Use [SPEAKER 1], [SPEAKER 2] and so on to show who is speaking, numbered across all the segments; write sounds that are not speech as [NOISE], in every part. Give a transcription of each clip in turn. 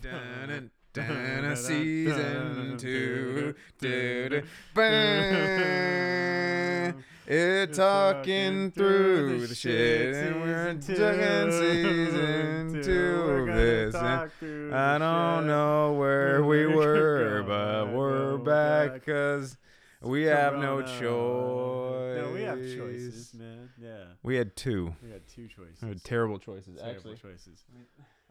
[SPEAKER 1] Dun, dun, [LAUGHS] dun, season two. dun, dun. You're talking through the shit, and we're talking season two of this. And I don't know where we [LAUGHS] were, but we're back because we have no choice.
[SPEAKER 2] No, we have choices, man. Yeah,
[SPEAKER 1] We had two.
[SPEAKER 2] we had two choices.
[SPEAKER 1] We had terrible choices,
[SPEAKER 2] Terrible
[SPEAKER 1] actually.
[SPEAKER 2] choices.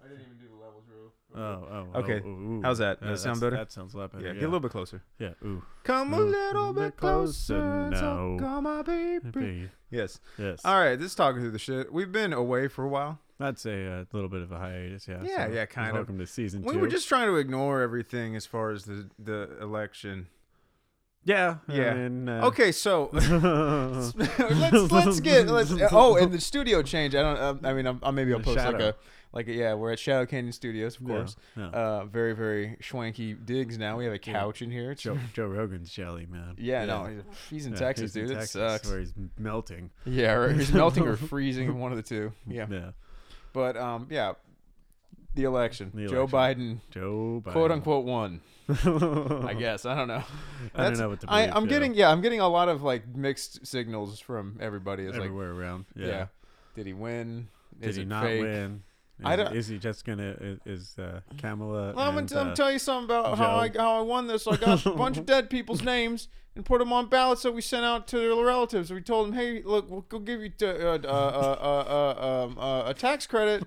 [SPEAKER 1] I didn't even do the levels rule.
[SPEAKER 2] Oh, oh.
[SPEAKER 1] Okay,
[SPEAKER 2] oh, ooh, ooh.
[SPEAKER 1] how's that?
[SPEAKER 2] Yeah,
[SPEAKER 1] Does that sound
[SPEAKER 2] that's-
[SPEAKER 1] better?
[SPEAKER 2] That sounds a lot better.
[SPEAKER 1] yeah, get a little bit closer.
[SPEAKER 2] Yeah. Ooh.
[SPEAKER 1] Come a
[SPEAKER 2] Mm.
[SPEAKER 1] little bit
[SPEAKER 2] Bit closer
[SPEAKER 1] closer, so
[SPEAKER 2] now.
[SPEAKER 1] come my baby.
[SPEAKER 2] Baby.
[SPEAKER 1] Yes.
[SPEAKER 2] Yes.
[SPEAKER 1] All right, this is talking through the shit. We've been away for a while.
[SPEAKER 2] I'd say a uh, little bit of a hiatus. Yeah.
[SPEAKER 1] Yeah, yeah, kind of.
[SPEAKER 2] Welcome to season
[SPEAKER 1] We
[SPEAKER 2] two.
[SPEAKER 1] were just trying to ignore everything as far as the the election.
[SPEAKER 2] Yeah. Uh-huh.
[SPEAKER 1] Yeah.
[SPEAKER 2] I mean, uh, [LAUGHS]
[SPEAKER 1] Okay, so
[SPEAKER 2] let's
[SPEAKER 1] [LAUGHS]
[SPEAKER 2] [LAUGHS]
[SPEAKER 1] let's let's get let's oh, and the studio change. I don't. um, I, I mean, I'll, I'll maybe I'll
[SPEAKER 2] The
[SPEAKER 1] post like
[SPEAKER 2] shadow.
[SPEAKER 1] a like a, yeah. We're at Shadow Canyon Studios, of course.
[SPEAKER 2] No, no.
[SPEAKER 1] Uh, very very swanky digs. Now we have a couch in here. It's-
[SPEAKER 2] Joe, Joe Rogan's jelly, man.
[SPEAKER 1] Yeah, no, he's- he's in
[SPEAKER 2] Yeah,
[SPEAKER 1] Texas,
[SPEAKER 2] he's in
[SPEAKER 1] dude. It
[SPEAKER 2] Texas,
[SPEAKER 1] sucks.
[SPEAKER 2] Where he's melting.
[SPEAKER 1] Yeah, right. He's melting
[SPEAKER 2] [LAUGHS]
[SPEAKER 1] or freezing, one of the two. Yeah.
[SPEAKER 2] Yeah.
[SPEAKER 1] But um, yeah, the election.
[SPEAKER 2] The
[SPEAKER 1] Joe Biden,
[SPEAKER 2] Joe Biden.
[SPEAKER 1] quote unquote, won. I
[SPEAKER 2] [LAUGHS] I
[SPEAKER 1] guess I don't know.
[SPEAKER 2] I don't
[SPEAKER 1] That's-
[SPEAKER 2] know what to
[SPEAKER 1] I,
[SPEAKER 2] believe,
[SPEAKER 1] I'm
[SPEAKER 2] yeah.
[SPEAKER 1] getting yeah, I'm getting a lot of like mixed signals from everybody. It's like
[SPEAKER 2] everywhere around.
[SPEAKER 1] yeah.
[SPEAKER 2] Yeah.
[SPEAKER 1] did he win?
[SPEAKER 2] Did
[SPEAKER 1] Is
[SPEAKER 2] he
[SPEAKER 1] it
[SPEAKER 2] not
[SPEAKER 1] fake?
[SPEAKER 2] win? Is,
[SPEAKER 1] I don't-
[SPEAKER 2] is he just gonna? i- Is uh, Kamala?
[SPEAKER 1] Well, I'm gonna
[SPEAKER 2] and,
[SPEAKER 1] t- I'm
[SPEAKER 2] uh,
[SPEAKER 1] tell you something about how I
[SPEAKER 2] Joe.
[SPEAKER 1] how I won this. I got
[SPEAKER 2] [LAUGHS]
[SPEAKER 1] a bunch of dead people's names and put them on ballots that we sent out to their relatives. We told them, hey, look, we'll go give you t- uh, uh, uh, uh, uh, um, uh, a tax credit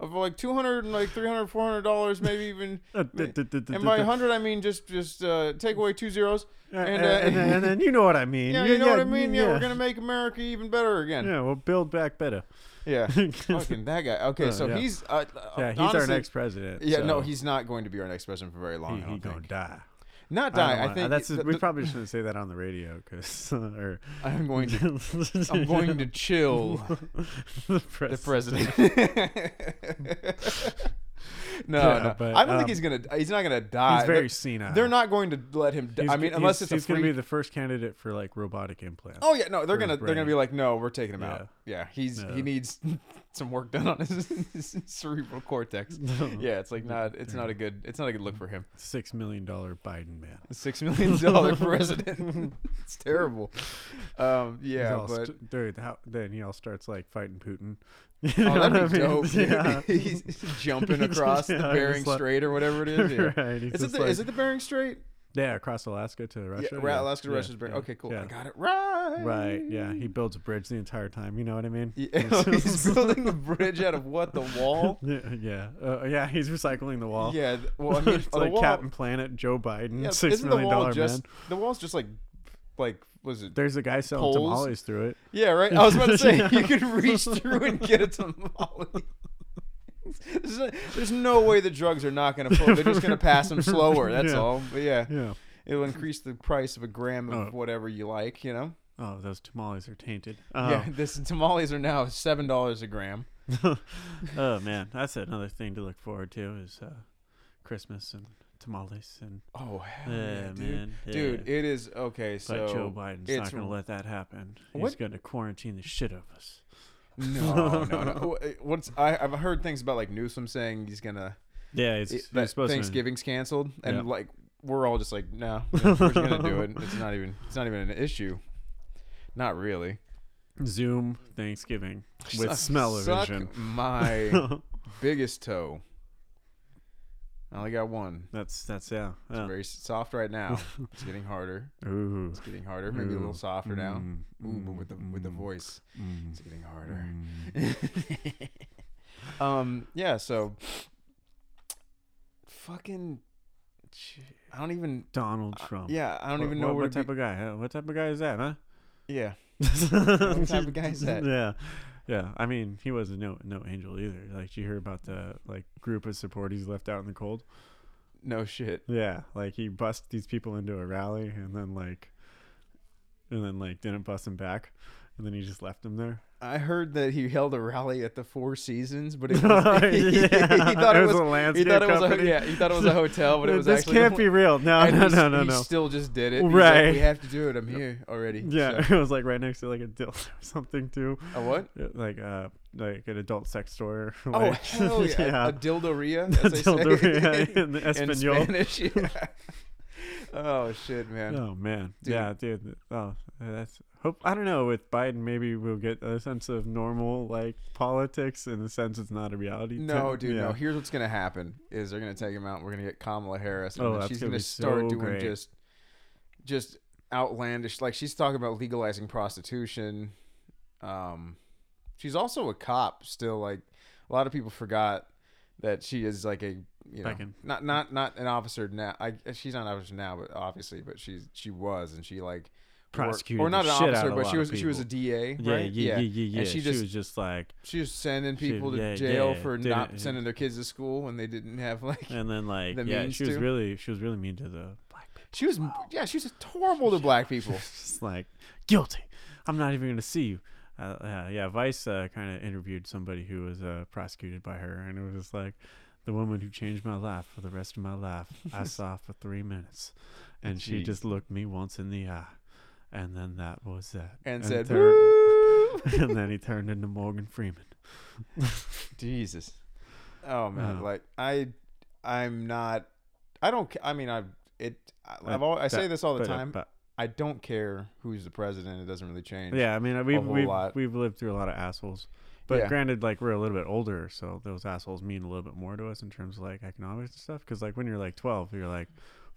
[SPEAKER 1] of like 200 and like 300 400 dollars maybe even
[SPEAKER 2] [LAUGHS] uh, d- d- d- d-
[SPEAKER 1] and by
[SPEAKER 2] d-
[SPEAKER 1] 100 i mean just just uh, take away two zeros
[SPEAKER 2] uh,
[SPEAKER 1] and,
[SPEAKER 2] uh,
[SPEAKER 1] uh,
[SPEAKER 2] and, then- and then you know what I mean.
[SPEAKER 1] [LAUGHS] yeah you know what i mean yeah, we're gonna make america even better again
[SPEAKER 2] Yeah, we'll build back better. [LAUGHS]
[SPEAKER 1] yeah.
[SPEAKER 2] yeah,
[SPEAKER 1] Fucking that guy. Okay,
[SPEAKER 2] Uh,
[SPEAKER 1] so
[SPEAKER 2] yeah.
[SPEAKER 1] he's uh, uh,
[SPEAKER 2] he's
[SPEAKER 1] honestly,
[SPEAKER 2] our next president.
[SPEAKER 1] Yeah,
[SPEAKER 2] so
[SPEAKER 1] no, he's not going to be our next president for very
[SPEAKER 2] he,
[SPEAKER 1] long. I
[SPEAKER 2] he
[SPEAKER 1] don't
[SPEAKER 2] gonna
[SPEAKER 1] think.
[SPEAKER 2] die.
[SPEAKER 1] Not
[SPEAKER 2] I don't
[SPEAKER 1] die. I,
[SPEAKER 2] wanna-
[SPEAKER 1] think
[SPEAKER 2] that's
[SPEAKER 1] the-
[SPEAKER 2] we
[SPEAKER 1] the-
[SPEAKER 2] probably shouldn't say that on the radio because [LAUGHS] or
[SPEAKER 1] I'm going
[SPEAKER 2] [LAUGHS]
[SPEAKER 1] to. I'm going to chill [LAUGHS]
[SPEAKER 2] the
[SPEAKER 1] the
[SPEAKER 2] president.
[SPEAKER 1] president.
[SPEAKER 2] [LAUGHS]
[SPEAKER 1] [LAUGHS] no,
[SPEAKER 2] Yeah,
[SPEAKER 1] no.
[SPEAKER 2] but,
[SPEAKER 1] I don't
[SPEAKER 2] um,
[SPEAKER 1] think he's gonna. He's not gonna die.
[SPEAKER 2] he's very
[SPEAKER 1] They're-
[SPEAKER 2] senile.
[SPEAKER 1] They're not going to let him. Die.
[SPEAKER 2] He's-
[SPEAKER 1] I mean, unless
[SPEAKER 2] he's,
[SPEAKER 1] it's a
[SPEAKER 2] he's gonna be
[SPEAKER 1] free.
[SPEAKER 2] the first candidate for like robotic implants.
[SPEAKER 1] Oh yeah, no, they're
[SPEAKER 2] for his
[SPEAKER 1] gonna they're gonna be
[SPEAKER 2] brain.
[SPEAKER 1] like, no, we're taking him out. Yeah, he's
[SPEAKER 2] Yeah.
[SPEAKER 1] he needs [LAUGHS] some work done on his, his cerebral
[SPEAKER 2] [LAUGHS]
[SPEAKER 1] cortex. Yeah, it's like not it's not a good it's not a good look for him.
[SPEAKER 2] Six million dollar Biden man.
[SPEAKER 1] six million
[SPEAKER 2] [LAUGHS]
[SPEAKER 1] dollar president. [LAUGHS] it's terrible. Um,
[SPEAKER 2] He's
[SPEAKER 1] yeah,
[SPEAKER 2] all
[SPEAKER 1] but
[SPEAKER 2] st- dude, how, then he all starts like fighting Putin. [LAUGHS]
[SPEAKER 1] oh, that'd be
[SPEAKER 2] You know
[SPEAKER 1] dope.
[SPEAKER 2] what [LAUGHS]
[SPEAKER 1] dude.
[SPEAKER 2] I mean?
[SPEAKER 1] [LAUGHS] He's
[SPEAKER 2] [LAUGHS]
[SPEAKER 1] jumping across
[SPEAKER 2] Yeah,
[SPEAKER 1] the
[SPEAKER 2] just
[SPEAKER 1] Bering
[SPEAKER 2] like-
[SPEAKER 1] Strait or whatever
[SPEAKER 2] [LAUGHS]
[SPEAKER 1] it
[SPEAKER 2] Yeah.
[SPEAKER 1] is. Yeah.
[SPEAKER 2] right. He's
[SPEAKER 1] Is it
[SPEAKER 2] just
[SPEAKER 1] the
[SPEAKER 2] like-
[SPEAKER 1] is it the Bering Strait?
[SPEAKER 2] yeah, across Alaska to Russia.
[SPEAKER 1] yeah, right, Alaska to
[SPEAKER 2] yeah,
[SPEAKER 1] Russia's Bering.
[SPEAKER 2] yeah,
[SPEAKER 1] okay, cool.
[SPEAKER 2] yeah.
[SPEAKER 1] I got it right.
[SPEAKER 2] Right. Yeah. He builds a bridge the entire time. You know what I mean?
[SPEAKER 1] Yeah, [LAUGHS] he's
[SPEAKER 2] [LAUGHS]
[SPEAKER 1] building the bridge out of what the wall?
[SPEAKER 2] yeah. Yeah. Uh, yeah. He's recycling the wall.
[SPEAKER 1] Yeah. th- Well, I mean,
[SPEAKER 2] [LAUGHS] it's
[SPEAKER 1] the
[SPEAKER 2] like
[SPEAKER 1] wall,
[SPEAKER 2] Captain Planet, Joe Biden,
[SPEAKER 1] yeah,
[SPEAKER 2] six
[SPEAKER 1] isn't the
[SPEAKER 2] million
[SPEAKER 1] wall
[SPEAKER 2] dollar
[SPEAKER 1] just
[SPEAKER 2] man.
[SPEAKER 1] the wall's just like like was it?
[SPEAKER 2] There's a guy selling
[SPEAKER 1] poles?
[SPEAKER 2] tamales through it.
[SPEAKER 1] Yeah, right. I was about
[SPEAKER 2] [LAUGHS]
[SPEAKER 1] to say
[SPEAKER 2] Yeah.
[SPEAKER 1] you could reach through and get a
[SPEAKER 2] [LAUGHS]
[SPEAKER 1] tamale. [LAUGHS] There's no- There's no way the drugs are not going to flow. They're just going to pass
[SPEAKER 2] [LAUGHS]
[SPEAKER 1] them slower. That's
[SPEAKER 2] Yeah.
[SPEAKER 1] all. But yeah,
[SPEAKER 2] Yeah.
[SPEAKER 1] it'll increase the price of a gram of
[SPEAKER 2] Oh.
[SPEAKER 1] whatever you like. You know.
[SPEAKER 2] Oh, those tamales are tainted. Oh,
[SPEAKER 1] Yeah. [LAUGHS] This tamales are now seven dollars a gram. [LAUGHS]
[SPEAKER 2] oh man, that's another thing to look forward to is uh, Christmas and tamales and
[SPEAKER 1] Oh hell yeah,
[SPEAKER 2] yeah,
[SPEAKER 1] dude.
[SPEAKER 2] man, yeah.
[SPEAKER 1] Dude, it is okay.
[SPEAKER 2] But
[SPEAKER 1] So
[SPEAKER 2] Joe Biden's
[SPEAKER 1] it's-
[SPEAKER 2] not going to let that happen. He's
[SPEAKER 1] What?
[SPEAKER 2] going to quarantine the shit out of us.
[SPEAKER 1] [LAUGHS]
[SPEAKER 2] [LAUGHS]
[SPEAKER 1] no, no, no. What's I, I've heard things about like Newsom saying he's gonna
[SPEAKER 2] Yeah, it's,
[SPEAKER 1] it, that Thanksgiving's canceled, and
[SPEAKER 2] Yeah.
[SPEAKER 1] like we're all just like, no,
[SPEAKER 2] [LAUGHS]
[SPEAKER 1] no, we're just gonna do it. It's not even it's not even an issue. Not really.
[SPEAKER 2] Zoom Thanksgiving with
[SPEAKER 1] Suck-
[SPEAKER 2] smell of
[SPEAKER 1] suck
[SPEAKER 2] vision. [LAUGHS]
[SPEAKER 1] My biggest toe. I only got one.
[SPEAKER 2] that's that's yeah.
[SPEAKER 1] It's
[SPEAKER 2] yeah.
[SPEAKER 1] very s- soft right
[SPEAKER 2] [LAUGHS]
[SPEAKER 1] now. It's getting harder.
[SPEAKER 2] Ooh,
[SPEAKER 1] It's getting harder. Maybe a little
[SPEAKER 2] Ooh. Mm-hmm.
[SPEAKER 1] softer now. Ooh, but with the with the
[SPEAKER 2] mm,
[SPEAKER 1] voice, it's getting harder.
[SPEAKER 2] mm.
[SPEAKER 1] [LAUGHS] um, yeah. So, fucking, I don't even.
[SPEAKER 2] Donald Trump.
[SPEAKER 1] Uh, Yeah, I don't
[SPEAKER 2] Um, What-
[SPEAKER 1] even
[SPEAKER 2] what,
[SPEAKER 1] know where
[SPEAKER 2] what
[SPEAKER 1] to
[SPEAKER 2] type
[SPEAKER 1] be-
[SPEAKER 2] of guy. huh? What type of guy is
[SPEAKER 1] [LAUGHS]
[SPEAKER 2] that, huh?
[SPEAKER 1] Yeah.
[SPEAKER 2] what
[SPEAKER 1] type of
[SPEAKER 2] [LAUGHS]
[SPEAKER 1] guy is that?
[SPEAKER 2] Yeah, yeah. I mean, he was no no angel either. Like, did you hear about the like group of support he's left out in the cold?
[SPEAKER 1] No shit.
[SPEAKER 2] Yeah, like he bust these people into a rally and then like, and then like didn't bust them back, and then he just left them there.
[SPEAKER 1] I heard that he held a rally at the Four Seasons,
[SPEAKER 2] [LAUGHS]
[SPEAKER 1] but it was, [LAUGHS] he, thought it was,
[SPEAKER 2] a landscape
[SPEAKER 1] he thought it was a,
[SPEAKER 2] company.
[SPEAKER 1] yeah, he thought it was a hotel, but it was
[SPEAKER 2] this
[SPEAKER 1] actually
[SPEAKER 2] can't be real. No,
[SPEAKER 1] and
[SPEAKER 2] no,
[SPEAKER 1] he-
[SPEAKER 2] no, no,
[SPEAKER 1] he
[SPEAKER 2] no.
[SPEAKER 1] still just did it. He's like,
[SPEAKER 2] Right.
[SPEAKER 1] we have to do it. I'm here already.
[SPEAKER 2] Yeah, [LAUGHS]
[SPEAKER 1] So-
[SPEAKER 2] it was like right next to like a dildo or something too.
[SPEAKER 1] A what?
[SPEAKER 2] Yeah, like uh like an adult sex store.
[SPEAKER 1] Oh
[SPEAKER 2] [LAUGHS] like-
[SPEAKER 1] [LAUGHS] hell yeah, a
[SPEAKER 2] [LAUGHS]
[SPEAKER 1] dildoria, as they
[SPEAKER 2] Dildoria
[SPEAKER 1] [LAUGHS]
[SPEAKER 2] [LAUGHS]
[SPEAKER 1] say
[SPEAKER 2] in Espanol.
[SPEAKER 1] Spanish. yeah. [LAUGHS] oh shit, man.
[SPEAKER 2] Oh man,
[SPEAKER 1] Dude.
[SPEAKER 2] yeah, dude. Oh, that's hope. I don't know. With Biden, maybe we'll get a sense of normal like politics in the sense it's not a reality.
[SPEAKER 1] No,
[SPEAKER 2] te-
[SPEAKER 1] dude, no.
[SPEAKER 2] yeah.
[SPEAKER 1] Here's what's gonna happen: is they're gonna take him out. We're gonna get Kamala Harris, and
[SPEAKER 2] Oh,
[SPEAKER 1] then
[SPEAKER 2] that's
[SPEAKER 1] she's
[SPEAKER 2] gonna
[SPEAKER 1] gonna,
[SPEAKER 2] be
[SPEAKER 1] start
[SPEAKER 2] so
[SPEAKER 1] doing
[SPEAKER 2] great.
[SPEAKER 1] just, just outlandish. Like she's talking about legalizing prostitution. Um, she's also a cop. Still, like a lot of people forgot that she is like a you know
[SPEAKER 2] Back in-
[SPEAKER 1] not not not an officer now. I she's not an officer now, but obviously, but she's she was, and she like worked-
[SPEAKER 2] Prosecuted
[SPEAKER 1] or not
[SPEAKER 2] the
[SPEAKER 1] an
[SPEAKER 2] shit out
[SPEAKER 1] officer,
[SPEAKER 2] of a
[SPEAKER 1] but
[SPEAKER 2] lot
[SPEAKER 1] she
[SPEAKER 2] of
[SPEAKER 1] was she was a
[SPEAKER 2] people.
[SPEAKER 1] DA,
[SPEAKER 2] Yeah,
[SPEAKER 1] right?
[SPEAKER 2] yeah, yeah, yeah,
[SPEAKER 1] And
[SPEAKER 2] she,
[SPEAKER 1] she just
[SPEAKER 2] was just like,
[SPEAKER 1] she was sending
[SPEAKER 2] She-
[SPEAKER 1] people
[SPEAKER 2] yeah,
[SPEAKER 1] to jail
[SPEAKER 2] yeah,
[SPEAKER 1] for
[SPEAKER 2] didn't-
[SPEAKER 1] not sending their kids to school when they didn't have like. [LAUGHS]
[SPEAKER 2] and then like,
[SPEAKER 1] The
[SPEAKER 2] yeah,
[SPEAKER 1] means
[SPEAKER 2] she was
[SPEAKER 1] to.
[SPEAKER 2] really, she was really mean to the black people. [LAUGHS]
[SPEAKER 1] She was yeah, she was horrible to black people.
[SPEAKER 2] Just like guilty. I'm not even gonna see you. Uh, yeah, yeah, Vice uh, kind of interviewed somebody who was uh, prosecuted by her, and it was just like the woman who changed my life for the rest of
[SPEAKER 1] [LAUGHS]
[SPEAKER 2] my life. I saw for three minutes, and she
[SPEAKER 1] Gee.
[SPEAKER 2] just looked me once in the eye, and then that was that.
[SPEAKER 1] And said,
[SPEAKER 2] turned, [LAUGHS] and then he turned into Morgan Freeman.
[SPEAKER 1] Jesus. Oh man,
[SPEAKER 2] Yeah.
[SPEAKER 1] like I, I'm not. I don't. ca- I mean, I it. I- I've al- I say
[SPEAKER 2] That-
[SPEAKER 1] this all the
[SPEAKER 2] but, uh,
[SPEAKER 1] time.
[SPEAKER 2] but-
[SPEAKER 1] I don't care who's the president. It doesn't really change.
[SPEAKER 2] yeah, I mean, uh, we've
[SPEAKER 1] whole
[SPEAKER 2] we've,
[SPEAKER 1] lot.
[SPEAKER 2] we've lived through a lot of assholes. But
[SPEAKER 1] Yeah.
[SPEAKER 2] granted, like we're a little bit older, so those assholes mean a little bit more to us in terms of like economics and stuff. Because like when you're like 12, you're like,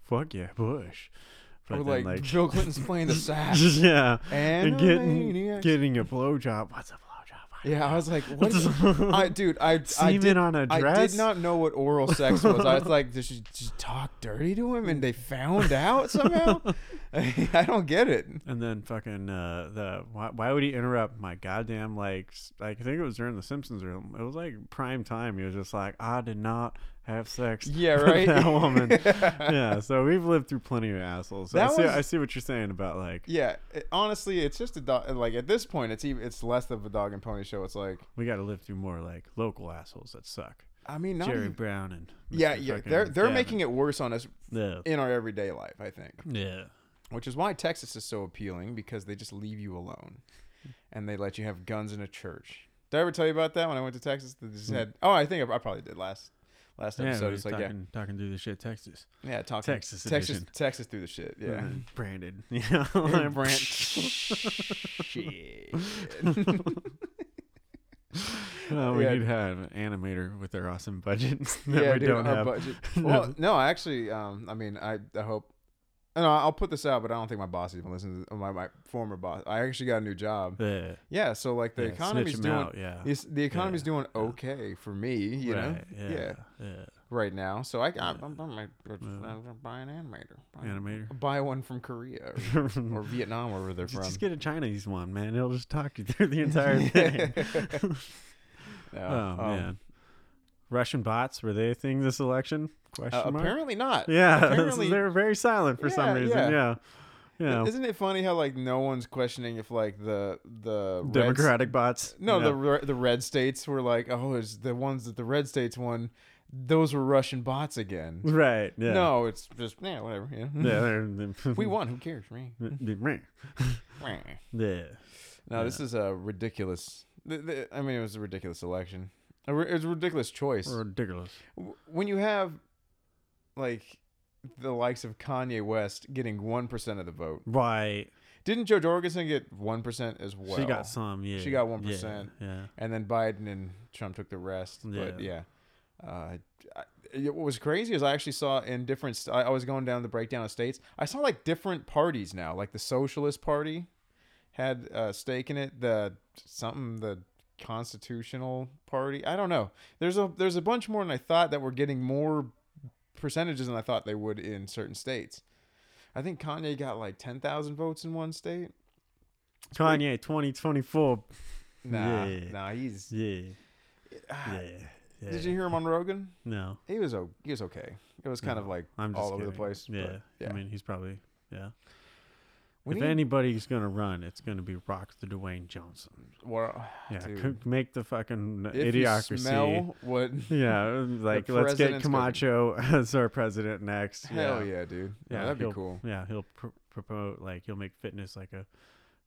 [SPEAKER 2] "Fuck yeah, Bush,"
[SPEAKER 1] Or
[SPEAKER 2] but
[SPEAKER 1] like, [LAUGHS]
[SPEAKER 2] then like,
[SPEAKER 1] Bill
[SPEAKER 2] [LAUGHS]
[SPEAKER 1] Clinton's playing the sax
[SPEAKER 2] yeah,
[SPEAKER 1] and,
[SPEAKER 2] and
[SPEAKER 1] a
[SPEAKER 2] getting
[SPEAKER 1] maniac.
[SPEAKER 2] getting a blowjob. What's a blowjob?
[SPEAKER 1] Yeah, I
[SPEAKER 2] [LAUGHS]
[SPEAKER 1] was like, what? is- [LAUGHS] I dude, I I
[SPEAKER 2] Semen
[SPEAKER 1] did,
[SPEAKER 2] on a
[SPEAKER 1] I
[SPEAKER 2] dress.
[SPEAKER 1] did not know what oral sex was. I was like, did she, did she talk dirty to him and they found out
[SPEAKER 2] [LAUGHS]
[SPEAKER 1] somehow? [LAUGHS] I don't get it.
[SPEAKER 2] And then fucking uh, the why, why would he interrupt my goddamn like s- like I think it was during the Simpsons room. It was like prime time. He was just like, I did not have
[SPEAKER 1] [LAUGHS]
[SPEAKER 2] sex.
[SPEAKER 1] Yeah,
[SPEAKER 2] with
[SPEAKER 1] right.
[SPEAKER 2] that woman.
[SPEAKER 1] [LAUGHS]
[SPEAKER 2] yeah. So we've lived through plenty of assholes. So I
[SPEAKER 1] That
[SPEAKER 2] see.
[SPEAKER 1] was-
[SPEAKER 2] I see what you're saying about like
[SPEAKER 1] Yeah, it- honestly, it's just a dog. Like at this point, it's even it's less of a dog and pony show. It's like
[SPEAKER 2] we got to live through more like local assholes that suck.
[SPEAKER 1] I mean, not
[SPEAKER 2] Jerry
[SPEAKER 1] even-
[SPEAKER 2] Brown and Mr.
[SPEAKER 1] yeah, yeah.
[SPEAKER 2] fucking
[SPEAKER 1] They're they're
[SPEAKER 2] Gavin.
[SPEAKER 1] making it worse on us
[SPEAKER 2] yeah
[SPEAKER 1] in our everyday life. I think,
[SPEAKER 2] yeah.
[SPEAKER 1] which is why Texas is so appealing because they just leave you alone, and they let you have guns in a church. Did I ever tell you about that when I went to Texas? They just had. Oh, I think I, I probably did last last
[SPEAKER 2] Hmm. yeah
[SPEAKER 1] episode.
[SPEAKER 2] we
[SPEAKER 1] it's
[SPEAKER 2] were
[SPEAKER 1] like
[SPEAKER 2] talking, talking through the shit Texas.
[SPEAKER 1] yeah, yeah, talking
[SPEAKER 2] Texas
[SPEAKER 1] Texas,
[SPEAKER 2] edition. Mm-hmm.
[SPEAKER 1] Texas through the shit. Yeah.
[SPEAKER 2] And then [LAUGHS] Brandon.
[SPEAKER 1] [LAUGHS]
[SPEAKER 2] Yeah. Brand.
[SPEAKER 1] Brand-
[SPEAKER 2] [LAUGHS]
[SPEAKER 1] Shit.
[SPEAKER 2] Well, we
[SPEAKER 1] Yeah.
[SPEAKER 2] need to have an animator with their awesome budget [LAUGHS] that
[SPEAKER 1] yeah,
[SPEAKER 2] we
[SPEAKER 1] dude,
[SPEAKER 2] don't
[SPEAKER 1] our
[SPEAKER 2] have.
[SPEAKER 1] budget.
[SPEAKER 2] [LAUGHS] No.
[SPEAKER 1] Well, no, I actually, um, I mean, I, I hope, and I- I'll put this out, but I don't think my boss even listens. To, my my former boss, I actually got a new job.
[SPEAKER 2] yeah.
[SPEAKER 1] Yeah, so like the
[SPEAKER 2] Uh, yeah,
[SPEAKER 1] economy's
[SPEAKER 2] snitch 'em
[SPEAKER 1] doing,
[SPEAKER 2] out, yeah.
[SPEAKER 1] it's- the economy's
[SPEAKER 2] Yeah.
[SPEAKER 1] doing okay for me, you know,
[SPEAKER 2] Right, yeah, yeah,
[SPEAKER 1] right now. So I, I'm,
[SPEAKER 2] Yeah.
[SPEAKER 1] I'm, I'm, like, I'm gonna buy an animator. Buy,
[SPEAKER 2] Animator.
[SPEAKER 1] buy one from Korea [LAUGHS] or,
[SPEAKER 2] [LAUGHS]
[SPEAKER 1] or Vietnam, wherever they're
[SPEAKER 2] Just,
[SPEAKER 1] from.
[SPEAKER 2] just get a Chinese one, man. It'll just talk you through
[SPEAKER 1] [LAUGHS]
[SPEAKER 2] the entire thing.
[SPEAKER 1] No,
[SPEAKER 2] [LAUGHS] oh
[SPEAKER 1] um,
[SPEAKER 2] man, Russian bots were they a thing this election? Question
[SPEAKER 1] uh,
[SPEAKER 2] mark.
[SPEAKER 1] apparently not.
[SPEAKER 2] yeah, [LAUGHS]
[SPEAKER 1] apparently-
[SPEAKER 2] they were very silent for some
[SPEAKER 1] Yeah,
[SPEAKER 2] reason.
[SPEAKER 1] yeah.
[SPEAKER 2] Yeah, yeah.
[SPEAKER 1] Isn't it funny how like no one's questioning if like the the red
[SPEAKER 2] Democratic bots.
[SPEAKER 1] No,
[SPEAKER 2] yeah.
[SPEAKER 1] the re- the red states were like, oh, it's the ones that the red states won. Those were Russian bots again.
[SPEAKER 2] right. [LAUGHS] Yeah.
[SPEAKER 1] No, it's just yeah, whatever. Yeah,
[SPEAKER 2] Yeah. they're-
[SPEAKER 1] [LAUGHS] we
[SPEAKER 2] [LAUGHS]
[SPEAKER 1] won. Who cares? Me.
[SPEAKER 2] yeah.
[SPEAKER 1] No, this is a ridiculous. th- th- I mean, it was a ridiculous election. A ri- It was a ridiculous choice.
[SPEAKER 2] Ridiculous.
[SPEAKER 1] W- When you have like the likes of Kanye West getting one percent of the vote,
[SPEAKER 2] Right.
[SPEAKER 1] didn't Joe Jorgensen get one percent as well?
[SPEAKER 2] She got some, yeah.
[SPEAKER 1] she got
[SPEAKER 2] yeah,
[SPEAKER 1] 1%.
[SPEAKER 2] Yeah.
[SPEAKER 1] and then Biden and Trump took the rest. But yeah,
[SPEAKER 2] Yeah.
[SPEAKER 1] uh, I, it- what was crazy is I actually saw in different. St- I, I was going down the breakdown of states. I saw like different parties now, like the Socialist Party had a stake in it. The something the Constitutional Party. I don't know. There's a there's a bunch more than I thought that were getting more percentages than I thought they would in certain states. I think Kanye got like ten thousand votes in one state.
[SPEAKER 2] Kanye 2024.
[SPEAKER 1] Nah,
[SPEAKER 2] Yeah.
[SPEAKER 1] nah, he's.
[SPEAKER 2] Yeah. Yeah. yeah.
[SPEAKER 1] Ah, Did you hear him on Rogan?
[SPEAKER 2] No.
[SPEAKER 1] He was o- he was okay. It was kind
[SPEAKER 2] No,
[SPEAKER 1] of like
[SPEAKER 2] I'm just
[SPEAKER 1] all over the
[SPEAKER 2] kidding.
[SPEAKER 1] place. but
[SPEAKER 2] Yeah.
[SPEAKER 1] yeah.
[SPEAKER 2] I mean, he's probably yeah.
[SPEAKER 1] we
[SPEAKER 2] if
[SPEAKER 1] need
[SPEAKER 2] anybody's gonna run, it's gonna be Rock the Dwayne Johnson.
[SPEAKER 1] well,
[SPEAKER 2] Yeah,
[SPEAKER 1] dude,
[SPEAKER 2] cook- make the fucking
[SPEAKER 1] if
[SPEAKER 2] idiocracy.
[SPEAKER 1] You smell what?
[SPEAKER 2] [LAUGHS] yeah, like let's get
[SPEAKER 1] president's cooking.
[SPEAKER 2] Camacho [LAUGHS] as our president next.
[SPEAKER 1] Hell yeah, dude. Yeah, that'd
[SPEAKER 2] Uh, he'll-
[SPEAKER 1] be cool.
[SPEAKER 2] Yeah, he'll pr- promote like he'll make fitness like a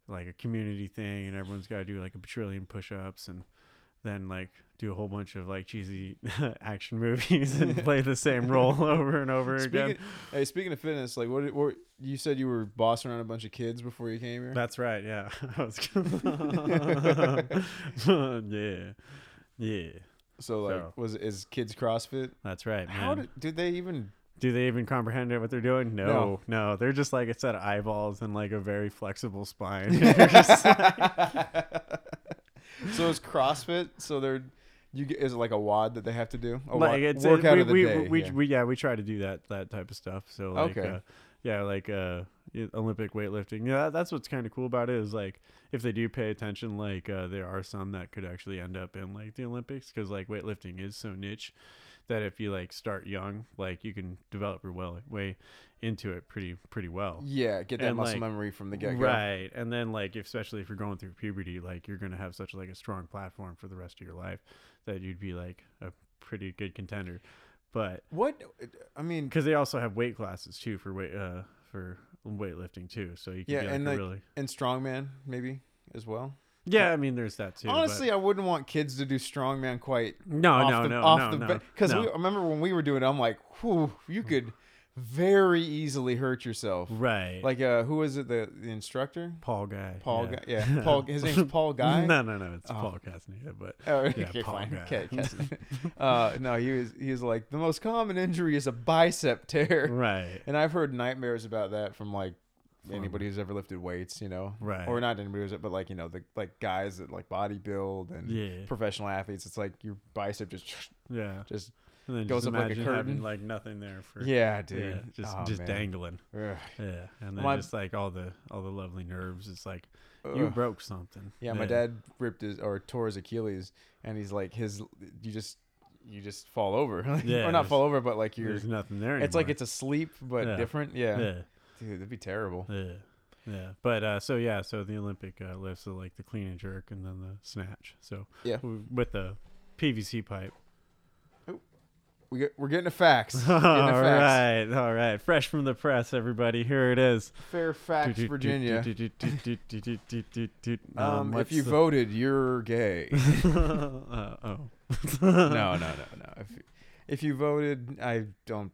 [SPEAKER 2] like a community thing, and everyone's got to do like a trillion push-ups, and than like do a whole bunch of like cheesy [LAUGHS] action
[SPEAKER 1] [LAUGHS]
[SPEAKER 2] movies and play the same role over and over again.
[SPEAKER 1] Speaking, hey, speaking of fitness, like what, what you said you were bossing around a bunch of kids before you came here.
[SPEAKER 2] That's right. Yeah. [LAUGHS]
[SPEAKER 1] [LAUGHS]
[SPEAKER 2] I was- [LAUGHS] yeah. Yeah.
[SPEAKER 1] So like,
[SPEAKER 2] So.
[SPEAKER 1] was is kids CrossFit?
[SPEAKER 2] That's right. Man.
[SPEAKER 1] How did, did they even?
[SPEAKER 2] Do they even comprehend it, what they're doing? No, no, They're just like a set of eyeballs and like a very
[SPEAKER 1] [LAUGHS]
[SPEAKER 2] flexible spine. [LAUGHS] They're just-
[SPEAKER 1] so it's CrossFit. So they're you get, is it like a wad that they have to do? A
[SPEAKER 2] like
[SPEAKER 1] wa-
[SPEAKER 2] it's it,
[SPEAKER 1] workout
[SPEAKER 2] we,
[SPEAKER 1] of the
[SPEAKER 2] we,
[SPEAKER 1] day.
[SPEAKER 2] we,
[SPEAKER 1] yeah.
[SPEAKER 2] we yeah we try to do that that type of stuff. So like
[SPEAKER 1] Okay.
[SPEAKER 2] uh, yeah like uh y- Olympic weightlifting. Yeah, that- that's what's kind of cool about it is like if they do pay attention, like uh, there are some that could actually end up in like the Olympics because like weightlifting is so niche that if you like start young, like you can develop your well way into it pretty pretty well.
[SPEAKER 1] yeah, get that
[SPEAKER 2] and,
[SPEAKER 1] muscle
[SPEAKER 2] like,
[SPEAKER 1] memory from the get go.
[SPEAKER 2] Right. And then like especially if you're going through puberty, like you're gonna have such like a strong platform for the rest of your life that you'd be like a pretty good contender. But
[SPEAKER 1] What I mean,
[SPEAKER 2] because they also have weight classes too for weight uh for weightlifting too. So you can
[SPEAKER 1] Yeah,
[SPEAKER 2] be like
[SPEAKER 1] and,
[SPEAKER 2] a
[SPEAKER 1] like,
[SPEAKER 2] really
[SPEAKER 1] and strongman maybe as well.
[SPEAKER 2] Yeah, I mean there's that too. but-
[SPEAKER 1] Honestly, I wouldn't want kids to do strongman quite
[SPEAKER 2] no,
[SPEAKER 1] off
[SPEAKER 2] no,
[SPEAKER 1] the,
[SPEAKER 2] no,
[SPEAKER 1] off
[SPEAKER 2] no,
[SPEAKER 1] the
[SPEAKER 2] no,
[SPEAKER 1] because
[SPEAKER 2] no.
[SPEAKER 1] we remember when we were doing it. I'm like, whew, you could very easily hurt yourself.
[SPEAKER 2] Right.
[SPEAKER 1] Like, uh, who is it? The, the instructor,
[SPEAKER 2] Paul Guy.
[SPEAKER 1] Paul. Guy? Yeah, Paul. His
[SPEAKER 2] [LAUGHS]
[SPEAKER 1] name's Paul Guy.
[SPEAKER 2] No, no, no, it's
[SPEAKER 1] Oh.
[SPEAKER 2] Paul Castney, yeah, but
[SPEAKER 1] Oh, [LAUGHS]
[SPEAKER 2] Yeah,
[SPEAKER 1] okay,
[SPEAKER 2] Paul
[SPEAKER 1] fine.
[SPEAKER 2] Guy. [LAUGHS]
[SPEAKER 1] Okay, Cassidy. uh, no, he was he was like the most common injury is a bicep tear,
[SPEAKER 2] Right.
[SPEAKER 1] and I've heard nightmares about that from like anybody who's ever lifted weights, you know,
[SPEAKER 2] Right.
[SPEAKER 1] or not anybody who's but like you know the like guys that like bodybuild and
[SPEAKER 2] Yeah.
[SPEAKER 1] professional athletes. It's like your bicep just
[SPEAKER 2] Yeah.
[SPEAKER 1] just
[SPEAKER 2] And then
[SPEAKER 1] goes
[SPEAKER 2] just
[SPEAKER 1] up like a
[SPEAKER 2] imagine having,
[SPEAKER 1] curtain.
[SPEAKER 2] like nothing there for
[SPEAKER 1] yeah,
[SPEAKER 2] Yeah,
[SPEAKER 1] dude,
[SPEAKER 2] just
[SPEAKER 1] Oh,
[SPEAKER 2] just
[SPEAKER 1] man.
[SPEAKER 2] dangling.
[SPEAKER 1] Ugh.
[SPEAKER 2] Yeah, and then
[SPEAKER 1] My-
[SPEAKER 2] just like all the all the lovely nerves. It's like you
[SPEAKER 1] Ugh.
[SPEAKER 2] broke something.
[SPEAKER 1] Yeah, my dad ripped his or tore his Achilles, and he's like his you just you just fall over, [LAUGHS] Like,
[SPEAKER 2] Yeah,
[SPEAKER 1] or
[SPEAKER 2] there's-
[SPEAKER 1] not fall over, but like you're.
[SPEAKER 2] There's nothing there.
[SPEAKER 1] It's like
[SPEAKER 2] anymore.
[SPEAKER 1] it's asleep but
[SPEAKER 2] Yeah.
[SPEAKER 1] different. Yeah. dude, that'd be terrible.
[SPEAKER 2] yeah, yeah, yeah. But uh, so yeah, so the Olympic uh, lifts are like the clean and jerk, and then the snatch. So
[SPEAKER 1] Yeah.
[SPEAKER 2] w- with the PVC pipe.
[SPEAKER 1] We get, we're getting the
[SPEAKER 2] [LAUGHS]
[SPEAKER 1] facts. We're [LAUGHS]
[SPEAKER 2] all
[SPEAKER 1] getting the facts.
[SPEAKER 2] right, all right. Fresh from the press, everybody. Here it is.
[SPEAKER 1] Fairfax,
[SPEAKER 2] Doot, doot,
[SPEAKER 1] Virginia.
[SPEAKER 2] doot, doot, doot, doot, doot, doot, doot, doot, doot.
[SPEAKER 1] Um, if
[SPEAKER 2] what's
[SPEAKER 1] you
[SPEAKER 2] the- [LAUGHS]
[SPEAKER 1] voted, you're gay.
[SPEAKER 2] uh, oh.
[SPEAKER 1] no, no, no, no. If if you voted, I don't.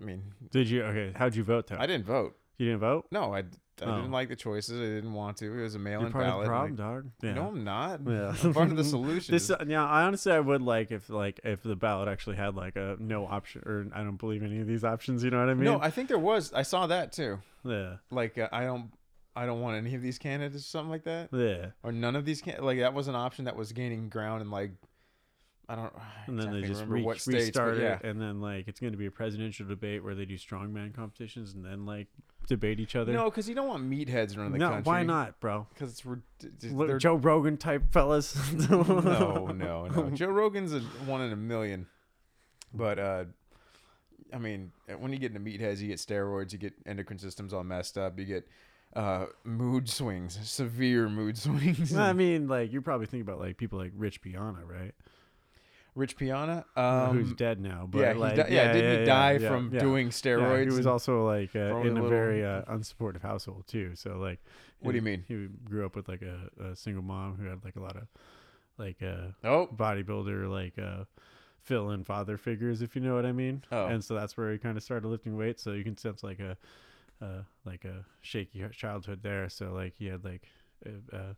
[SPEAKER 1] I mean,
[SPEAKER 2] Did you? Okay. How'd you vote though?
[SPEAKER 1] I didn't vote.
[SPEAKER 2] you didn't vote.
[SPEAKER 1] No, I, I
[SPEAKER 2] Oh.
[SPEAKER 1] didn't like the choices. I didn't want to. It was a
[SPEAKER 2] You're
[SPEAKER 1] mail-in
[SPEAKER 2] part of
[SPEAKER 1] ballot. and
[SPEAKER 2] the
[SPEAKER 1] I-
[SPEAKER 2] problem, dog. Yeah.
[SPEAKER 1] No, I'm not.
[SPEAKER 2] Yeah.
[SPEAKER 1] [LAUGHS] I'm part of
[SPEAKER 2] [LAUGHS]
[SPEAKER 1] the solution.
[SPEAKER 2] This uh, yeah, I honestly I would like if like if the ballot actually had like a no option or I don't believe any of these options. You know what I mean?
[SPEAKER 1] no, I think there was. I saw that too.
[SPEAKER 2] yeah,
[SPEAKER 1] Like uh, I don't, I don't want any of these candidates or something like that,
[SPEAKER 2] yeah.
[SPEAKER 1] or none of these can. Like that was an option that was gaining ground and like, I don't. I
[SPEAKER 2] And then
[SPEAKER 1] exactly
[SPEAKER 2] they just
[SPEAKER 1] remember
[SPEAKER 2] re-
[SPEAKER 1] what states, but
[SPEAKER 2] restart
[SPEAKER 1] yeah.
[SPEAKER 2] it, and then like it's going to be a presidential debate where they do strongman competitions and then like debate each other.
[SPEAKER 1] No, because you don't want meatheads running the
[SPEAKER 2] No,
[SPEAKER 1] country.
[SPEAKER 2] why not, bro?
[SPEAKER 1] Because it's rid- d- d-
[SPEAKER 2] Look,
[SPEAKER 1] they're-
[SPEAKER 2] Joe Rogan type fellas. [LAUGHS]
[SPEAKER 1] [LAUGHS] no, no, no. Joe Rogan's a one in a million, but uh, I mean, when you get into meatheads, you get steroids, you get endocrine systems all messed up, you get uh, mood swings, severe mood swings.
[SPEAKER 2] I mean, like you're probably thinking about like people like Rich Piana, right?
[SPEAKER 1] Rich Piana, um,
[SPEAKER 2] Who's dead now? But
[SPEAKER 1] yeah,
[SPEAKER 2] like,
[SPEAKER 1] he di- yeah, didn't he die
[SPEAKER 2] yeah,
[SPEAKER 1] from
[SPEAKER 2] yeah.
[SPEAKER 1] doing steroids?
[SPEAKER 2] Yeah, he was
[SPEAKER 1] and-
[SPEAKER 2] also like uh,
[SPEAKER 1] throwing
[SPEAKER 2] in
[SPEAKER 1] a
[SPEAKER 2] a
[SPEAKER 1] little-
[SPEAKER 2] very uh, unsupportive household too. So like,
[SPEAKER 1] What do you
[SPEAKER 2] he-
[SPEAKER 1] mean?
[SPEAKER 2] He grew up with like a, a single mom who had like a lot of like uh,
[SPEAKER 1] oh,
[SPEAKER 2] bodybuilder like uh, fill in father figures, if you know what I mean.
[SPEAKER 1] Oh.
[SPEAKER 2] And so that's where he kind of started lifting weights. So you can sense like a uh, like a shaky childhood there. So like he had like a, a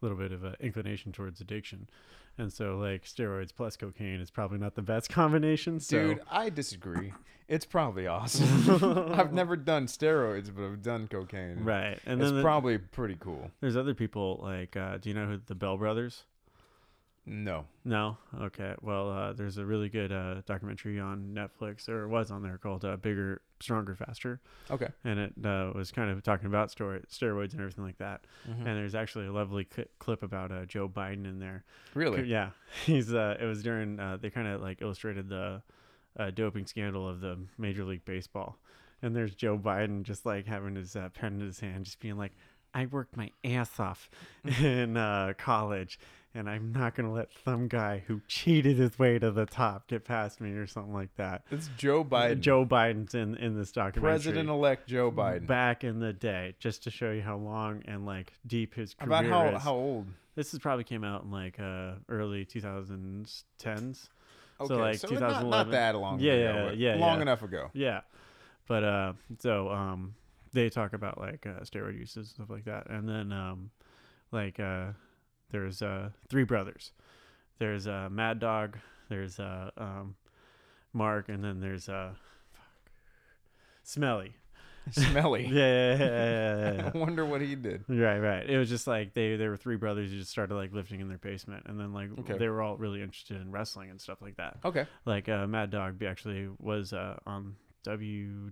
[SPEAKER 2] little bit of an inclination towards addiction. And so like steroids plus cocaine is probably not the best [LAUGHS] combination. So.
[SPEAKER 1] dude, I disagree. It's probably
[SPEAKER 2] [LAUGHS]
[SPEAKER 1] awesome. I've never done steroids, but I've done cocaine.
[SPEAKER 2] Right, and
[SPEAKER 1] it's
[SPEAKER 2] then the-
[SPEAKER 1] probably pretty cool.
[SPEAKER 2] There's other people like, uh, do you know who the Bell Brothers?
[SPEAKER 1] No.
[SPEAKER 2] No. Okay. Well, uh, there's a really good uh, documentary on Netflix, or it was on there, called uh, "Bigger, Stronger, Faster,"
[SPEAKER 1] Okay.
[SPEAKER 2] and it uh, was kind of talking about story- steroids and everything like that.
[SPEAKER 1] Hmm.
[SPEAKER 2] And there's actually a lovely cli clip about uh, Joe Biden in there.
[SPEAKER 1] Really?
[SPEAKER 2] Yeah, [LAUGHS] he's. Uh, it was during. Uh, they kind of like illustrated the uh, doping scandal of the Major League Baseball, and there's Joe Biden just like having his uh, pen in his hand, just being like, "I worked my ass off
[SPEAKER 1] Mm-hmm.
[SPEAKER 2] in uh, college." And I'm not gonna let some guy who cheated his way to the top get past me or something like that.
[SPEAKER 1] It's Joe Biden.
[SPEAKER 2] Joe Biden's in, in this documentary.
[SPEAKER 1] President elect Joe Biden.
[SPEAKER 2] back in the day, just to show you how long and like deep his career
[SPEAKER 1] About how
[SPEAKER 2] is.
[SPEAKER 1] how old?
[SPEAKER 2] This is probably came out in like uh, early 2010s.
[SPEAKER 1] Okay,
[SPEAKER 2] So, like,
[SPEAKER 1] it- not, not
[SPEAKER 2] 2011.
[SPEAKER 1] that long
[SPEAKER 2] Yeah,
[SPEAKER 1] ago.
[SPEAKER 2] yeah,
[SPEAKER 1] but
[SPEAKER 2] yeah,
[SPEAKER 1] Long
[SPEAKER 2] yeah.
[SPEAKER 1] enough
[SPEAKER 2] [LAUGHS]
[SPEAKER 1] ago.
[SPEAKER 2] Yeah. But uh so um they talk about like uh steroid uses and stuff like that. And then um like uh there's uh three brothers. There's uh Mad Dog, there's uh um Mark and then there's uh fuck, Smelly. [LAUGHS]
[SPEAKER 1] Smelly.
[SPEAKER 2] Yeah, yeah, yeah, yeah, yeah, yeah.
[SPEAKER 1] [LAUGHS] I wonder what he did.
[SPEAKER 2] Right, right. It was just like they there were three brothers who just started like lifting in their basement and then like
[SPEAKER 1] Okay.
[SPEAKER 2] they were all really interested in wrestling and stuff like that
[SPEAKER 1] Okay.
[SPEAKER 2] like uh, Mad Dog be- actually was uh, on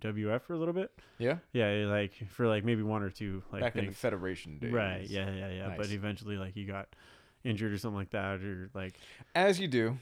[SPEAKER 2] WWF for a little bit.
[SPEAKER 1] Yeah.
[SPEAKER 2] Yeah, like for like maybe one or two like
[SPEAKER 1] Back in the
[SPEAKER 2] things.
[SPEAKER 1] Federation days.
[SPEAKER 2] right. Yeah, yeah, yeah. But
[SPEAKER 1] Nice.
[SPEAKER 2] eventually, like he got injured or something like that, or like
[SPEAKER 1] As you do.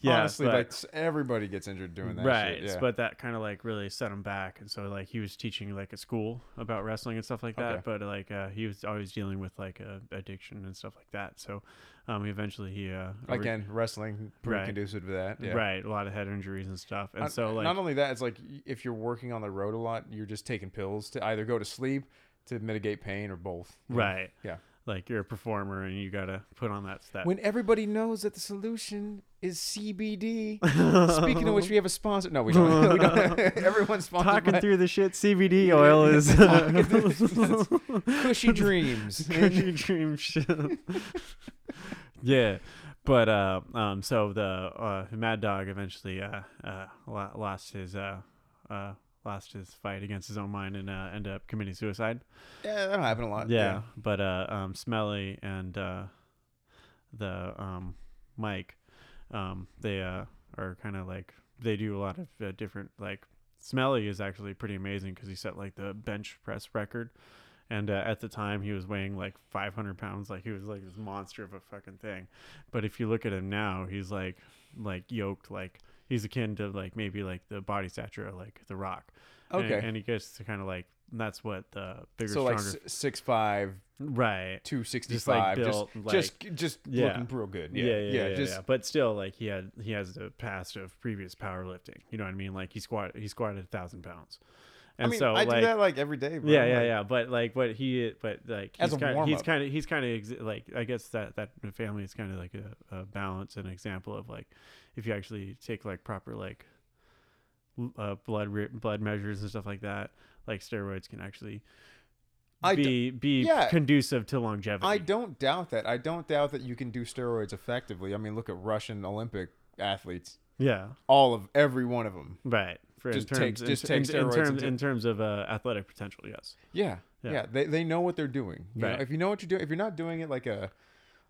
[SPEAKER 2] yeah,
[SPEAKER 1] Honestly,
[SPEAKER 2] but-
[SPEAKER 1] like s- everybody gets injured doing that
[SPEAKER 2] right.
[SPEAKER 1] shit. Yeah.
[SPEAKER 2] But that kind of like really set him back, and so like he was teaching like at school about wrestling and stuff like that.
[SPEAKER 1] Okay.
[SPEAKER 2] But like uh, he was always dealing with like uh, addiction and stuff like that. So um, eventually he uh, over-
[SPEAKER 1] Again, wrestling pretty
[SPEAKER 2] Right.
[SPEAKER 1] conducive to that. Yeah.
[SPEAKER 2] right a lot of head injuries and stuff, and
[SPEAKER 1] Not-
[SPEAKER 2] so like
[SPEAKER 1] not only that, it's like y- if you're working on the road a lot, you're just taking pills to either go to sleep to mitigate pain or both. you know?
[SPEAKER 2] Right.
[SPEAKER 1] Yeah.
[SPEAKER 2] Like you're a performer and you gotta put on that [LAUGHS] that.
[SPEAKER 1] When everybody knows that the solution is
[SPEAKER 2] [LAUGHS]
[SPEAKER 1] CBD. Speaking of which, we have a sponsor. No, we don't. we don't. [LAUGHS] Everyone's sponsored
[SPEAKER 2] talking
[SPEAKER 1] by
[SPEAKER 2] through the shit, CBD oil is uh, [LAUGHS]
[SPEAKER 1] Talking through Cushy Dreams.
[SPEAKER 2] cushy dream shit. yeah, but uh, um, so the uh, Mad Dog eventually uh, uh, lo- lost his uh, uh, lost his fight against his own mind and uh, ended up committing suicide.
[SPEAKER 1] yeah, that'll happen a lot.
[SPEAKER 2] yeah, but uh um smelly and uh the um mike um they uh are kind of like they do a lot of uh, different like smelly is actually pretty amazing because he set like the bench press record and uh, at the time he was weighing like 500 pounds like he was like this monster of a fucking thing but if you look at him now he's like like yoked like he's akin to like maybe like the body stature of like the rock And-
[SPEAKER 1] Okay.
[SPEAKER 2] and, he gets to kind of like that's what the bigger
[SPEAKER 1] So like
[SPEAKER 2] stronger
[SPEAKER 1] s- six five,
[SPEAKER 2] Right.
[SPEAKER 1] two sixty
[SPEAKER 2] Just, like,
[SPEAKER 1] five, just
[SPEAKER 2] built, like-
[SPEAKER 1] just just
[SPEAKER 2] Yeah.
[SPEAKER 1] looking real good.
[SPEAKER 2] Yeah, yeah, yeah. yeah,
[SPEAKER 1] just
[SPEAKER 2] But still, like he had, he has the past of previous powerlifting. You know what I mean? Like he squat, he squatted a thousand pounds, and
[SPEAKER 1] I mean,
[SPEAKER 2] so
[SPEAKER 1] I
[SPEAKER 2] like,
[SPEAKER 1] do that like every day. Bro.
[SPEAKER 2] yeah, yeah,
[SPEAKER 1] Like,
[SPEAKER 2] yeah. But like, what he, but like,
[SPEAKER 1] As
[SPEAKER 2] he's
[SPEAKER 1] a
[SPEAKER 2] kind of, he's
[SPEAKER 1] warm-up.
[SPEAKER 2] kind of, he's kind of exi- like, I guess that that family is kind of like a, a balance and example of like, if you actually take like proper like, l- uh, blood re- blood measures and stuff like that, like steroids can actually.
[SPEAKER 1] I d-
[SPEAKER 2] be be
[SPEAKER 1] yeah.
[SPEAKER 2] conducive to longevity.
[SPEAKER 1] I don't doubt that. I don't doubt that you can do steroids effectively. I mean, look at Russian Olympic athletes.
[SPEAKER 2] yeah.
[SPEAKER 1] All of every one of them.
[SPEAKER 2] Right. For
[SPEAKER 1] Just
[SPEAKER 2] in terms,
[SPEAKER 1] take- just
[SPEAKER 2] in,
[SPEAKER 1] take
[SPEAKER 2] in, in,
[SPEAKER 1] steroids
[SPEAKER 2] terms,
[SPEAKER 1] into-
[SPEAKER 2] in terms of uh, athletic potential, yes.
[SPEAKER 1] Yeah,
[SPEAKER 2] Yeah.
[SPEAKER 1] yeah. They they know what they're doing. You know,
[SPEAKER 2] Right.
[SPEAKER 1] if you know what you're doing, if you're not doing it like a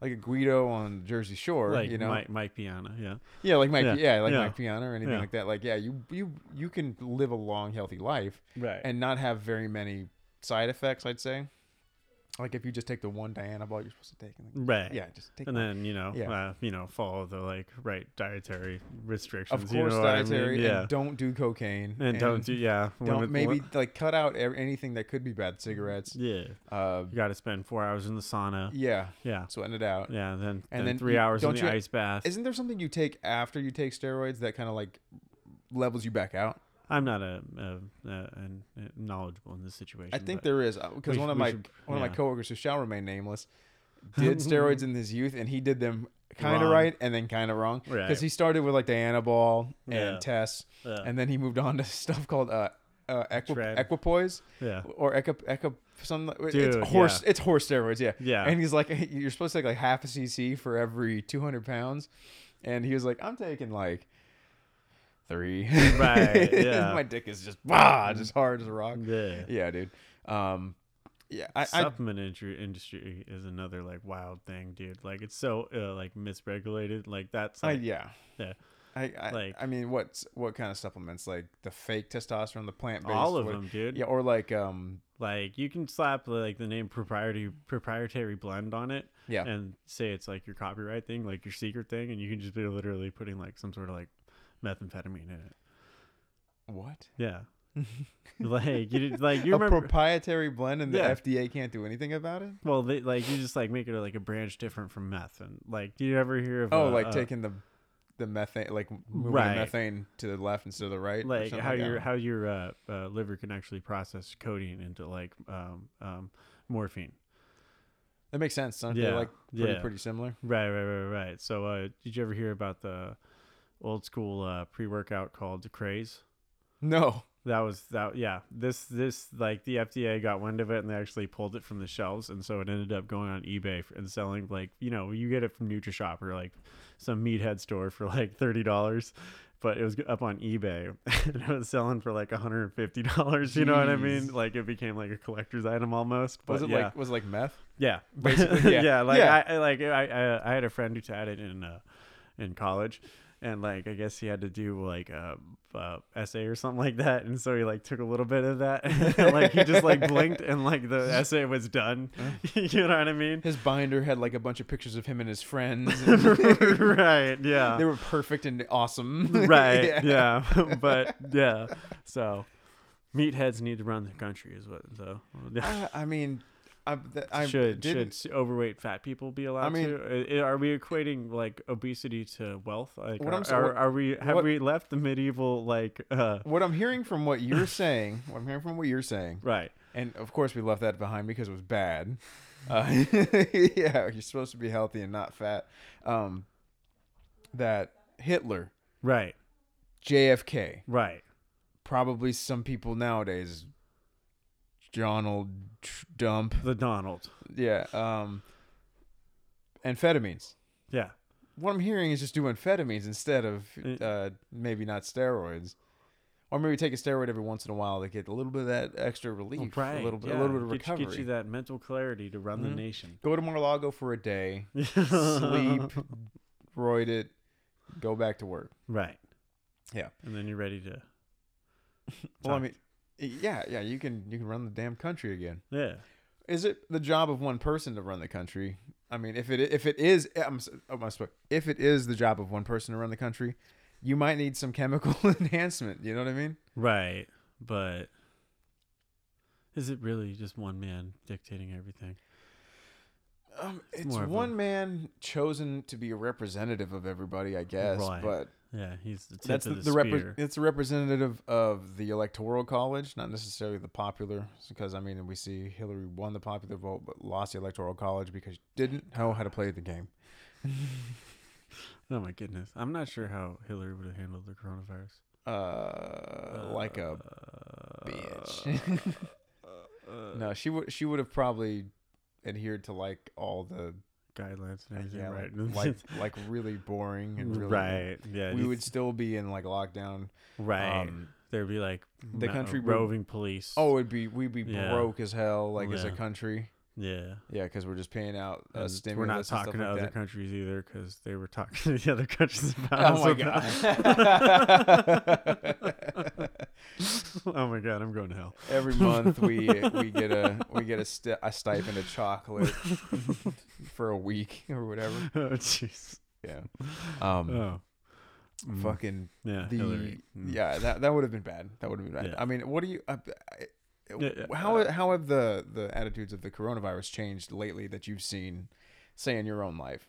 [SPEAKER 1] like a Guido on Jersey Shore,
[SPEAKER 2] Like
[SPEAKER 1] you know,
[SPEAKER 2] Mike, Mike Piana, yeah.
[SPEAKER 1] yeah, like Mike,
[SPEAKER 2] Yeah.
[SPEAKER 1] yeah, like
[SPEAKER 2] Yeah.
[SPEAKER 1] Mike Piana or anything
[SPEAKER 2] Yeah.
[SPEAKER 1] like that. Like, yeah, you you you can live a long, healthy life.
[SPEAKER 2] Right.
[SPEAKER 1] and not have very many side effects. I'd say, like if you just take the one Diana ball you're supposed to take, and then-
[SPEAKER 2] right.
[SPEAKER 1] yeah, just take.
[SPEAKER 2] And
[SPEAKER 1] one.
[SPEAKER 2] then, you know,
[SPEAKER 1] Yeah.
[SPEAKER 2] uh, you know, follow the like right dietary restrictions.
[SPEAKER 1] of course,
[SPEAKER 2] you know what I mean?
[SPEAKER 1] dietary,
[SPEAKER 2] Yeah.
[SPEAKER 1] and don't do cocaine,
[SPEAKER 2] And don't do yeah.
[SPEAKER 1] don't
[SPEAKER 2] limit-
[SPEAKER 1] maybe
[SPEAKER 2] li-
[SPEAKER 1] like cut out ev- anything that could be bad, cigarettes.
[SPEAKER 2] Yeah.
[SPEAKER 1] Uh,
[SPEAKER 2] You gotta spend four hours in the sauna.
[SPEAKER 1] yeah,
[SPEAKER 2] Yeah.
[SPEAKER 1] sweating it out.
[SPEAKER 2] Yeah. Then and then,
[SPEAKER 1] then
[SPEAKER 2] three
[SPEAKER 1] you-
[SPEAKER 2] hours in
[SPEAKER 1] don't
[SPEAKER 2] the
[SPEAKER 1] you-
[SPEAKER 2] ice bath.
[SPEAKER 1] Isn't there something you take after you take steroids that kind of like levels you back out?
[SPEAKER 2] I'm not a, a, a, an uh, knowledgeable in this situation.
[SPEAKER 1] I think
[SPEAKER 2] but-
[SPEAKER 1] there is because
[SPEAKER 2] we-
[SPEAKER 1] one of
[SPEAKER 2] we
[SPEAKER 1] my
[SPEAKER 2] should-
[SPEAKER 1] one of
[SPEAKER 2] yeah.
[SPEAKER 1] my coworkers who shall remain
[SPEAKER 2] [LAUGHS]
[SPEAKER 1] nameless did steroids in his youth, and he did them kind of
[SPEAKER 2] Wrong.
[SPEAKER 1] right and then kind of wrong because
[SPEAKER 2] Right.
[SPEAKER 1] he started with like Diana Ball and
[SPEAKER 2] Yeah.
[SPEAKER 1] Tess,
[SPEAKER 2] Yeah.
[SPEAKER 1] and then he moved on to [LAUGHS] stuff called uh, uh, equi-
[SPEAKER 2] Tread.
[SPEAKER 1] equipoise
[SPEAKER 2] Yeah.
[SPEAKER 1] or equi, equi some
[SPEAKER 2] Dude,
[SPEAKER 1] it's horse
[SPEAKER 2] yeah.
[SPEAKER 1] it's horse steroids yeah
[SPEAKER 2] Yeah.
[SPEAKER 1] and he's like [LAUGHS] you're supposed to take like half a cc for every 200 pounds and he was like I'm taking like. Three, [LAUGHS]
[SPEAKER 2] Right, yeah.
[SPEAKER 1] My dick is just bah, just hard as a rock.
[SPEAKER 2] Yeah.
[SPEAKER 1] Yeah, dude. Um, yeah, I, I
[SPEAKER 2] supplement industry, industry is another like wild thing, dude. Like it's so uh, like misregulated. Like that's
[SPEAKER 1] I
[SPEAKER 2] like,
[SPEAKER 1] yeah.
[SPEAKER 2] yeah.
[SPEAKER 1] I, I,
[SPEAKER 2] Like-
[SPEAKER 1] I mean, what's what kind of supplements? Like the fake testosterone, the plant based,
[SPEAKER 2] all of them, dude.
[SPEAKER 1] Yeah, or like um,
[SPEAKER 2] Like you can slap like the name proprietary proprietary blend on it,
[SPEAKER 1] Yeah.
[SPEAKER 2] and say it's like your copyright thing, like your secret thing, and you can just be literally putting like some sort of like methamphetamine in it.
[SPEAKER 1] what? [LAUGHS]
[SPEAKER 2] Yeah, like you did- like you
[SPEAKER 1] a
[SPEAKER 2] remember.
[SPEAKER 1] proprietary blend, and the
[SPEAKER 2] Yeah.
[SPEAKER 1] FDA can't do anything about it.
[SPEAKER 2] well, they, like you just like make it like a branch different from meth, and like do you ever hear of
[SPEAKER 1] Oh,
[SPEAKER 2] uh,
[SPEAKER 1] like
[SPEAKER 2] uh,
[SPEAKER 1] taking the the methane, like moving
[SPEAKER 2] Right.
[SPEAKER 1] the methane to the left instead of the right. or
[SPEAKER 2] like
[SPEAKER 1] something
[SPEAKER 2] how
[SPEAKER 1] that.
[SPEAKER 2] your how your uh, uh, liver can actually process codeine into like um, um, morphine.
[SPEAKER 1] That makes sense. Aren't they
[SPEAKER 2] Yeah,
[SPEAKER 1] like pretty
[SPEAKER 2] yeah.
[SPEAKER 1] pretty similar?
[SPEAKER 2] Right, right, right, right. So, uh, did you ever hear about the old school uh, pre workout called Craze?
[SPEAKER 1] No.
[SPEAKER 2] That was that. Yeah, this this like the FDA got wind of it and they actually pulled it from the shelves, and so it ended up going on eBay f- and selling like you know you get it from NutriShop or like some meathead store for like thirty dollars, but it was up on eBay [LAUGHS] and it was selling for like one hundred and fifty dollars. You know what I mean?
[SPEAKER 1] Jeez.
[SPEAKER 2] Like it became like a collector's item almost. But
[SPEAKER 1] Was it
[SPEAKER 2] yeah.
[SPEAKER 1] like was it like meth?
[SPEAKER 2] Yeah,
[SPEAKER 1] [LAUGHS] Basically, yeah.
[SPEAKER 2] like
[SPEAKER 1] Yeah.
[SPEAKER 2] I, I like I, I I had a friend who had it in uh, in college, and like I guess he had to do like a uh, essay or something like that, and so he like took a little bit of that, [LAUGHS] and like he just like blinked, and like the essay
[SPEAKER 1] [LAUGHS]
[SPEAKER 2] was done. [LAUGHS] you know what I mean?
[SPEAKER 1] His binder had like a bunch of pictures of him and his friends. and- [LAUGHS]
[SPEAKER 2] [LAUGHS] right? Yeah.
[SPEAKER 1] they were perfect and awesome.
[SPEAKER 2] [LAUGHS] right. Yeah. [LAUGHS] but yeah. So, meatheads need to run the country, is what. So.
[SPEAKER 1] I, I mean, I, th- I
[SPEAKER 2] should should
[SPEAKER 1] didn't.
[SPEAKER 2] s- overweight fat people be allowed
[SPEAKER 1] I mean-
[SPEAKER 2] to? I- Are we equating like obesity to wealth? Like,
[SPEAKER 1] What
[SPEAKER 2] are,
[SPEAKER 1] I'm sa-
[SPEAKER 2] are,
[SPEAKER 1] what-
[SPEAKER 2] are we have
[SPEAKER 1] what-
[SPEAKER 2] we left the medieval like? uh
[SPEAKER 1] What I'm hearing from what you're saying, what I'm hearing from what you're saying,
[SPEAKER 2] Right.
[SPEAKER 1] and of course we left that behind because it was bad. Uh, [LAUGHS] yeah, you're supposed to be healthy and not fat. Um, that Hitler,
[SPEAKER 2] Right.
[SPEAKER 1] JFK,
[SPEAKER 2] Right.
[SPEAKER 1] probably some people nowadays, Donald Tr- Dump,
[SPEAKER 2] The Donald.
[SPEAKER 1] yeah, um, amphetamines.
[SPEAKER 2] Yeah.
[SPEAKER 1] What I'm hearing is just do amphetamines instead of
[SPEAKER 2] Mm.
[SPEAKER 1] uh, maybe not steroids, or maybe take a steroid every once in a while to get a little bit of that extra relief,
[SPEAKER 2] right.
[SPEAKER 1] a little bit,
[SPEAKER 2] yeah.
[SPEAKER 1] a little bit of
[SPEAKER 2] Get you-
[SPEAKER 1] recovery.
[SPEAKER 2] Get, you that mental clarity to run
[SPEAKER 1] Mhm.
[SPEAKER 2] the nation.
[SPEAKER 1] Go to Mar-a-Lago for a
[SPEAKER 2] [LAUGHS]
[SPEAKER 1] day, sleep, roid it, go back to work.
[SPEAKER 2] Right.
[SPEAKER 1] Yeah.
[SPEAKER 2] And then you're ready to.
[SPEAKER 1] Well, I
[SPEAKER 2] Talk.
[SPEAKER 1] mean, yeah, yeah, you can you can run the damn country again.
[SPEAKER 2] Yeah.
[SPEAKER 1] Is it the job of one person to run the country? I mean, if it if it is, I'm, s- oh, my sp- if it is the job of one person to run the country, you might need some chemical [LAUGHS] enhancement. You know what I mean?
[SPEAKER 2] Right. But. Is it really just one man dictating everything?
[SPEAKER 1] Um,
[SPEAKER 2] It's
[SPEAKER 1] it's
[SPEAKER 2] more of a-
[SPEAKER 1] one man chosen to be a representative of everybody, I guess.
[SPEAKER 2] Right.
[SPEAKER 1] But
[SPEAKER 2] Yeah, he's the tip
[SPEAKER 1] that's the,
[SPEAKER 2] of the,
[SPEAKER 1] the
[SPEAKER 2] spear.
[SPEAKER 1] repre- it's a representative of the electoral college, not necessarily the popular, because I mean we see Hillary won the popular vote but lost the electoral college because she didn't know how to play the game.
[SPEAKER 2] Oh my goodness! I'm not sure how Hillary would have handled the coronavirus.
[SPEAKER 1] Uh, like a [LAUGHS] bitch.
[SPEAKER 2] uh,
[SPEAKER 1] no, she would she would have probably adhered to like all the
[SPEAKER 2] guidelines and everything,
[SPEAKER 1] Uh, yeah, like,
[SPEAKER 2] right? [LAUGHS]
[SPEAKER 1] like like really boring and really
[SPEAKER 2] right? Yeah,
[SPEAKER 1] We
[SPEAKER 2] just-
[SPEAKER 1] would still be in like lockdown.
[SPEAKER 2] right.
[SPEAKER 1] um,
[SPEAKER 2] There'd be like
[SPEAKER 1] the
[SPEAKER 2] ma-
[SPEAKER 1] country would-
[SPEAKER 2] roving police.
[SPEAKER 1] Oh, it'd be we'd be
[SPEAKER 2] Yeah.
[SPEAKER 1] broke as hell, like as a
[SPEAKER 2] Yeah.
[SPEAKER 1] country.
[SPEAKER 2] yeah.
[SPEAKER 1] Yeah, because we're just paying out uh,
[SPEAKER 2] And
[SPEAKER 1] stimulus.
[SPEAKER 2] we're not
[SPEAKER 1] and stuff
[SPEAKER 2] talking to
[SPEAKER 1] like
[SPEAKER 2] other
[SPEAKER 1] that.
[SPEAKER 2] countries either because they were talking [LAUGHS] to the other countries
[SPEAKER 1] [LAUGHS]
[SPEAKER 2] about us
[SPEAKER 1] Oh my
[SPEAKER 2] about-
[SPEAKER 1] god!
[SPEAKER 2] [LAUGHS]
[SPEAKER 1] [LAUGHS]
[SPEAKER 2] oh my god! I'm going to hell. [LAUGHS]
[SPEAKER 1] Every month we we get a we get a, sti- a stipend of
[SPEAKER 2] [LAUGHS]
[SPEAKER 1] chocolate for a week or whatever.
[SPEAKER 2] Oh jeez.
[SPEAKER 1] Yeah.
[SPEAKER 2] [LAUGHS]
[SPEAKER 1] Um.
[SPEAKER 2] Oh. Mm,
[SPEAKER 1] Fucking
[SPEAKER 2] yeah,
[SPEAKER 1] the
[SPEAKER 2] Hillary. Mm.
[SPEAKER 1] yeah that that would have been bad. That would have been bad.
[SPEAKER 2] Yeah.
[SPEAKER 1] I mean, what do you? Uh,
[SPEAKER 2] Yeah, yeah,
[SPEAKER 1] how
[SPEAKER 2] uh,
[SPEAKER 1] how have the the attitudes of the coronavirus changed lately that you've seen, say in your own life?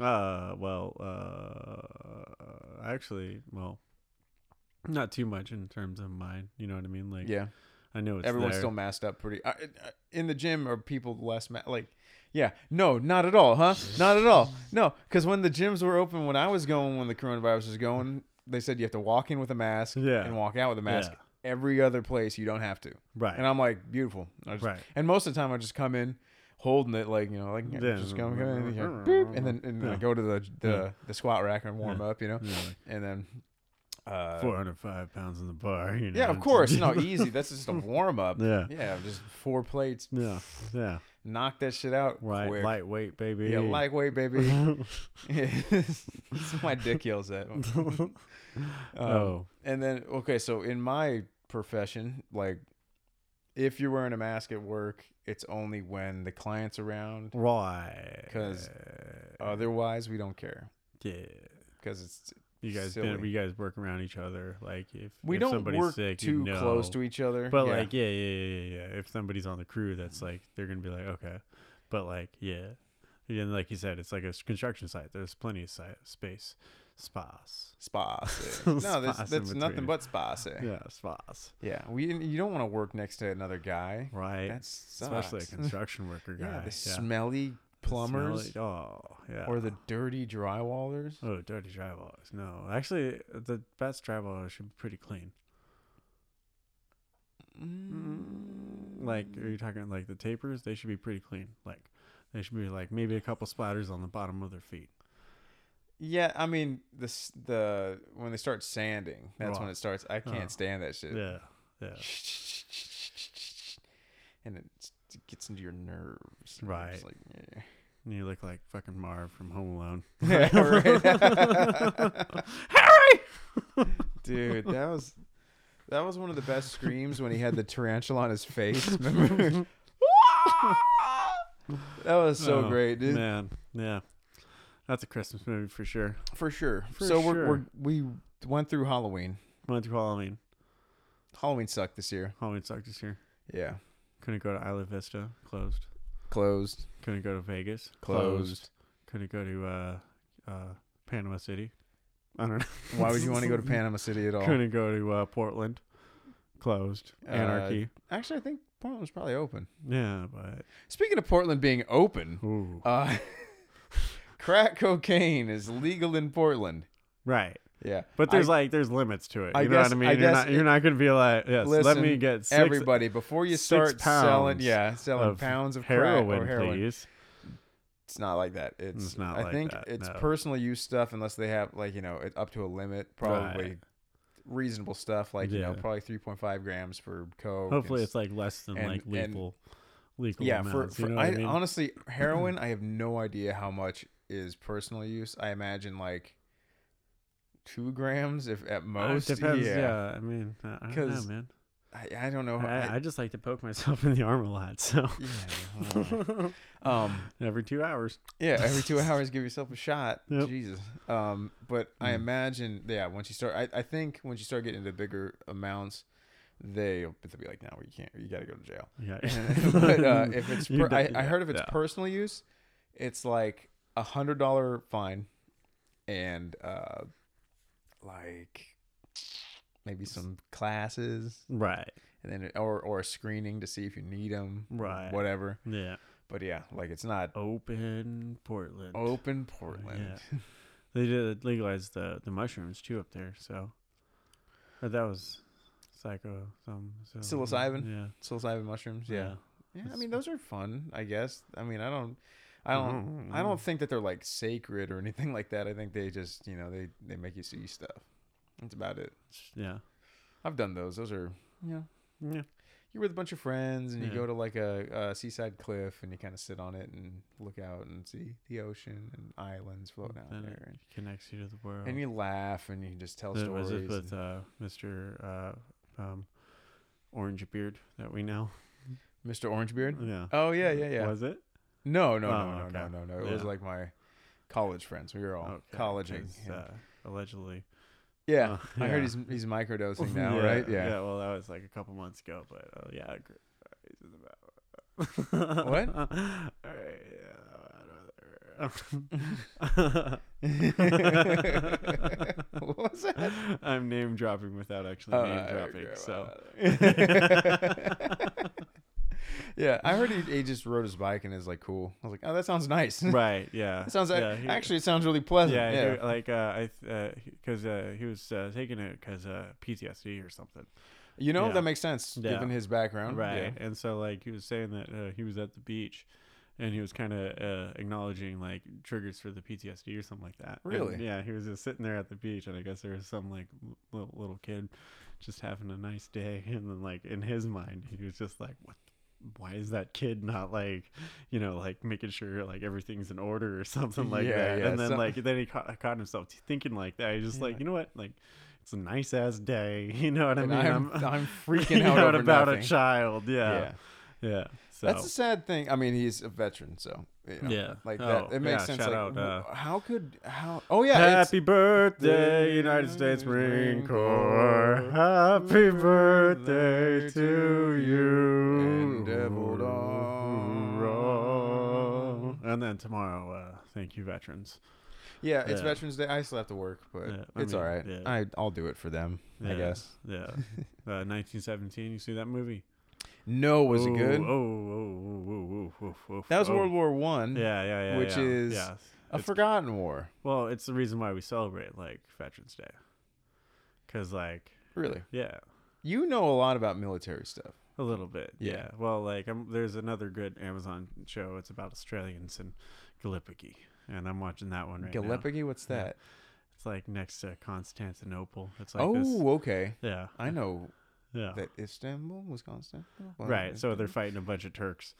[SPEAKER 2] Uh, well, uh, actually, well, not too much in terms of mine. You know what I mean? Like,
[SPEAKER 1] Yeah.
[SPEAKER 2] I know it's
[SPEAKER 1] Everyone's
[SPEAKER 2] there.
[SPEAKER 1] still masked up pretty. I, I- in the gym, are people less ma- like? Yeah, no, not at all, huh? Not at all. No, because when the gyms were open, when I was going, when the coronavirus was going, they said you have to walk in with a mask
[SPEAKER 2] Yeah.
[SPEAKER 1] and walk out with a mask.
[SPEAKER 2] Yeah.
[SPEAKER 1] Every other place, you don't have to.
[SPEAKER 2] right.
[SPEAKER 1] And I'm like, beautiful. I just-
[SPEAKER 2] Right.
[SPEAKER 1] And most of the time, I just come in holding it, like you know, like
[SPEAKER 2] Yeah.
[SPEAKER 1] just come, come in, yeah,
[SPEAKER 2] [LAUGHS]
[SPEAKER 1] boop, and then and then I
[SPEAKER 2] Yeah.
[SPEAKER 1] go to the the,
[SPEAKER 2] Yeah.
[SPEAKER 1] the squat rack and warm
[SPEAKER 2] Yeah.
[SPEAKER 1] up, you know,
[SPEAKER 2] Yeah, like
[SPEAKER 1] and then. Uh,
[SPEAKER 2] 405 pounds in the bar. You know,
[SPEAKER 1] yeah, of course.
[SPEAKER 2] [LAUGHS]
[SPEAKER 1] No, easy. That's just a warm up.
[SPEAKER 2] yeah.
[SPEAKER 1] Yeah, just four plates.
[SPEAKER 2] Yeah. Yeah.
[SPEAKER 1] Knock that shit out.
[SPEAKER 2] Right.
[SPEAKER 1] quick.
[SPEAKER 2] Lightweight, baby.
[SPEAKER 1] Yeah, lightweight, baby.
[SPEAKER 2] [LAUGHS]
[SPEAKER 1] [LAUGHS] Yeah. That's my dick yells at. Um,
[SPEAKER 2] oh.
[SPEAKER 1] And then, okay, so in my profession, like, if you're wearing a mask at work, it's only when the client's around.
[SPEAKER 2] Right.
[SPEAKER 1] 'cause, Otherwise, we don't care
[SPEAKER 2] yeah.
[SPEAKER 1] because it's
[SPEAKER 2] You guys,
[SPEAKER 1] silly.
[SPEAKER 2] been, you guys work around each other. Like, if
[SPEAKER 1] we
[SPEAKER 2] if
[SPEAKER 1] don't
[SPEAKER 2] somebody's
[SPEAKER 1] work
[SPEAKER 2] sick,
[SPEAKER 1] too
[SPEAKER 2] you know.
[SPEAKER 1] close to each other.
[SPEAKER 2] But
[SPEAKER 1] Yeah. [LAUGHS]
[SPEAKER 2] like, yeah, yeah, yeah, yeah, yeah. If somebody's on the crew, that's like they're gonna be like, okay. But like, yeah. And like you said, it's like a s- construction site. There's plenty of site, space, sparse.
[SPEAKER 1] Sparse.
[SPEAKER 2] Little
[SPEAKER 1] No, that's,
[SPEAKER 2] sparse in
[SPEAKER 1] that's nothing
[SPEAKER 2] between.
[SPEAKER 1] but sparse. Yeah.
[SPEAKER 2] Yeah, sparse.
[SPEAKER 1] We you don't want to work next to another guy.
[SPEAKER 2] Right.
[SPEAKER 1] That
[SPEAKER 2] Especially a
[SPEAKER 1] sucks. [LAUGHS]
[SPEAKER 2] construction worker guy.
[SPEAKER 1] Yeah, the
[SPEAKER 2] yeah.
[SPEAKER 1] smelly
[SPEAKER 2] The smell
[SPEAKER 1] plumbers
[SPEAKER 2] it- oh, yeah.
[SPEAKER 1] or the dirty drywallers.
[SPEAKER 2] oh, dirty drywallers. No, actually, the best drywallers should be pretty clean.
[SPEAKER 1] Mm.
[SPEAKER 2] Like, are you talking like the tapers? They should be pretty clean. Like, they should be like maybe a couple splatters on the bottom of their feet.
[SPEAKER 1] Yeah, I mean the s- the when they start sanding, that's when
[SPEAKER 2] Right.
[SPEAKER 1] it starts. I can't
[SPEAKER 2] Oh.
[SPEAKER 1] stand that shit.
[SPEAKER 2] Yeah, yeah.
[SPEAKER 1] And it's, it gets into your nerves. and you're just
[SPEAKER 2] Right.
[SPEAKER 1] like,
[SPEAKER 2] And you look like fucking Marv from Home Alone.
[SPEAKER 1] yeah. [LAUGHS] Yeah, right.
[SPEAKER 2] [LAUGHS]
[SPEAKER 1] Dude, that was that was one of the best screams when he had the tarantula on his
[SPEAKER 2] [LAUGHS]
[SPEAKER 1] face. [LAUGHS] Remember? that was so
[SPEAKER 2] Oh,
[SPEAKER 1] great, dude.
[SPEAKER 2] Man, yeah. That's a Christmas movie for sure.
[SPEAKER 1] For sure.
[SPEAKER 2] For
[SPEAKER 1] so We're,
[SPEAKER 2] sure.
[SPEAKER 1] we're we went through Halloween.
[SPEAKER 2] Went through Halloween.
[SPEAKER 1] Halloween sucked this year.
[SPEAKER 2] Halloween sucked this year.
[SPEAKER 1] Yeah.
[SPEAKER 2] Couldn't go to Isla Vista. Closed.
[SPEAKER 1] Closed.
[SPEAKER 2] Couldn't go to Vegas.
[SPEAKER 1] Closed.
[SPEAKER 2] Couldn't go to uh, uh, Panama City.
[SPEAKER 1] [LAUGHS]
[SPEAKER 2] I don't know.
[SPEAKER 1] Why would you want to
[SPEAKER 2] [LAUGHS]
[SPEAKER 1] go to Panama City at all?
[SPEAKER 2] Couldn't go to uh, Portland. Closed.
[SPEAKER 1] Oh. Uh,
[SPEAKER 2] Anarchy.
[SPEAKER 1] Actually, I think Portland was probably open.
[SPEAKER 2] yeah, but
[SPEAKER 1] Speaking of Portland being open,
[SPEAKER 2] ooh.
[SPEAKER 1] uh, [LAUGHS] crack cocaine is legal in Portland.
[SPEAKER 2] right.
[SPEAKER 1] Yeah,
[SPEAKER 2] But there's
[SPEAKER 1] I-
[SPEAKER 2] like there's limits to it.
[SPEAKER 1] I
[SPEAKER 2] You know
[SPEAKER 1] guess-
[SPEAKER 2] what I mean?
[SPEAKER 1] I
[SPEAKER 2] you're
[SPEAKER 1] guess
[SPEAKER 2] not
[SPEAKER 1] it-
[SPEAKER 2] you're not gonna be like yes. let me
[SPEAKER 1] Listen,
[SPEAKER 2] get six
[SPEAKER 1] everybody before you
[SPEAKER 2] six
[SPEAKER 1] start selling,
[SPEAKER 2] pounds
[SPEAKER 1] yeah, selling
[SPEAKER 2] of
[SPEAKER 1] pounds of
[SPEAKER 2] heroin,
[SPEAKER 1] crack or heroin.
[SPEAKER 2] please.
[SPEAKER 1] It's not like that. It's,
[SPEAKER 2] not
[SPEAKER 1] I
[SPEAKER 2] like
[SPEAKER 1] think
[SPEAKER 2] that,
[SPEAKER 1] it's
[SPEAKER 2] no.
[SPEAKER 1] personal use stuff unless they have like you know it, up to a limit, probably
[SPEAKER 2] Right.
[SPEAKER 1] reasonable stuff like you know
[SPEAKER 2] Yeah.
[SPEAKER 1] probably three point five grams for coke. and
[SPEAKER 2] Hopefully,
[SPEAKER 1] s-
[SPEAKER 2] it's like less than
[SPEAKER 1] and-
[SPEAKER 2] like
[SPEAKER 1] and-
[SPEAKER 2] lethal, lethal
[SPEAKER 1] yeah for,
[SPEAKER 2] amounts.
[SPEAKER 1] for
[SPEAKER 2] you know
[SPEAKER 1] I,
[SPEAKER 2] what I mean?
[SPEAKER 1] honestly
[SPEAKER 2] [CLEARS THROAT]
[SPEAKER 1] heroin i have no idea how much is personal use i imagine like two grams if at
[SPEAKER 2] Uh, it
[SPEAKER 1] most
[SPEAKER 2] depends. Yeah.
[SPEAKER 1] yeah,
[SPEAKER 2] I mean, I I don't know,
[SPEAKER 1] 'Cause
[SPEAKER 2] man.
[SPEAKER 1] I, I don't know
[SPEAKER 2] I,
[SPEAKER 1] I,
[SPEAKER 2] I just like to poke myself [LAUGHS] in the arm a
[SPEAKER 1] [LAUGHS]
[SPEAKER 2] lot, so
[SPEAKER 1] yeah,
[SPEAKER 2] [LAUGHS]
[SPEAKER 1] um
[SPEAKER 2] every two hours.
[SPEAKER 1] yeah every
[SPEAKER 2] [LAUGHS]
[SPEAKER 1] two hours give yourself a shot
[SPEAKER 2] Yep. Mm.
[SPEAKER 1] jesus um but i imagine yeah once you start I, I think once you start getting into bigger amounts they they'll be like now you can't you gotta go to jail
[SPEAKER 2] Yeah. [LAUGHS]
[SPEAKER 1] [LAUGHS] but uh, if it's
[SPEAKER 2] You
[SPEAKER 1] per- I,
[SPEAKER 2] don't-
[SPEAKER 1] I heard if it's
[SPEAKER 2] yeah.
[SPEAKER 1] personal use, it's like a hundred dollar fine, and uh, like maybe some classes,
[SPEAKER 2] right,
[SPEAKER 1] and then it, or or a screening to see if you need them,
[SPEAKER 2] Right.
[SPEAKER 1] Whatever.
[SPEAKER 2] yeah,
[SPEAKER 1] But yeah, like it's not
[SPEAKER 2] open Portland.
[SPEAKER 1] open Portland. [LAUGHS]
[SPEAKER 2] They did legalize the the mushrooms too up there, so but that was psycho some so,
[SPEAKER 1] Psilocybin?
[SPEAKER 2] Yeah,
[SPEAKER 1] Psilocybin mushrooms. Yeah. yeah, I mean those are fun. I guess. I mean I don't. I don't. I don't think that they're like sacred or anything [LAUGHS] like that. I think they just, you know, they they make you see stuff. That's about it.
[SPEAKER 2] Yeah,
[SPEAKER 1] I've done those. Those are you know
[SPEAKER 2] yeah.
[SPEAKER 1] you're with a bunch of friends and you
[SPEAKER 2] Yeah.
[SPEAKER 1] go to like a, a seaside cliff and you kind of sit on it and look out and see the ocean and islands floating out
[SPEAKER 2] Then it
[SPEAKER 1] there and,
[SPEAKER 2] Connects you to the world.
[SPEAKER 1] and you laugh and you just tell
[SPEAKER 2] That
[SPEAKER 1] stories.
[SPEAKER 2] was Oh. it
[SPEAKER 1] and-
[SPEAKER 2] with uh, Mr. Uh, um, Orange Beard that we know?
[SPEAKER 1] Mr. Orangebeard.
[SPEAKER 2] Yeah.
[SPEAKER 1] Oh yeah, yeah, yeah.
[SPEAKER 2] Was it?
[SPEAKER 1] No, no,
[SPEAKER 2] Oh,
[SPEAKER 1] no, no, no,
[SPEAKER 2] okay.
[SPEAKER 1] no, no. It was
[SPEAKER 2] Yeah.
[SPEAKER 1] like my college friends. We were all
[SPEAKER 2] Okay,
[SPEAKER 1] colleging.
[SPEAKER 2] 'cause,
[SPEAKER 1] and-
[SPEAKER 2] uh, allegedly.
[SPEAKER 1] yeah,
[SPEAKER 2] oh,
[SPEAKER 1] I heard
[SPEAKER 2] yeah.
[SPEAKER 1] he's he's
[SPEAKER 2] [LAUGHS]
[SPEAKER 1] microdosing [LAUGHS] now, right? Yeah.
[SPEAKER 2] Well, that was like a couple months ago, but uh, yeah. I agree. [LAUGHS] What?
[SPEAKER 1] [LAUGHS] What was that?
[SPEAKER 2] I'm name dropping without actually
[SPEAKER 1] Oh,
[SPEAKER 2] name
[SPEAKER 1] I
[SPEAKER 2] dropping.
[SPEAKER 1] agree.
[SPEAKER 2] So
[SPEAKER 1] [LAUGHS] yeah, I heard he, he just rode his bike and is like cool. I was like, oh, that sounds nice.
[SPEAKER 2] right,
[SPEAKER 1] [LAUGHS]
[SPEAKER 2] yeah.
[SPEAKER 1] That sounds ac-
[SPEAKER 2] yeah, he-
[SPEAKER 1] actually it sounds really pleasant.
[SPEAKER 2] Yeah,
[SPEAKER 1] Yeah,
[SPEAKER 2] he- like uh, I because uh, he was uh, taking it because uh, PTSD or something,
[SPEAKER 1] you know
[SPEAKER 2] yeah.
[SPEAKER 1] that makes sense
[SPEAKER 2] Yeah.
[SPEAKER 1] given his background.
[SPEAKER 2] right? And so like he was saying that uh, he was at the beach, and he was kind of uh, acknowledging like triggers for the PTSD or something like that. And,
[SPEAKER 1] Really?
[SPEAKER 2] yeah, he was just sitting there at the beach, and I guess there was some like l- little, little kid just having a nice day, [LAUGHS] and then like in his mind he was just like what. Why is that kid not like, you know, like making sure like everything's in order or something like
[SPEAKER 1] Yeah,
[SPEAKER 2] that?
[SPEAKER 1] yeah,
[SPEAKER 2] and then
[SPEAKER 1] some-
[SPEAKER 2] like then he caught, caught himself t- thinking like that. He's just
[SPEAKER 1] Yeah.
[SPEAKER 2] like, you know what, like it's a nice ass day. [LAUGHS] You know what I
[SPEAKER 1] And
[SPEAKER 2] mean?
[SPEAKER 1] I'm- [LAUGHS]
[SPEAKER 2] [LAUGHS]
[SPEAKER 1] I'm freaking out over
[SPEAKER 2] about
[SPEAKER 1] nothing.
[SPEAKER 2] a child.
[SPEAKER 1] Yeah.
[SPEAKER 2] Yeah, yeah. So
[SPEAKER 1] That's a sad thing. I mean, he's a veteran, so you know,
[SPEAKER 2] Yeah.
[SPEAKER 1] like
[SPEAKER 2] Oh,
[SPEAKER 1] that. It makes
[SPEAKER 2] yeah,
[SPEAKER 1] sense.
[SPEAKER 2] shout
[SPEAKER 1] like,
[SPEAKER 2] out,
[SPEAKER 1] w-
[SPEAKER 2] uh,
[SPEAKER 1] how could how? Oh yeah, it's-
[SPEAKER 2] happy birthday, United States Marine Corps. Happy birthday to you.
[SPEAKER 1] Endeavored on.
[SPEAKER 2] And then tomorrow, uh, thank you, veterans.
[SPEAKER 1] Yeah, it's
[SPEAKER 2] Yeah.
[SPEAKER 1] Veterans Day. I still have to work, but
[SPEAKER 2] Yeah, I
[SPEAKER 1] it's
[SPEAKER 2] mean,
[SPEAKER 1] all right.
[SPEAKER 2] yeah.
[SPEAKER 1] I I'll do it for them. I
[SPEAKER 2] Yeah,
[SPEAKER 1] guess.
[SPEAKER 2] Yeah.
[SPEAKER 1] [LAUGHS]
[SPEAKER 2] Uh, 1917. You see that movie?
[SPEAKER 1] No, was
[SPEAKER 2] oh,
[SPEAKER 1] it good?
[SPEAKER 2] Oh, oh, oh, oh, oh, oh, oh,
[SPEAKER 1] that was
[SPEAKER 2] oh.
[SPEAKER 1] World War One.
[SPEAKER 2] Yeah, yeah, yeah.
[SPEAKER 1] which
[SPEAKER 2] yeah,
[SPEAKER 1] is
[SPEAKER 2] yeah.
[SPEAKER 1] a
[SPEAKER 2] It's-
[SPEAKER 1] forgotten war.
[SPEAKER 2] Well, it's the reason why we celebrate like Veterans Day, because like
[SPEAKER 1] Really,
[SPEAKER 2] yeah,
[SPEAKER 1] you know a lot about military stuff.
[SPEAKER 2] a little bit.
[SPEAKER 1] Yeah.
[SPEAKER 2] Yeah. Well, like I'm, there's another good Amazon show. It's about Australians and Gallipoli, and I'm watching that one right now.
[SPEAKER 1] Gallipoli, what's
[SPEAKER 2] Yeah.
[SPEAKER 1] that?
[SPEAKER 2] It's like next to Constantinople. It's like
[SPEAKER 1] oh,
[SPEAKER 2] this.
[SPEAKER 1] okay.
[SPEAKER 2] Yeah.
[SPEAKER 1] I know
[SPEAKER 2] [LAUGHS] Yeah.
[SPEAKER 1] that Istanbul was Constantinople.
[SPEAKER 2] right. So they're
[SPEAKER 1] Istanbul?
[SPEAKER 2] fighting a bunch of Turks,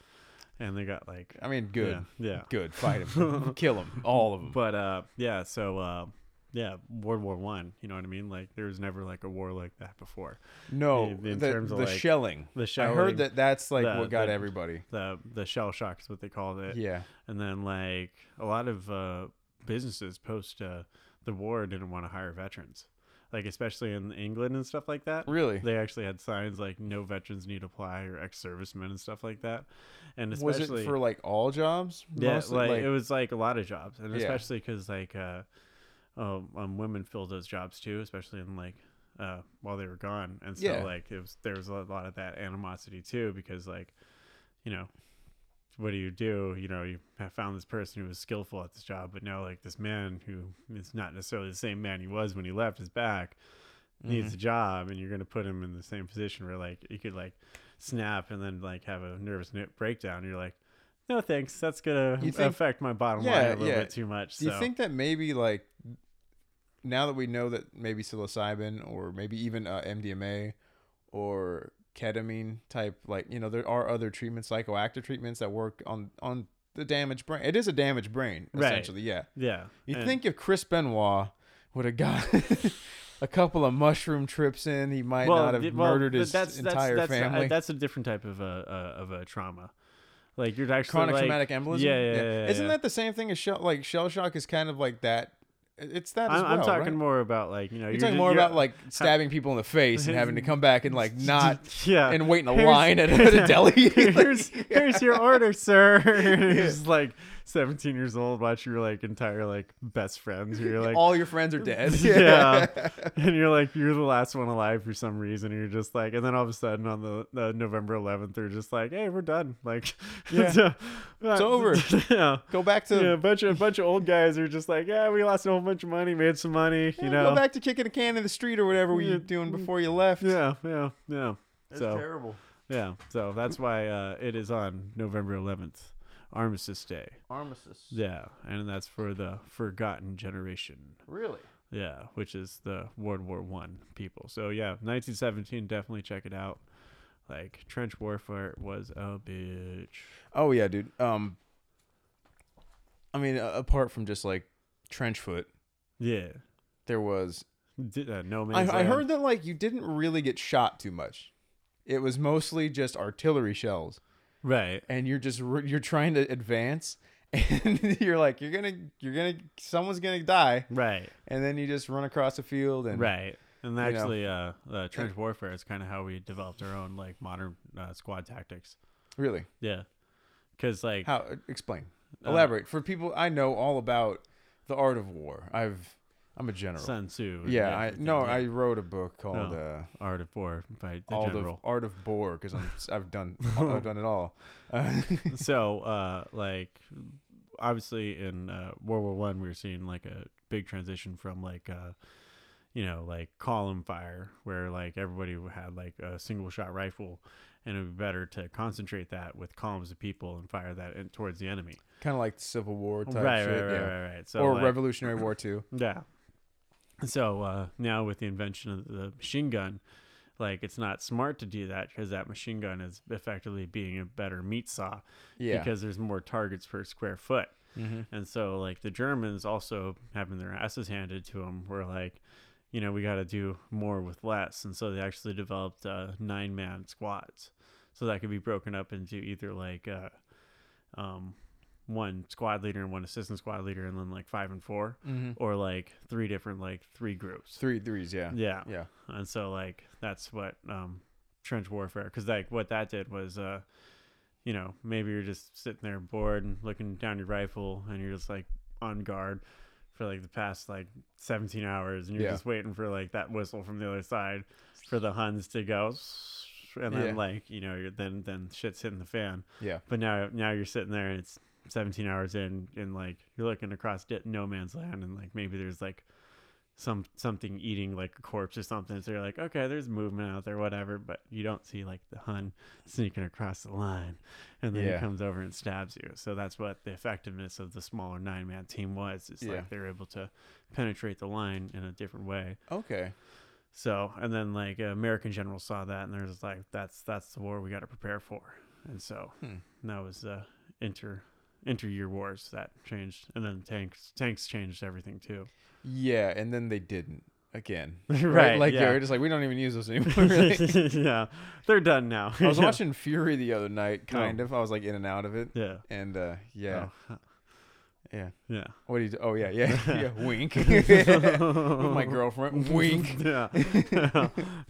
[SPEAKER 2] and they got like
[SPEAKER 1] I mean, Uh, good,
[SPEAKER 2] Yeah. yeah.
[SPEAKER 1] good. Fight
[SPEAKER 2] [LAUGHS]
[SPEAKER 1] them, kill them, all of them.
[SPEAKER 2] But uh, yeah. So uh, yeah, World War One. You know what I mean? Like there was never like a war like that before.
[SPEAKER 1] No,
[SPEAKER 2] in- in
[SPEAKER 1] the,
[SPEAKER 2] terms of,
[SPEAKER 1] the
[SPEAKER 2] like,
[SPEAKER 1] shelling.
[SPEAKER 2] The
[SPEAKER 1] I
[SPEAKER 2] shelling,
[SPEAKER 1] heard that that's like
[SPEAKER 2] the-
[SPEAKER 1] what got
[SPEAKER 2] the-
[SPEAKER 1] everybody.
[SPEAKER 2] the the shell shock is what they called it.
[SPEAKER 1] Yeah,
[SPEAKER 2] And then like a lot of uh, businesses post uh, the war didn't want to hire veterans, like especially in England and stuff like that.
[SPEAKER 1] really.
[SPEAKER 2] They actually had signs like "No veterans need apply" or "Ex-servicemen" and stuff like that. And
[SPEAKER 1] was
[SPEAKER 2] especially
[SPEAKER 1] it for like all jobs?
[SPEAKER 2] yeah,
[SPEAKER 1] Mostly,
[SPEAKER 2] like, it was like a lot of jobs, and
[SPEAKER 1] Yeah.
[SPEAKER 2] especially 'cause especially because like uh, um, um, women filled those jobs too, especially in like uh, while they were gone, and so
[SPEAKER 1] Yeah.
[SPEAKER 2] like it was there was a lot of that animosity too because like you know what do you do? You know you have found this person who was skillful at this job, but now like this man who is not necessarily the same man he was when he left is back
[SPEAKER 1] Mm-hmm.
[SPEAKER 2] needs a job and you're going to put him in the same position where like you could like snap and then like have a nervous ni- breakdown you're like no thanks that's going
[SPEAKER 1] You
[SPEAKER 2] to
[SPEAKER 1] think-
[SPEAKER 2] affect my bottom line
[SPEAKER 1] Yeah,
[SPEAKER 2] a little
[SPEAKER 1] yeah.
[SPEAKER 2] bit too much
[SPEAKER 1] Do you
[SPEAKER 2] so
[SPEAKER 1] think that maybe like now that we know that maybe psilocybin or maybe even uh, MDMA or ketamine type like you know there are other treatments psychoactive treatments that work on on the damaged brain. It is a damaged brain
[SPEAKER 2] Right.
[SPEAKER 1] essentially. Yeah.
[SPEAKER 2] yeah
[SPEAKER 1] You
[SPEAKER 2] and-
[SPEAKER 1] think if Chris Benoit would have got [LAUGHS] a couple of mushroom trips in, he might not have
[SPEAKER 2] th- well,
[SPEAKER 1] murdered
[SPEAKER 2] but
[SPEAKER 1] his entire
[SPEAKER 2] that's, uh,
[SPEAKER 1] family.
[SPEAKER 2] that's a different type of a uh, of a trauma like you're actually
[SPEAKER 1] Chronic
[SPEAKER 2] like,
[SPEAKER 1] traumatic embolism.
[SPEAKER 2] yeah yeah, yeah, yeah,
[SPEAKER 1] Isn't
[SPEAKER 2] yeah.
[SPEAKER 1] that the same thing as shell? Like shell shock is kind of like that. It's that.
[SPEAKER 2] I'm,
[SPEAKER 1] as well,
[SPEAKER 2] I'm talking
[SPEAKER 1] right?
[SPEAKER 2] more about like you know
[SPEAKER 1] You're talking more
[SPEAKER 2] [LAUGHS]
[SPEAKER 1] about [LAUGHS] like stabbing people in the face and having to come back and [LAUGHS] like not
[SPEAKER 2] [LAUGHS] yeah
[SPEAKER 1] and wait in a
[SPEAKER 2] Here's-
[SPEAKER 1] line
[SPEAKER 2] [LAUGHS]
[SPEAKER 1] at a, at a deli. [LAUGHS]
[SPEAKER 2] here's [LAUGHS] here's your order, sir. [LAUGHS] And You're just like 17 years old, watch your like entire like best
[SPEAKER 1] [LAUGHS]
[SPEAKER 2] friends. You're like,
[SPEAKER 1] all your friends are [LAUGHS]
[SPEAKER 2] [LAUGHS]
[SPEAKER 1] dead.
[SPEAKER 2] yeah, and you're like you're the last one alive for some reason. And you're just like, and then all of a sudden on the, the November 11th, they're just like, hey, we're done. Like, [LAUGHS]
[SPEAKER 1] Yeah.
[SPEAKER 2] so- uh,
[SPEAKER 1] over.
[SPEAKER 2] [LAUGHS] yeah.
[SPEAKER 1] Go back to
[SPEAKER 2] yeah, a bunch of a bunch of old guys are just like, yeah, we lost a whole bunch of money, made some money,
[SPEAKER 1] go
[SPEAKER 2] you know.
[SPEAKER 1] back to kicking a can in the street or whatever we were
[SPEAKER 2] Yeah.
[SPEAKER 1] you doing before you left.
[SPEAKER 2] Yeah, yeah, yeah.
[SPEAKER 1] That's
[SPEAKER 2] so
[SPEAKER 1] terrible.
[SPEAKER 2] yeah, so that's why uh, it is on November 11th, Armistice Day.
[SPEAKER 1] Armistice.
[SPEAKER 2] Yeah, and that's for the forgotten generation.
[SPEAKER 1] Really?
[SPEAKER 2] Yeah, which is the World War One people. So yeah, 1917, definitely check it out. Like trench warfare was a bitch.
[SPEAKER 1] Oh yeah, dude. Um, I mean, a- apart from just like trench foot,
[SPEAKER 2] Yeah,
[SPEAKER 1] there was. um,
[SPEAKER 2] Did, uh, no
[SPEAKER 1] I,
[SPEAKER 2] man's
[SPEAKER 1] I
[SPEAKER 2] land.
[SPEAKER 1] heard that like you didn't really get shot too much. It was mostly just artillery shells,
[SPEAKER 2] right.
[SPEAKER 1] and you're just re- you're trying to advance, [LAUGHS] and you're like you're gonna you're gonna someone's gonna die,
[SPEAKER 2] Right,
[SPEAKER 1] and then you just run across a field [LAUGHS] and
[SPEAKER 2] right, and
[SPEAKER 1] know.
[SPEAKER 2] actually, uh, uh, trench warfare is kind of how we developed our own like modern uh, squad tactics.
[SPEAKER 1] really
[SPEAKER 2] Yeah, because like
[SPEAKER 1] how explain
[SPEAKER 2] Uh,
[SPEAKER 1] elaborate for people I know all about the art of war. I've I'm a general.
[SPEAKER 2] Sun Tzu. and
[SPEAKER 1] yeah, I
[SPEAKER 2] everything,
[SPEAKER 1] no,
[SPEAKER 2] yeah.
[SPEAKER 1] I wrote a book called.
[SPEAKER 2] No.
[SPEAKER 1] Uh,
[SPEAKER 2] Art of War by the
[SPEAKER 1] all
[SPEAKER 2] general.
[SPEAKER 1] the art of bore because I've
[SPEAKER 2] [LAUGHS]
[SPEAKER 1] done I've done it all. [LAUGHS] Uh,
[SPEAKER 2] so uh like obviously in uh world war one we were seeing like a big transition from like uh you know like column fire where like everybody had like a single shot rifle and it would be better to concentrate that with columns of people and fire that in, towards the enemy
[SPEAKER 1] kind of like Civil War type
[SPEAKER 2] right,
[SPEAKER 1] shit,
[SPEAKER 2] right,
[SPEAKER 1] yeah.
[SPEAKER 2] right right right so
[SPEAKER 1] or
[SPEAKER 2] like,
[SPEAKER 1] Revolutionary War
[SPEAKER 2] [COUGHS]
[SPEAKER 1] too.
[SPEAKER 2] yeah. So uh, now with the invention of the machine gun, like it's not smart to do that because that machine gun is effectively being a better meat saw
[SPEAKER 1] Yeah.
[SPEAKER 2] because there's more targets per square foot.
[SPEAKER 1] Mhm.
[SPEAKER 2] And so like the Germans also having their asses handed to them were like, you know, we got to do more with less. And so they actually developed uh, nine man squads. So that could be broken up into either like uh, um, one squad leader and one assistant squad leader and then like five and four
[SPEAKER 1] Mhm.
[SPEAKER 2] or like three different like three groups.
[SPEAKER 1] Three threes, yeah.
[SPEAKER 2] Yeah.
[SPEAKER 1] Yeah.
[SPEAKER 2] And so like that's what um trench warfare cuz like what that did was uh you know, maybe you're just sitting there bored and looking down your rifle and you're just like on guard for like the past like 17 hours and you're
[SPEAKER 1] Yeah.
[SPEAKER 2] just waiting for like that whistle from the other side for the Huns to go and then
[SPEAKER 1] Yeah.
[SPEAKER 2] like you know you're then then shit's hitting the fan
[SPEAKER 1] Yeah.
[SPEAKER 2] but now now you're sitting there and it's 17 hours in and like you're looking across di- no man's land and like maybe there's like some something eating like a corpse or something so you're like okay there's movement out there whatever but you don't see like the hun sneaking across the line and then
[SPEAKER 1] Yeah.
[SPEAKER 2] he comes over and stabs you so that's what the effectiveness of the smaller nine man team was it's
[SPEAKER 1] Yeah.
[SPEAKER 2] like they're able to penetrate the line in a different way
[SPEAKER 1] Okay.
[SPEAKER 2] so, and then like uh, American general saw that, and they're just like, "That's that's the war we got to prepare for." And so
[SPEAKER 1] Hmm.
[SPEAKER 2] and that was uh, inter inter year wars that changed, and then tanks tanks changed everything too. [LAUGHS]
[SPEAKER 1] Yeah, and then they didn't again.
[SPEAKER 2] right,
[SPEAKER 1] Like
[SPEAKER 2] yeah.
[SPEAKER 1] they're [LAUGHS] just like we don't even use those
[SPEAKER 2] [LAUGHS]
[SPEAKER 1] anymore. really.
[SPEAKER 2] yeah, they're done now.
[SPEAKER 1] I was
[SPEAKER 2] [LAUGHS] yeah.
[SPEAKER 1] watching Fury the other night, kind of. I was like in and out of it,
[SPEAKER 2] Yeah.
[SPEAKER 1] and uh, yeah,
[SPEAKER 2] Oh, [LAUGHS]
[SPEAKER 1] yeah.
[SPEAKER 2] yeah.
[SPEAKER 1] What do you? Do? Oh yeah, yeah, [LAUGHS] yeah.
[SPEAKER 2] [LAUGHS]
[SPEAKER 1] Wink with my girlfriend. Wink. [LAUGHS]
[SPEAKER 2] yeah.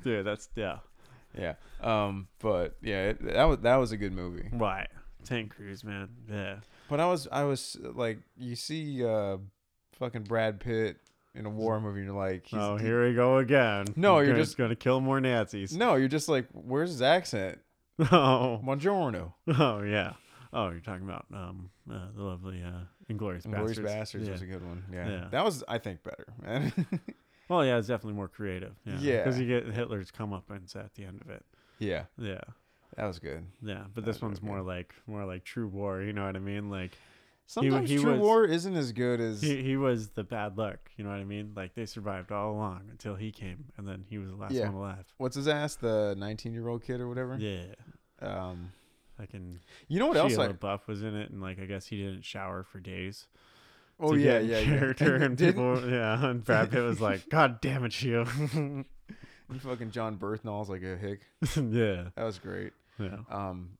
[SPEAKER 2] Dude, that's yeah.
[SPEAKER 1] Yeah. Um. But yeah, it, that was that was a good movie.
[SPEAKER 2] Why tank crews, man? Yeah.
[SPEAKER 1] But I was I was like, you see, uh, fucking Brad Pitt in a war movie, and you're like, he's,
[SPEAKER 2] oh, here we go again.
[SPEAKER 1] No,
[SPEAKER 2] We're
[SPEAKER 1] you're
[SPEAKER 2] gonna-
[SPEAKER 1] just-
[SPEAKER 2] gonna kill more Nazis.
[SPEAKER 1] [LAUGHS] No, you're just like, where's his accent?
[SPEAKER 2] [LAUGHS] Oh.
[SPEAKER 1] Buongiorno.
[SPEAKER 2] [LAUGHS] Oh yeah. Oh, you're talking about um uh, the lovely uh, Inglorious
[SPEAKER 1] Glorious
[SPEAKER 2] Bastards.
[SPEAKER 1] Bastards
[SPEAKER 2] Yeah.
[SPEAKER 1] was a good one. Yeah.
[SPEAKER 2] Yeah.
[SPEAKER 1] That was, I think, better. Man. [LAUGHS]
[SPEAKER 2] Well, yeah, it's definitely more creative. Yeah.
[SPEAKER 1] Yeah.
[SPEAKER 2] Because you get Hitler's comeuppance at the end of it.
[SPEAKER 1] yeah.
[SPEAKER 2] Yeah.
[SPEAKER 1] That was good.
[SPEAKER 2] Yeah. But this
[SPEAKER 1] That's
[SPEAKER 2] one's
[SPEAKER 1] okay.
[SPEAKER 2] more like more like True War. You know what I mean? Like
[SPEAKER 1] Sometimes
[SPEAKER 2] he
[SPEAKER 1] True
[SPEAKER 2] was-
[SPEAKER 1] War isn't as good as.
[SPEAKER 2] he, he was the bad luck. You know what I mean? Like they survived all along until he came, and then he was the last
[SPEAKER 1] Yeah.
[SPEAKER 2] one alive.
[SPEAKER 1] what's his ass? The 19 year old kid or whatever?
[SPEAKER 2] Yeah.
[SPEAKER 1] Um,
[SPEAKER 2] Fucking
[SPEAKER 1] you know what
[SPEAKER 2] Shia
[SPEAKER 1] else I.
[SPEAKER 2] LaBeouf was in it, and like I guess he didn't shower for days.
[SPEAKER 1] Oh,
[SPEAKER 2] to
[SPEAKER 1] yeah,
[SPEAKER 2] get in
[SPEAKER 1] yeah, yeah.
[SPEAKER 2] Character and
[SPEAKER 1] Didn't-
[SPEAKER 2] people, yeah. And Brad Pitt
[SPEAKER 1] [LAUGHS]
[SPEAKER 2] was like, "God damn it, you!" [LAUGHS]
[SPEAKER 1] Fucking John Berthnall's like a hick.
[SPEAKER 2] yeah,
[SPEAKER 1] That was great.
[SPEAKER 2] yeah.
[SPEAKER 1] Um,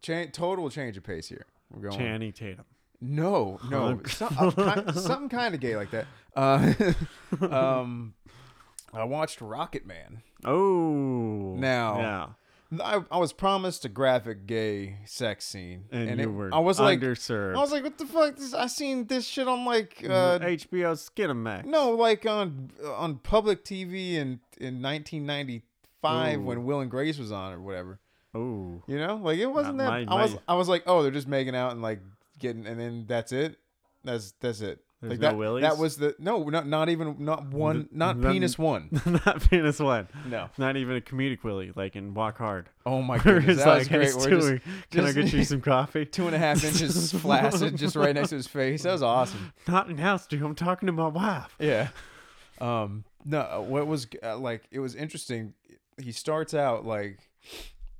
[SPEAKER 1] cha- total change of pace here. We're going.
[SPEAKER 2] Channing Tatum.
[SPEAKER 1] No, no,
[SPEAKER 2] Hunk.
[SPEAKER 1] some, uh, ki- something kind of gay like that. Uh, [LAUGHS] um, I watched Rocket Man.
[SPEAKER 2] Oh,
[SPEAKER 1] Now-
[SPEAKER 2] yeah,
[SPEAKER 1] I, I was promised a graphic gay sex scene,
[SPEAKER 2] and, you
[SPEAKER 1] it-
[SPEAKER 2] were
[SPEAKER 1] I was like,
[SPEAKER 2] underserved.
[SPEAKER 1] I was like, what the fuck? This, I seen this shit on like,
[SPEAKER 2] Mm,
[SPEAKER 1] uh,
[SPEAKER 2] HBO Skinamax.
[SPEAKER 1] no, like on on public TV in in 1995
[SPEAKER 2] Ooh.
[SPEAKER 1] when Will and Grace was on or whatever.
[SPEAKER 2] oh, [LAUGHS]
[SPEAKER 1] You know, like it wasn't that.
[SPEAKER 2] my-
[SPEAKER 1] I was
[SPEAKER 2] my-
[SPEAKER 1] I was like, oh, they're just making out and like getting, and then that's it. That's that's it.
[SPEAKER 2] There's
[SPEAKER 1] like
[SPEAKER 2] no
[SPEAKER 1] that.
[SPEAKER 2] willies?
[SPEAKER 1] That was the no, not not even not one, not
[SPEAKER 2] none-
[SPEAKER 1] penis
[SPEAKER 2] [LAUGHS]
[SPEAKER 1] one.
[SPEAKER 2] not penis one.
[SPEAKER 1] No.
[SPEAKER 2] Not even a comedic Willie, like in Walk Hard.
[SPEAKER 1] Oh my
[SPEAKER 2] Where
[SPEAKER 1] goodness, [LAUGHS]
[SPEAKER 2] it's
[SPEAKER 1] that was
[SPEAKER 2] like,
[SPEAKER 1] great.
[SPEAKER 2] hey,
[SPEAKER 1] We're just
[SPEAKER 2] Stewie, can I
[SPEAKER 1] just-
[SPEAKER 2] get you
[SPEAKER 1] [LAUGHS]
[SPEAKER 2] some coffee?
[SPEAKER 1] two and a half
[SPEAKER 2] [LAUGHS]
[SPEAKER 1] inches flaccid, just right next to his face. That was awesome.
[SPEAKER 2] Not in house, dude. I'm talking to my wife.
[SPEAKER 1] Yeah. [LAUGHS] Um. No. What was uh, like? It was interesting. He starts out like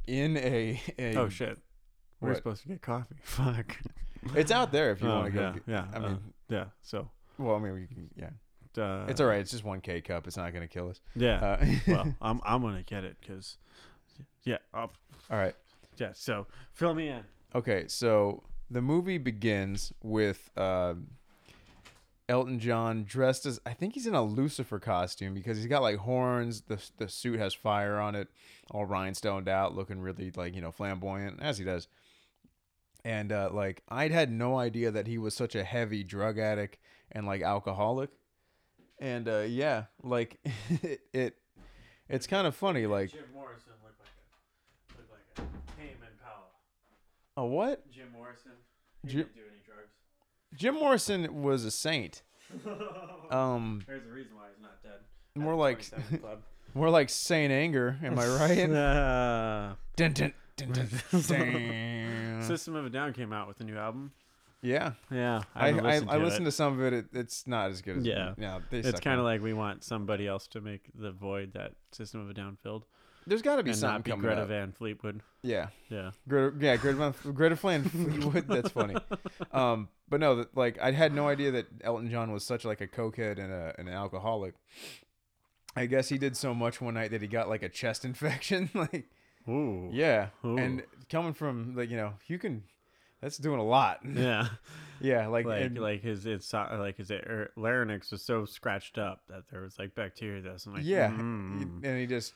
[SPEAKER 1] in a, [LAUGHS] a
[SPEAKER 2] Oh shit. We're
[SPEAKER 1] What?
[SPEAKER 2] supposed to get coffee. [LAUGHS] Fuck.
[SPEAKER 1] It's out there if you
[SPEAKER 2] Oh,
[SPEAKER 1] want to go.
[SPEAKER 2] yeah,
[SPEAKER 1] get-
[SPEAKER 2] yeah.
[SPEAKER 1] I
[SPEAKER 2] uh,
[SPEAKER 1] mean,
[SPEAKER 2] yeah. So,
[SPEAKER 1] well, I mean, we can, yeah.
[SPEAKER 2] uh,
[SPEAKER 1] It's all right. It's just one K cup. It's not gonna kill us.
[SPEAKER 2] yeah.
[SPEAKER 1] Uh, [LAUGHS]
[SPEAKER 2] well, I'm I'm gonna get it because, yeah, uh, I'll,
[SPEAKER 1] all right.
[SPEAKER 2] yeah. So fill me in.
[SPEAKER 1] Okay, so the movie begins with uh, Elton John dressed as I think he's in a Lucifer costume because he's got like horns. The the suit has fire on it, all rhinestoned out, looking really like you know flamboyant as he does. And uh, like I'd had no idea that he was such a heavy drug addict and like alcoholic. And uh, yeah, like [LAUGHS] it, it it's kind of funny. Like
[SPEAKER 2] Jim Morrison looked like a looked like a Heyman Powell.
[SPEAKER 1] a what?
[SPEAKER 2] Jim Morrison.
[SPEAKER 1] he Jim- didn't
[SPEAKER 2] do any [LAUGHS] drugs.
[SPEAKER 1] Jim Morrison was a saint. Um,
[SPEAKER 2] There's a reason why he's not dead.
[SPEAKER 1] More like [LAUGHS] more like Saint Anger, am I
[SPEAKER 2] [LAUGHS]
[SPEAKER 1] right?
[SPEAKER 2] Uh,
[SPEAKER 1] dun, dun, dun, dun, dun.
[SPEAKER 2] System of a Down came out with a new album.
[SPEAKER 1] yeah,
[SPEAKER 2] Yeah,
[SPEAKER 1] I I,
[SPEAKER 2] haven't
[SPEAKER 1] I,
[SPEAKER 2] listened to
[SPEAKER 1] listened
[SPEAKER 2] it.
[SPEAKER 1] to some of it. it. It's not as good as
[SPEAKER 2] Yeah.
[SPEAKER 1] No, they
[SPEAKER 2] It's kind of like we want somebody else to make the void that System of a Down filled,
[SPEAKER 1] there's got to be
[SPEAKER 2] and not
[SPEAKER 1] something
[SPEAKER 2] be
[SPEAKER 1] coming
[SPEAKER 2] Greta
[SPEAKER 1] up.
[SPEAKER 2] Van Fleetwood.
[SPEAKER 1] Yeah,
[SPEAKER 2] Yeah,
[SPEAKER 1] Greta, yeah, Greta, Van- Greta Flan Fleetwood. That's
[SPEAKER 2] [LAUGHS]
[SPEAKER 1] funny. Um, but no, that- like I had no idea that Elton John was such like a cokehead and a, and an alcoholic. I guess he did so much one night that he got like a chest [LAUGHS] infection. like
[SPEAKER 2] ooh,
[SPEAKER 1] yeah,
[SPEAKER 2] Ooh.
[SPEAKER 1] and coming from like you know you can. That's doing a lot.
[SPEAKER 2] yeah.
[SPEAKER 1] [LAUGHS]
[SPEAKER 2] [LAUGHS]
[SPEAKER 1] Yeah, like,
[SPEAKER 2] like
[SPEAKER 1] and-
[SPEAKER 2] like his it's like his er, larynx was so scratched up that there was like bacteria that was like
[SPEAKER 1] Yeah,
[SPEAKER 2] mm.
[SPEAKER 1] and he just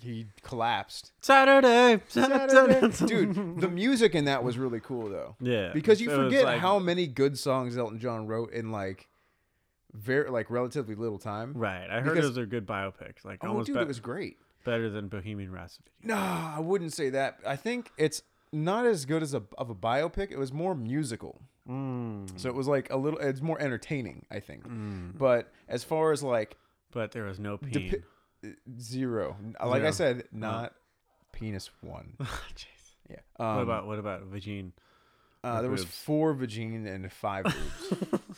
[SPEAKER 1] he
[SPEAKER 2] [LAUGHS]
[SPEAKER 1] collapsed.
[SPEAKER 2] Saturday,
[SPEAKER 1] Saturday.
[SPEAKER 2] [LAUGHS]
[SPEAKER 1] Dude, the music in that was really cool though,
[SPEAKER 2] yeah
[SPEAKER 1] because you
[SPEAKER 2] so it was
[SPEAKER 1] forget
[SPEAKER 2] like-
[SPEAKER 1] how many good songs Elton John wrote in like very like relatively little time.
[SPEAKER 2] Right. I heard
[SPEAKER 1] Because-
[SPEAKER 2] those are good biopics. Like
[SPEAKER 1] Oh,
[SPEAKER 2] almost
[SPEAKER 1] dude,
[SPEAKER 2] be-
[SPEAKER 1] it was great.
[SPEAKER 2] better than Bohemian Rhapsody.
[SPEAKER 1] No, I wouldn't say that. I think it's not as good as a of a biopic. It was more musical.
[SPEAKER 2] Mm.
[SPEAKER 1] So it was like a little. It's more entertaining, I think. But as far as like
[SPEAKER 2] But there was no peen.
[SPEAKER 1] depi- uh, zero, like I
[SPEAKER 2] Zero. Uh-huh.
[SPEAKER 1] said, not penis one.
[SPEAKER 2] Jeez.
[SPEAKER 1] Yeah.
[SPEAKER 2] What
[SPEAKER 1] Um,
[SPEAKER 2] about what about Vagine?
[SPEAKER 1] uh, there was
[SPEAKER 2] boobs?
[SPEAKER 1] four vagine and five boobs.
[SPEAKER 2] [LAUGHS]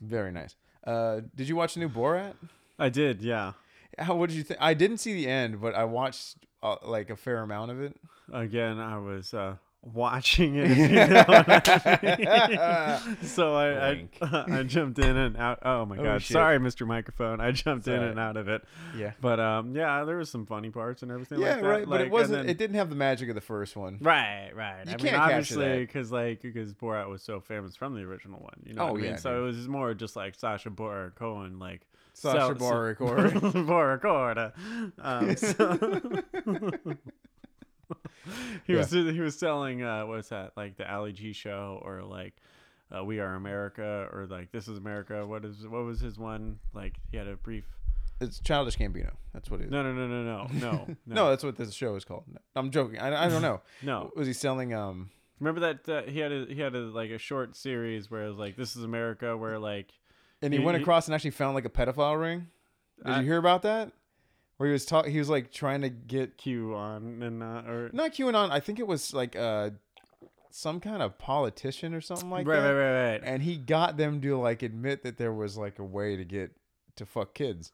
[SPEAKER 1] Very nice. Uh, did you watch the new Borat?
[SPEAKER 2] I did, yeah.
[SPEAKER 1] How what did you think? I didn't see the end, but I watched uh, like a fair amount of it.
[SPEAKER 2] Again, I was uh, watching it. if you know what I mean. [LAUGHS] so I, I
[SPEAKER 1] Wink.
[SPEAKER 2] [LAUGHS] I jumped in and out. Oh my god!
[SPEAKER 1] shit.
[SPEAKER 2] Sorry, Mr. Microphone. I jumped in
[SPEAKER 1] Sorry.
[SPEAKER 2] and out of it.
[SPEAKER 1] Yeah.
[SPEAKER 2] But um, yeah, there was some funny parts and everything.
[SPEAKER 1] Yeah,
[SPEAKER 2] like that.
[SPEAKER 1] right. but
[SPEAKER 2] like,
[SPEAKER 1] it
[SPEAKER 2] and
[SPEAKER 1] wasn't.
[SPEAKER 2] then-
[SPEAKER 1] it didn't have the magic of the first one.
[SPEAKER 2] Right, right.
[SPEAKER 1] You
[SPEAKER 2] I mean,
[SPEAKER 1] can't capture
[SPEAKER 2] obviously,
[SPEAKER 1] that.
[SPEAKER 2] because like because Borat was so famous from the original one, you know.
[SPEAKER 1] Oh,
[SPEAKER 2] what I mean?
[SPEAKER 1] yeah,
[SPEAKER 2] So it was just more just like Sasha Borat Cohen, like
[SPEAKER 1] Sasha
[SPEAKER 2] so- [LAUGHS]
[SPEAKER 1] Barak or
[SPEAKER 2] Borat.
[SPEAKER 1] [LAUGHS]
[SPEAKER 2] Um, so- [LAUGHS] he was he was selling uh, what's that like the Ali G show or like uh, We Are America or like This Is America. What is what was his one like? He had a brief.
[SPEAKER 1] it's Childish Gambino. That's what it is.
[SPEAKER 2] No, no, no, no, no,
[SPEAKER 1] [LAUGHS]
[SPEAKER 2] no, Oh.
[SPEAKER 1] No, that's what this show is called. No, I'm joking. I, I don't
[SPEAKER 2] [LAUGHS]
[SPEAKER 1] know.
[SPEAKER 2] No.
[SPEAKER 1] Was he selling um
[SPEAKER 2] Remember that uh, he had a he had a like a short series where it was like This Is America, where like
[SPEAKER 1] and he,
[SPEAKER 2] He-
[SPEAKER 1] went
[SPEAKER 2] he-
[SPEAKER 1] across and actually found like a pedophile ring? Did
[SPEAKER 2] I-
[SPEAKER 1] you hear about that? Where he was talk he was like trying to get
[SPEAKER 2] Q on and uh, or
[SPEAKER 1] not QAnon, I think it was like uh some kind of politician or something like
[SPEAKER 2] right,
[SPEAKER 1] that.
[SPEAKER 2] right, right, right.
[SPEAKER 1] And he got them to like admit that there was like a way to get to fuck kids.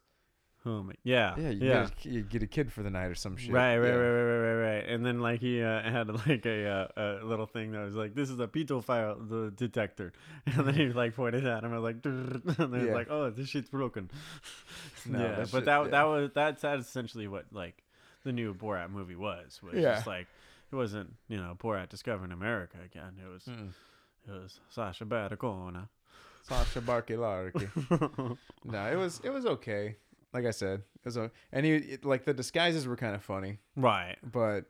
[SPEAKER 2] Oh my, yeah,
[SPEAKER 1] Yeah, you,
[SPEAKER 2] yeah.
[SPEAKER 1] Get, a, you get a kid for the night or some shit.
[SPEAKER 2] Right, right,
[SPEAKER 1] Yeah.
[SPEAKER 2] right, right, right, right, right. And then like he uh, had like a, uh, a little thing that was like, "This is a pedophile the detector," [LAUGHS] and then he like pointed at him. I was like, [LAUGHS] and then
[SPEAKER 1] Yeah.
[SPEAKER 2] yeah. like, "Oh, this shit's broken." [LAUGHS]
[SPEAKER 1] No,
[SPEAKER 2] yeah,
[SPEAKER 1] that
[SPEAKER 2] but
[SPEAKER 1] shit-
[SPEAKER 2] that
[SPEAKER 1] yeah.
[SPEAKER 2] that was that's that's essentially what like the new Borat movie was. Was
[SPEAKER 1] Yeah.
[SPEAKER 2] just like it wasn't you know Borat discovering America again. It was
[SPEAKER 1] Mm.
[SPEAKER 2] it was Sasha Baron
[SPEAKER 1] [LAUGHS] Sasha Barky
[SPEAKER 2] [LAUGHS]
[SPEAKER 1] Larky.
[SPEAKER 2] Cohen.
[SPEAKER 1] No, it was it was okay. Like I said, it was o and he it, like the disguises were kind of funny,
[SPEAKER 2] right.
[SPEAKER 1] but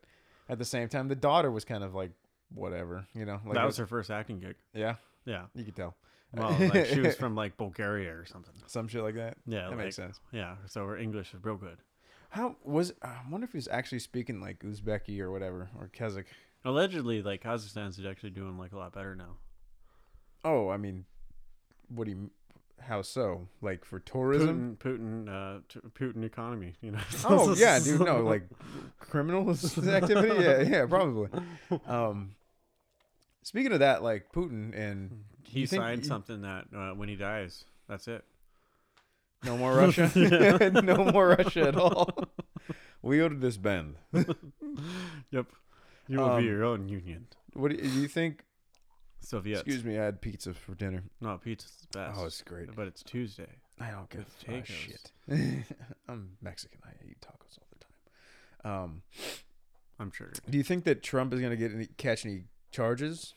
[SPEAKER 1] at the same time, the daughter was kind of like whatever, you know. Like
[SPEAKER 2] that
[SPEAKER 1] it-
[SPEAKER 2] was her first acting gig.
[SPEAKER 1] yeah, [LAUGHS]
[SPEAKER 2] Yeah.
[SPEAKER 1] you could tell.
[SPEAKER 2] Well, like she was from like Bulgaria or something.
[SPEAKER 1] some shit like that.
[SPEAKER 2] Yeah,
[SPEAKER 1] that
[SPEAKER 2] like,
[SPEAKER 1] makes sense.
[SPEAKER 2] Yeah, so her English is real good.
[SPEAKER 1] How was? I wonder if he was actually speaking like Uzbeki or whatever or Kazakh.
[SPEAKER 2] Allegedly, like Kazakhstan's actually doing like a lot better now.
[SPEAKER 1] Oh, I mean, what do you? How so? Like for tourism?
[SPEAKER 2] Putin, Putin, uh, t- Putin economy. You know. [LAUGHS]
[SPEAKER 1] [LAUGHS] Oh yeah, dude. No, like criminals [LAUGHS] activity. Yeah, yeah, probably. Um, speaking of that, like Putin and
[SPEAKER 2] he
[SPEAKER 1] you think-
[SPEAKER 2] signed
[SPEAKER 1] you-
[SPEAKER 2] something that uh, when he dies, that's it.
[SPEAKER 1] No more Russia. [LAUGHS] no more Russia at all. We ordered this band.
[SPEAKER 2] Yep. You will
[SPEAKER 1] Um,
[SPEAKER 2] be your own union.
[SPEAKER 1] What do you- do you think?
[SPEAKER 2] Soviets.
[SPEAKER 1] Excuse me, I had pizza for dinner.
[SPEAKER 2] No, pizza's the best.
[SPEAKER 1] Oh, it's great.
[SPEAKER 2] But it's Tuesday.
[SPEAKER 1] I don't give
[SPEAKER 2] With
[SPEAKER 1] a
[SPEAKER 2] tacos.
[SPEAKER 1] shit. [LAUGHS] I'm Mexican. I eat tacos all the time. Um,
[SPEAKER 2] I'm sure.
[SPEAKER 1] do you think that Trump is going to get any catch any charges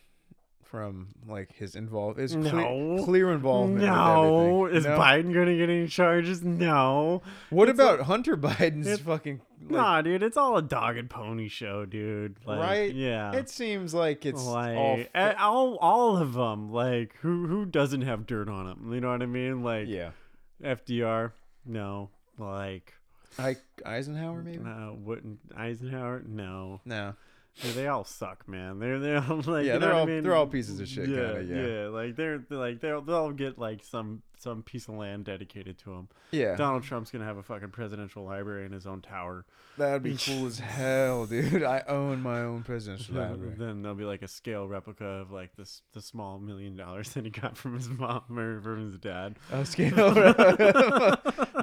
[SPEAKER 1] from like his involve his cle-
[SPEAKER 2] No.
[SPEAKER 1] clear involvement?
[SPEAKER 2] No,
[SPEAKER 1] with everything?
[SPEAKER 2] is
[SPEAKER 1] No?
[SPEAKER 2] Biden gonna get any charges? No,
[SPEAKER 1] What
[SPEAKER 2] it's
[SPEAKER 1] about Hunter Biden's
[SPEAKER 2] it-
[SPEAKER 1] fucking? Like,
[SPEAKER 2] nah, dude. It's all a dog and pony show, dude. Like,
[SPEAKER 1] Right?
[SPEAKER 2] Yeah,
[SPEAKER 1] It seems like it's
[SPEAKER 2] like
[SPEAKER 1] all.
[SPEAKER 2] eh, all, all of them like who who doesn't have dirt on them you know what i mean like
[SPEAKER 1] yeah,
[SPEAKER 2] fdr no like
[SPEAKER 1] I, Eisenhower maybe.
[SPEAKER 2] uh, wouldn't eisenhower no
[SPEAKER 1] No.
[SPEAKER 2] Dude, they all suck man they're they're all [LAUGHS] like
[SPEAKER 1] Yeah,
[SPEAKER 2] you know
[SPEAKER 1] they're
[SPEAKER 2] what I
[SPEAKER 1] all-
[SPEAKER 2] mean?
[SPEAKER 1] they're all pieces of shit, kinda, yeah.
[SPEAKER 2] like they're, they're like they'll they'll get like some some piece of land dedicated to them
[SPEAKER 1] Yeah.
[SPEAKER 2] donald trump's gonna have a fucking presidential library in his own tower
[SPEAKER 1] That'd be cool as hell, dude. [LAUGHS] I own my own presidential
[SPEAKER 2] [LAUGHS]
[SPEAKER 1] library.
[SPEAKER 2] then there'll be like a scale replica of like this the small million dollars [LAUGHS] that he got from his mom or from his dad
[SPEAKER 1] Oh, [LAUGHS] scale-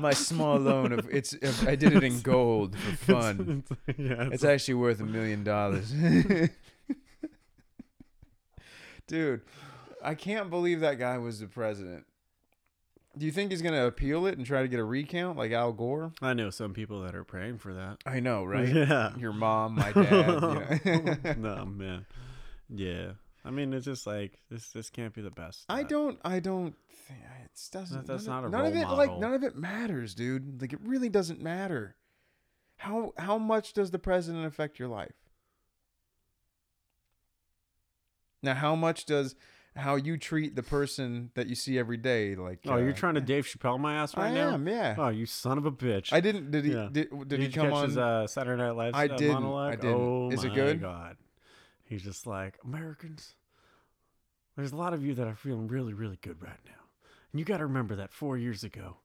[SPEAKER 1] my small loan of it's. Of, I did it in gold for fun.
[SPEAKER 2] It's, [LAUGHS] it's, yeah,
[SPEAKER 1] It's
[SPEAKER 2] it's,
[SPEAKER 1] actually worth a million dollars, [LAUGHS] dude. I can't believe that guy was the president. Do you think he's gonna appeal it and try to get a recount like Al Gore?
[SPEAKER 2] I know some people that are praying for that.
[SPEAKER 1] I know, right?
[SPEAKER 2] Yeah. [LAUGHS]
[SPEAKER 1] Your mom, my dad. you know. [LAUGHS]
[SPEAKER 2] no man. Yeah. I mean, it's just like this. This can't be the best.
[SPEAKER 1] I
[SPEAKER 2] Uh,
[SPEAKER 1] don't. I don't. Think, it doesn't.
[SPEAKER 2] that's
[SPEAKER 1] none of-
[SPEAKER 2] not a
[SPEAKER 1] none of
[SPEAKER 2] role
[SPEAKER 1] it. Like
[SPEAKER 2] model.
[SPEAKER 1] none of it matters, dude. Like it really doesn't matter. How how much does the president affect your life? Now, how much does how you treat the person that you see every day. Like,
[SPEAKER 2] Oh,
[SPEAKER 1] uh,
[SPEAKER 2] you're trying to Dave Chappelle my ass right
[SPEAKER 1] I
[SPEAKER 2] now?
[SPEAKER 1] am, yeah.
[SPEAKER 2] Oh, you son of a bitch.
[SPEAKER 1] I didn't. Did he?
[SPEAKER 2] Yeah.
[SPEAKER 1] Did, did he
[SPEAKER 2] you
[SPEAKER 1] come
[SPEAKER 2] catch
[SPEAKER 1] on?
[SPEAKER 2] His, uh, Saturday Night Live
[SPEAKER 1] I
[SPEAKER 2] uh,
[SPEAKER 1] didn't. I
[SPEAKER 2] monologue?
[SPEAKER 1] didn't.
[SPEAKER 2] Oh
[SPEAKER 1] Is it
[SPEAKER 2] my
[SPEAKER 1] good?
[SPEAKER 2] God. He's just like Americans. There's a lot of you that are feeling really, really good right now, and you got to remember that four years ago,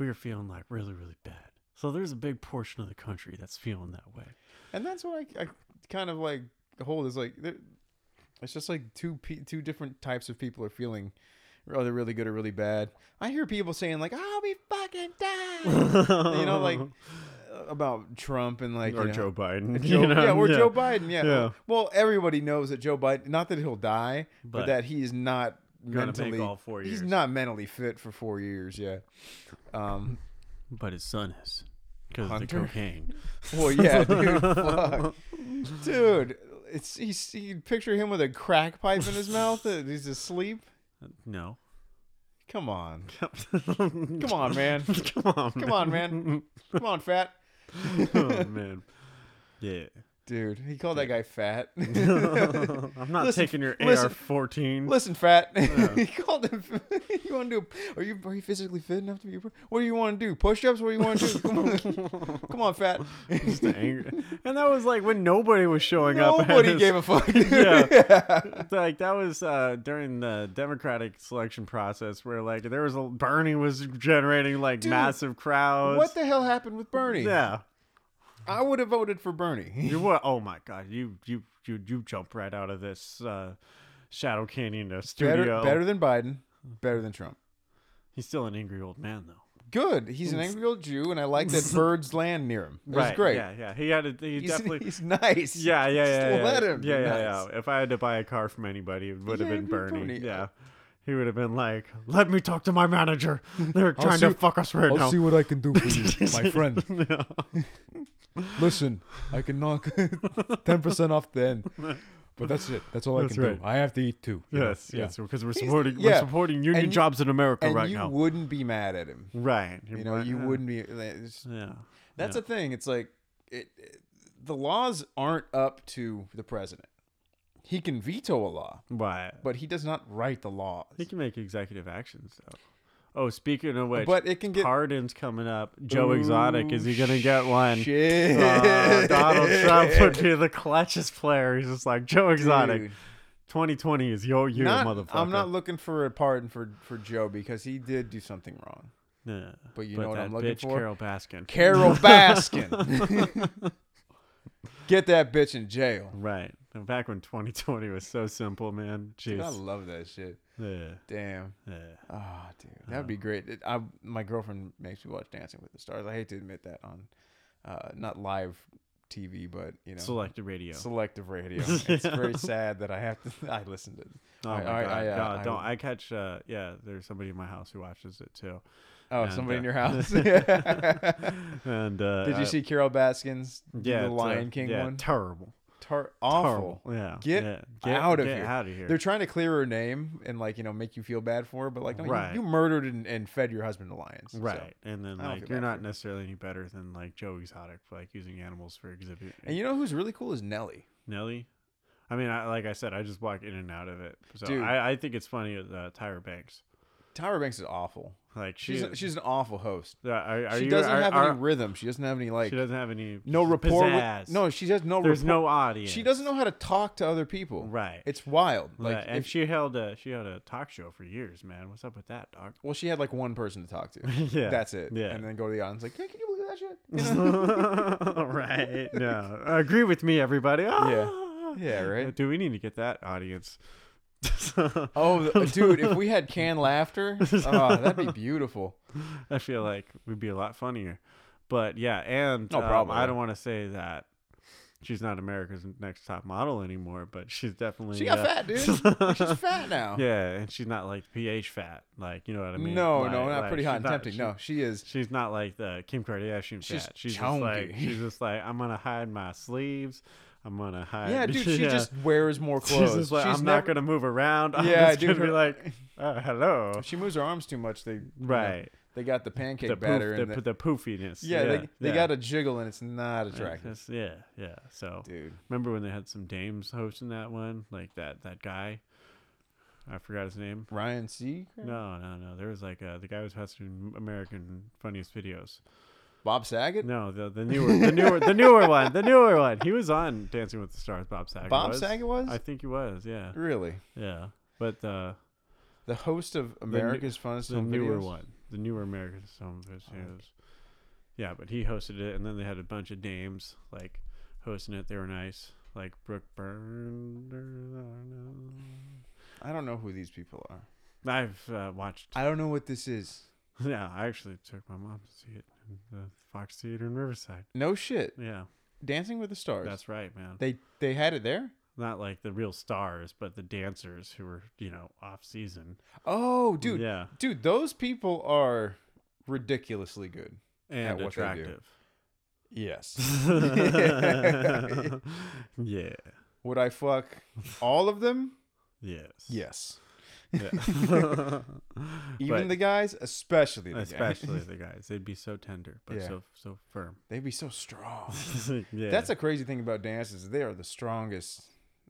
[SPEAKER 2] we were feeling like really, really bad. So there's a big portion of the country that's feeling that way.
[SPEAKER 1] and that's what I, I kind of like hold is like there- it's just like two pe- two different types of people are feeling are they really good or really bad i hear people saying like oh we fucking die you know
[SPEAKER 2] [LAUGHS]
[SPEAKER 1] like about trump and like
[SPEAKER 2] or
[SPEAKER 1] you know,
[SPEAKER 2] Joe Biden.
[SPEAKER 1] Joe-
[SPEAKER 2] [LAUGHS] you know?
[SPEAKER 1] yeah, or Joe Biden. Yeah.
[SPEAKER 2] Yeah.
[SPEAKER 1] Well, everybody knows that Joe Biden. Not that he'll die, but,
[SPEAKER 2] But
[SPEAKER 1] that he is not
[SPEAKER 2] gonna make
[SPEAKER 1] mentally.
[SPEAKER 2] all four
[SPEAKER 1] He's
[SPEAKER 2] years.
[SPEAKER 1] not mentally fit for four years. Yeah. Um.
[SPEAKER 2] But his son is because of the
[SPEAKER 1] Hunter? [LAUGHS]
[SPEAKER 2] cocaine.
[SPEAKER 1] Well,
[SPEAKER 2] [LAUGHS]
[SPEAKER 1] yeah, dude. fuck. Dude, it's he's you picture him with a crack pipe in his mouth. and He's asleep.
[SPEAKER 2] No. [LAUGHS]
[SPEAKER 1] Come on,
[SPEAKER 2] Come
[SPEAKER 1] come on, man.
[SPEAKER 2] on.
[SPEAKER 1] Come on, man. Come on, fat.
[SPEAKER 2] oh man. Yeah.
[SPEAKER 1] Dude, he called that guy fat. [LAUGHS]
[SPEAKER 2] I'm not
[SPEAKER 1] Listen-
[SPEAKER 2] taking your
[SPEAKER 1] listen-
[SPEAKER 2] AR-14.
[SPEAKER 1] Listen, fat. [LAUGHS] he called him. [LAUGHS] you want to do? Are you are you physically fit enough to be? a pro- What do you want to do? Push ups? What do you want to do? Come on, come on, [LAUGHS]
[SPEAKER 2] [LAUGHS]
[SPEAKER 1] fat.
[SPEAKER 2] [LAUGHS] Just angry. And that was like when nobody was showing up. at
[SPEAKER 1] Nobody
[SPEAKER 2] his-
[SPEAKER 1] gave a fuck.
[SPEAKER 2] Yeah. [LAUGHS] like that was uh, during the Democratic selection process where like there was a Bernie was generating like
[SPEAKER 1] Dude,
[SPEAKER 2] massive crowds.
[SPEAKER 1] [LAUGHS] What the hell happened with Bernie?
[SPEAKER 2] Yeah.
[SPEAKER 1] I would have voted for Bernie. [LAUGHS]
[SPEAKER 2] You what? Oh my god. You you you you jump right out of this uh, Shadow Canyon uh, studio.
[SPEAKER 1] Better, better than Biden. Better than Trump.
[SPEAKER 2] He's still an angry old man though.
[SPEAKER 1] Good. He's an angry old Jew, and I like
[SPEAKER 2] [LAUGHS]
[SPEAKER 1] that birds land near him. That's great.
[SPEAKER 2] Yeah, yeah. He had a, he
[SPEAKER 1] He's,
[SPEAKER 2] definitely
[SPEAKER 1] [LAUGHS] he's nice.
[SPEAKER 2] Yeah, yeah,
[SPEAKER 1] Just
[SPEAKER 2] yeah. yeah.
[SPEAKER 1] let him be
[SPEAKER 2] Yeah, yeah,
[SPEAKER 1] nice.
[SPEAKER 2] yeah. If I had to buy a car from anybody, it would have
[SPEAKER 1] Yeah,
[SPEAKER 2] been
[SPEAKER 1] it'd be
[SPEAKER 2] Bernie.
[SPEAKER 1] Bernie.
[SPEAKER 2] Yeah. He would have been like, "Let me talk to my manager. They're trying to
[SPEAKER 1] see-
[SPEAKER 2] fuck us right [LAUGHS] now."
[SPEAKER 1] what I can do for you,
[SPEAKER 2] [LAUGHS]
[SPEAKER 1] my friend.
[SPEAKER 2] Yeah.
[SPEAKER 1] Listen, I can knock [LAUGHS] ten percent off the end, but that's it. That's all
[SPEAKER 2] That's right.
[SPEAKER 1] I have to eat too. you know?
[SPEAKER 2] yes,
[SPEAKER 1] Yeah.
[SPEAKER 2] yes, because we're
[SPEAKER 1] He's-
[SPEAKER 2] supporting
[SPEAKER 1] yeah.
[SPEAKER 2] we're supporting union
[SPEAKER 1] And-
[SPEAKER 2] jobs in America
[SPEAKER 1] And
[SPEAKER 2] right
[SPEAKER 1] you
[SPEAKER 2] now.
[SPEAKER 1] wouldn't be mad at him.
[SPEAKER 2] right.
[SPEAKER 1] You know, you wouldn't be. it's-
[SPEAKER 2] Yeah.
[SPEAKER 1] That's
[SPEAKER 2] yeah.
[SPEAKER 1] the thing. It's like it, it- the laws aren't up to the president. He can veto a law,
[SPEAKER 2] Why?
[SPEAKER 1] but he does not write the laws.
[SPEAKER 2] He can make executive actions though. Oh, speaking of which,
[SPEAKER 1] But it can get Oh,
[SPEAKER 2] pardons coming up. Joe Exotic, is he gonna get one?
[SPEAKER 1] [LAUGHS] Shit.
[SPEAKER 2] Uh, Donald Trump would be the clutchest player. He's just like Joe Exotic.
[SPEAKER 1] Dude,
[SPEAKER 2] 2020 is your year,
[SPEAKER 1] not-
[SPEAKER 2] motherfucker.
[SPEAKER 1] I'm not looking for a pardon for for Joe because he did do something wrong.
[SPEAKER 2] Yeah.
[SPEAKER 1] But you know what
[SPEAKER 2] that
[SPEAKER 1] I'm looking
[SPEAKER 2] bitch,
[SPEAKER 1] for?
[SPEAKER 2] Carol Baskin.
[SPEAKER 1] Carol Baskin.
[SPEAKER 2] [LAUGHS]
[SPEAKER 1] Get that bitch in jail.
[SPEAKER 2] right. And Back when 2020 was so simple, man.
[SPEAKER 1] Dude, I
[SPEAKER 2] Jeez.
[SPEAKER 1] love that shit.
[SPEAKER 2] Yeah.
[SPEAKER 1] Damn.
[SPEAKER 2] Yeah.
[SPEAKER 1] Oh, dude. That would be great. It- I, my girlfriend makes me watch Dancing with the Stars. I hate to admit that on uh, not live TV, but, you know,
[SPEAKER 2] Selected radio.
[SPEAKER 1] selective
[SPEAKER 2] [LAUGHS]
[SPEAKER 1] radio. It's very sad that I have to. [LAUGHS] I listened to
[SPEAKER 2] oh
[SPEAKER 1] I-
[SPEAKER 2] my
[SPEAKER 1] I-
[SPEAKER 2] god.
[SPEAKER 1] I, uh,
[SPEAKER 2] no,
[SPEAKER 1] I-
[SPEAKER 2] don't. I catch. Uh, yeah, there's somebody in my house who watches it too.
[SPEAKER 1] Oh,
[SPEAKER 2] And,
[SPEAKER 1] somebody
[SPEAKER 2] uh,
[SPEAKER 1] in your house. [LAUGHS] Did
[SPEAKER 2] [LAUGHS] And uh,
[SPEAKER 1] you
[SPEAKER 2] I-
[SPEAKER 1] see Carol Baskin's do
[SPEAKER 2] Yeah,
[SPEAKER 1] the
[SPEAKER 2] it's, uh,
[SPEAKER 1] Lion King
[SPEAKER 2] yeah,
[SPEAKER 1] one?
[SPEAKER 2] Terrible.
[SPEAKER 1] Tar- awful.
[SPEAKER 2] Terrible. Yeah.
[SPEAKER 1] Get
[SPEAKER 2] yeah.
[SPEAKER 1] out of
[SPEAKER 2] get
[SPEAKER 1] here.
[SPEAKER 2] Out of here.
[SPEAKER 1] They're trying to clear her name and like you know make you feel bad for her, but like no, you-
[SPEAKER 2] Right.
[SPEAKER 1] you, murdered and, and fed your husband to lions. so.
[SPEAKER 2] Right, and then
[SPEAKER 1] I don't
[SPEAKER 2] like
[SPEAKER 1] feel
[SPEAKER 2] you're
[SPEAKER 1] bad for
[SPEAKER 2] not
[SPEAKER 1] her.
[SPEAKER 2] necessarily any better than like Joe Exotic, for, like using animals for exhibit.
[SPEAKER 1] And you know who's really cool is Nelly.
[SPEAKER 2] Nelly. I mean, I, like I said, I just walk in and out of it. So
[SPEAKER 1] Dude.
[SPEAKER 2] I, I think it's funny that uh, Tyra Banks,
[SPEAKER 1] Tyra Banks is awful.
[SPEAKER 2] like she,
[SPEAKER 1] She's she's an awful host.
[SPEAKER 2] uh, are, are
[SPEAKER 1] she
[SPEAKER 2] you-
[SPEAKER 1] doesn't
[SPEAKER 2] are-
[SPEAKER 1] have
[SPEAKER 2] are-
[SPEAKER 1] any rhythm. She doesn't have any like
[SPEAKER 2] she doesn't have any
[SPEAKER 1] no rapport.
[SPEAKER 2] pizzazz.
[SPEAKER 1] With, no, she has no.
[SPEAKER 2] there's
[SPEAKER 1] rapport.
[SPEAKER 2] no audience.
[SPEAKER 1] She doesn't know how to talk to other people.
[SPEAKER 2] Right.
[SPEAKER 1] It's wild.
[SPEAKER 2] Like,
[SPEAKER 1] Like
[SPEAKER 2] and
[SPEAKER 1] if
[SPEAKER 2] she held a she held a talk show for years, man. What's up with that, dog? [LAUGHS]
[SPEAKER 1] well, she had like one person to talk to.
[SPEAKER 2] Yeah,
[SPEAKER 1] That's it.
[SPEAKER 2] yeah.
[SPEAKER 1] And then go to the audience like, hey, can you believe that shit? [LAUGHS] You know?
[SPEAKER 2] [LAUGHS] right. No. Agree with me, everybody. Ah!
[SPEAKER 1] Yeah, right.
[SPEAKER 2] Do we need to get that audience? [LAUGHS]
[SPEAKER 1] oh, th- dude, if we had canned
[SPEAKER 2] [LAUGHS]
[SPEAKER 1] laughter, oh, that'd be beautiful.
[SPEAKER 2] I feel like we'd be a lot funnier. But yeah, and
[SPEAKER 1] No
[SPEAKER 2] um,
[SPEAKER 1] problem,
[SPEAKER 2] I
[SPEAKER 1] yeah.
[SPEAKER 2] don't want to say that she's not America's next top model anymore, but she's definitely
[SPEAKER 1] She got
[SPEAKER 2] uh,
[SPEAKER 1] fat, dude. [LAUGHS] Like, she's fat now.
[SPEAKER 2] [LAUGHS] Yeah, and she's not like pH fat, like you know what I mean?
[SPEAKER 1] no,
[SPEAKER 2] Like-
[SPEAKER 1] no, not
[SPEAKER 2] like,
[SPEAKER 1] pretty
[SPEAKER 2] she's
[SPEAKER 1] hot and
[SPEAKER 2] not-
[SPEAKER 1] tempting.
[SPEAKER 2] she-
[SPEAKER 1] no, she is.
[SPEAKER 2] She's not like the Kim Kardashian
[SPEAKER 1] She's
[SPEAKER 2] fat. She's just
[SPEAKER 1] chunky.
[SPEAKER 2] like she's
[SPEAKER 1] [LAUGHS]
[SPEAKER 2] just like I'm gonna hide my sleeves. I'm gonna hide.
[SPEAKER 1] Yeah, dude, she
[SPEAKER 2] [LAUGHS] Yeah.
[SPEAKER 1] just wears more
[SPEAKER 2] She's just
[SPEAKER 1] clothes.
[SPEAKER 2] like I'm not
[SPEAKER 1] never-
[SPEAKER 2] gonna move around. [LAUGHS] I'm
[SPEAKER 1] Yeah,
[SPEAKER 2] just
[SPEAKER 1] dude,
[SPEAKER 2] gonna be
[SPEAKER 1] her- [LAUGHS]
[SPEAKER 2] like, uh, hello,
[SPEAKER 1] If she moves her arms too much, they you know,
[SPEAKER 2] right?
[SPEAKER 1] they got the pancake
[SPEAKER 2] The,
[SPEAKER 1] batter
[SPEAKER 2] poof,
[SPEAKER 1] and
[SPEAKER 2] the,
[SPEAKER 1] the,
[SPEAKER 2] the poofiness.
[SPEAKER 1] yeah,
[SPEAKER 2] yeah,
[SPEAKER 1] they, they
[SPEAKER 2] yeah.
[SPEAKER 1] got a jiggle and it's not
[SPEAKER 2] Yeah,
[SPEAKER 1] attractive,
[SPEAKER 2] that's- Yeah, yeah. So
[SPEAKER 1] dude.
[SPEAKER 2] remember when they had some dames hosting that one, like that that guy. I forgot his name.
[SPEAKER 1] Ryan Seacrest?
[SPEAKER 2] No, no, no. There was like uh, the guy who was hosting American Funniest Videos.
[SPEAKER 1] Bob Saget?
[SPEAKER 2] No, the the newer, the newer, the newer one, the newer one. He was on Dancing with the Stars. Bob Saget.
[SPEAKER 1] Bob
[SPEAKER 2] was.
[SPEAKER 1] Saget was?
[SPEAKER 2] I think he was. Yeah,
[SPEAKER 1] really?
[SPEAKER 2] yeah. But uh,
[SPEAKER 1] The host of America's Funniest
[SPEAKER 2] the
[SPEAKER 1] Home
[SPEAKER 2] newer
[SPEAKER 1] Videos?
[SPEAKER 2] one, the newer American Song Videos.
[SPEAKER 1] Oh, okay.
[SPEAKER 2] Yeah, but he hosted it, and then they had a bunch of dames like hosting it. They were nice, like Brooke Burns.
[SPEAKER 1] I don't know who these people are.
[SPEAKER 2] I've uh, watched.
[SPEAKER 1] I don't know what this is.
[SPEAKER 2] [LAUGHS] Yeah, I actually took my mom to see it in the Fox Theater in Riverside.
[SPEAKER 1] No shit.
[SPEAKER 2] Yeah,
[SPEAKER 1] Dancing with the Stars.
[SPEAKER 2] that's right, man.
[SPEAKER 1] They they had it there?
[SPEAKER 2] Not like the real stars, but the dancers who were, you know, off season.
[SPEAKER 1] Oh, dude.
[SPEAKER 2] yeah,
[SPEAKER 1] Dude, those people are ridiculously good.
[SPEAKER 2] and
[SPEAKER 1] what they do.
[SPEAKER 2] attractive.
[SPEAKER 1] Yes.
[SPEAKER 2] [LAUGHS] yeah.
[SPEAKER 1] [LAUGHS] Would I fuck all of them?
[SPEAKER 2] Yes.
[SPEAKER 1] Yes. [LAUGHS]
[SPEAKER 2] Yeah. [LAUGHS]
[SPEAKER 1] Even
[SPEAKER 2] But
[SPEAKER 1] the guys, especially the
[SPEAKER 2] especially
[SPEAKER 1] guys.
[SPEAKER 2] the guys, they'd be so tender, but
[SPEAKER 1] Yeah.
[SPEAKER 2] so so firm.
[SPEAKER 1] [LAUGHS]
[SPEAKER 2] [LAUGHS]
[SPEAKER 1] They'd be so strong.
[SPEAKER 2] yeah.
[SPEAKER 1] That's a crazy thing about dance is they are the strongest,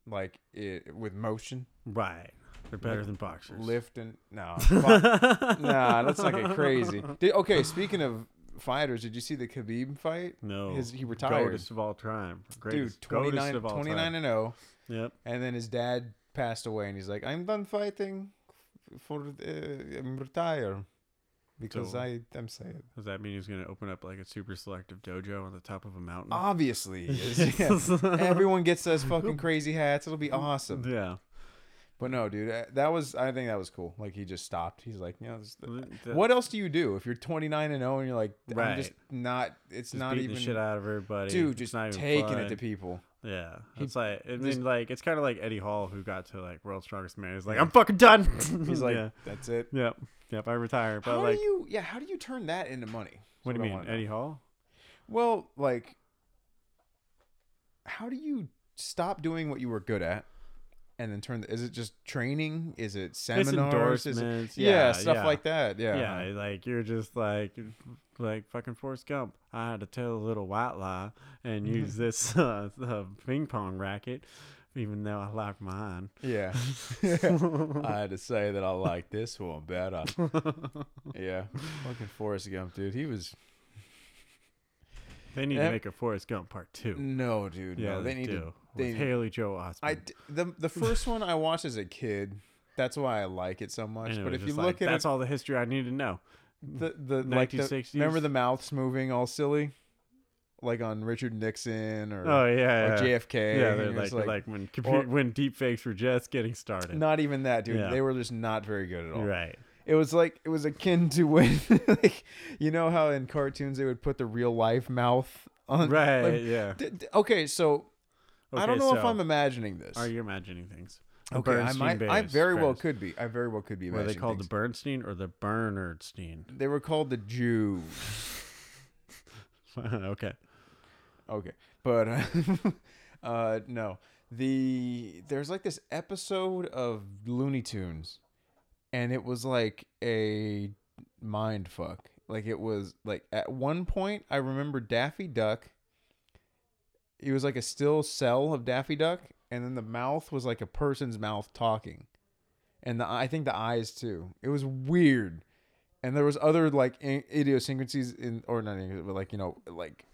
[SPEAKER 1] like it, with motion,
[SPEAKER 2] right. They're better than boxers.
[SPEAKER 1] lift and no, [LAUGHS] fuck. nah, let's not get crazy. Did, okay, speaking of fighters, did you see the Khabib fight?
[SPEAKER 2] No.
[SPEAKER 1] His, he retired,
[SPEAKER 2] Greatest of all time.
[SPEAKER 1] dude,
[SPEAKER 2] Greatest,
[SPEAKER 1] 29,
[SPEAKER 2] greatest of all
[SPEAKER 1] 29
[SPEAKER 2] time.
[SPEAKER 1] and zero,
[SPEAKER 2] Yep.
[SPEAKER 1] and then his dad passed away, and he's like, I'm done fighting, for uh, I'm retired because
[SPEAKER 2] So-
[SPEAKER 1] I am sad.
[SPEAKER 2] Does that mean he's going to open up like a super selective dojo on the top of a mountain?
[SPEAKER 1] Ah, Obviously, he is, yeah. [LAUGHS] everyone gets those fucking crazy hats. It'll be awesome.
[SPEAKER 2] [LAUGHS] yeah.
[SPEAKER 1] But no, dude, uh, that was I think that was cool. Like he just stopped. He's like, you know, this-
[SPEAKER 2] Th-
[SPEAKER 1] what else do you do if you're 29 and 0 and you're like, I'm
[SPEAKER 2] Right.
[SPEAKER 1] just not. It's
[SPEAKER 2] Just
[SPEAKER 1] not
[SPEAKER 2] beating
[SPEAKER 1] even
[SPEAKER 2] the shit out of everybody.
[SPEAKER 1] dude,
[SPEAKER 2] It's
[SPEAKER 1] just
[SPEAKER 2] not even
[SPEAKER 1] taking
[SPEAKER 2] fun.
[SPEAKER 1] it to
[SPEAKER 2] [LAUGHS]
[SPEAKER 1] people.
[SPEAKER 2] Yeah,
[SPEAKER 1] He-
[SPEAKER 2] it's like I mean,
[SPEAKER 1] this-
[SPEAKER 2] like it's kind of like Eddie Hall who got to like World's Strongest Man. He's like, I'm fucking done.
[SPEAKER 1] [LAUGHS] He's like,
[SPEAKER 2] yeah.
[SPEAKER 1] that's it.
[SPEAKER 2] yep, yep, I retire. But
[SPEAKER 1] how
[SPEAKER 2] like,
[SPEAKER 1] do you? Yeah, how do you turn that into money?
[SPEAKER 2] what do
[SPEAKER 1] That's I
[SPEAKER 2] you mean,
[SPEAKER 1] wanna know.
[SPEAKER 2] Eddie Hall?
[SPEAKER 1] Well, like, how do you stop doing what you were good at? And then turn. The, is it just training? Is it seminars? Is it,
[SPEAKER 2] endorsements,
[SPEAKER 1] yeah,
[SPEAKER 2] yeah,
[SPEAKER 1] stuff
[SPEAKER 2] yeah.
[SPEAKER 1] like that. Yeah,
[SPEAKER 2] Yeah, like you're just like, like fucking Forrest Gump. I had to tell a little white lie and
[SPEAKER 1] Mm-hmm.
[SPEAKER 2] use this [LAUGHS] uh, uh, ping pong racket, even though I
[SPEAKER 1] [LAUGHS]
[SPEAKER 2] like mine.
[SPEAKER 1] yeah.
[SPEAKER 2] [LAUGHS]
[SPEAKER 1] I had to say that I like this one better. yeah. Fucking Forrest Gump, dude. He was.
[SPEAKER 2] They need
[SPEAKER 1] Yeah.
[SPEAKER 2] to make a Forrest Gump part two.
[SPEAKER 1] No, dude.
[SPEAKER 2] Yeah,
[SPEAKER 1] no, they, need to.
[SPEAKER 2] do.
[SPEAKER 1] they-
[SPEAKER 2] With Haley Joe
[SPEAKER 1] I,
[SPEAKER 2] Osment.
[SPEAKER 1] d- the, the first one I watched as a kid. That's why I like it so much.
[SPEAKER 2] And it
[SPEAKER 1] But
[SPEAKER 2] was
[SPEAKER 1] if you
[SPEAKER 2] just
[SPEAKER 1] look
[SPEAKER 2] like,
[SPEAKER 1] at
[SPEAKER 2] that's
[SPEAKER 1] it,
[SPEAKER 2] all the history I need to know.
[SPEAKER 1] the, the, like the,
[SPEAKER 2] 1960s.
[SPEAKER 1] remember the mouths moving all silly? Like on Richard Nixon or,
[SPEAKER 2] Oh
[SPEAKER 1] or
[SPEAKER 2] yeah, yeah.
[SPEAKER 1] JFK.
[SPEAKER 2] yeah,
[SPEAKER 1] and
[SPEAKER 2] they're
[SPEAKER 1] it
[SPEAKER 2] like,
[SPEAKER 1] was
[SPEAKER 2] like, when compu-
[SPEAKER 1] or-
[SPEAKER 2] when deep fakes were just getting started.
[SPEAKER 1] not even that, dude.
[SPEAKER 2] Yeah.
[SPEAKER 1] They were just not very good at all.
[SPEAKER 2] right.
[SPEAKER 1] It was like it was akin to when, [LAUGHS] like, you know how in cartoons they would put the real life mouth on, [LAUGHS] [LAUGHS]
[SPEAKER 2] Right,
[SPEAKER 1] like,
[SPEAKER 2] yeah.
[SPEAKER 1] D- d- okay, so I don't
[SPEAKER 2] Okay,
[SPEAKER 1] know if
[SPEAKER 2] so
[SPEAKER 1] I'm imagining this.
[SPEAKER 2] Are you imagining things? The
[SPEAKER 1] okay, I
[SPEAKER 2] Bernstein
[SPEAKER 1] might. I
[SPEAKER 2] Bears,
[SPEAKER 1] very well
[SPEAKER 2] Bears.
[SPEAKER 1] could be. I very well could be.
[SPEAKER 2] Were
[SPEAKER 1] Imagining
[SPEAKER 2] they called
[SPEAKER 1] things.
[SPEAKER 2] the Bernstein or the Bernardstein? [LAUGHS]
[SPEAKER 1] They were called the Jews.
[SPEAKER 2] okay.
[SPEAKER 1] Okay, but [LAUGHS] uh, uh, no, the there's like this episode of Looney Tunes, and it was like a mind fuck. Like it was like at one point I remember Daffy Duck. He was like a still cell of Daffy Duck, and then the mouth was like a person's mouth talking, and the I think the eyes too. It was weird, and there was other like i- idiosyncrasies in or not, idiosyncrasies, but like you know like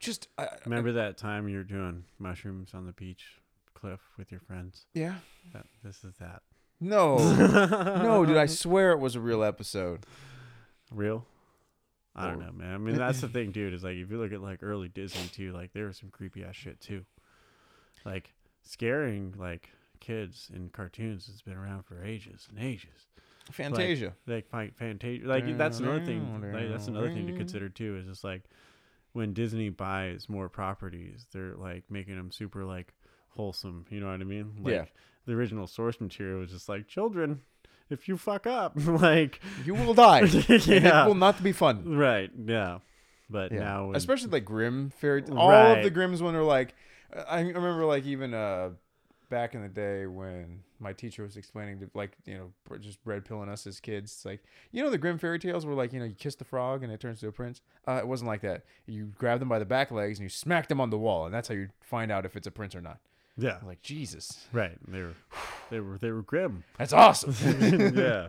[SPEAKER 1] just uh,
[SPEAKER 2] Remember that time you were doing mushrooms on the beach cliff with your friends?
[SPEAKER 1] yeah.
[SPEAKER 2] That, this is that.
[SPEAKER 1] No, no, dude! I swear it was a real episode.
[SPEAKER 2] Real? I don't
[SPEAKER 1] Or-
[SPEAKER 2] know, man. I mean,
[SPEAKER 1] [LAUGHS]
[SPEAKER 2] that's the thing, dude. Is like if you look at like early Disney too, like there was some creepy ass shit too. Like scaring like kids in cartoons has been around for ages and ages.
[SPEAKER 1] Fantasia.
[SPEAKER 2] Like fight Fantasia. Like that's another thing. Like, that's another thing to consider too. Is just like when Disney buys more properties, they're like making them super like wholesome. You know what I mean? Like,
[SPEAKER 1] Yeah.
[SPEAKER 2] The original source material was just like children. If you fuck up, [LAUGHS] like
[SPEAKER 1] you will
[SPEAKER 2] [LAUGHS]
[SPEAKER 1] die. and
[SPEAKER 2] Yeah.
[SPEAKER 1] it will not be fun.
[SPEAKER 2] Right. Yeah. But
[SPEAKER 1] Yeah.
[SPEAKER 2] now, when-
[SPEAKER 1] especially like Grimm fairy. T- all of the
[SPEAKER 2] Right.
[SPEAKER 1] Grimms when they're like, I I remember like even uh back in the day when my teacher was explaining to like you know just red pilling us as kids. It's like you know the Grimm fairy tales were like you know you kiss the frog and it turns to a prince. Uh, it wasn't like that. You grab them by the back legs and you smack them on the wall, and that's how you find out if it's a prince or not.
[SPEAKER 2] yeah,
[SPEAKER 1] I'm like Jesus. [SIGHS]
[SPEAKER 2] right. They were They were they
[SPEAKER 1] [LAUGHS]
[SPEAKER 2] were grim. [LAUGHS]
[SPEAKER 1] That's awesome.
[SPEAKER 2] yeah,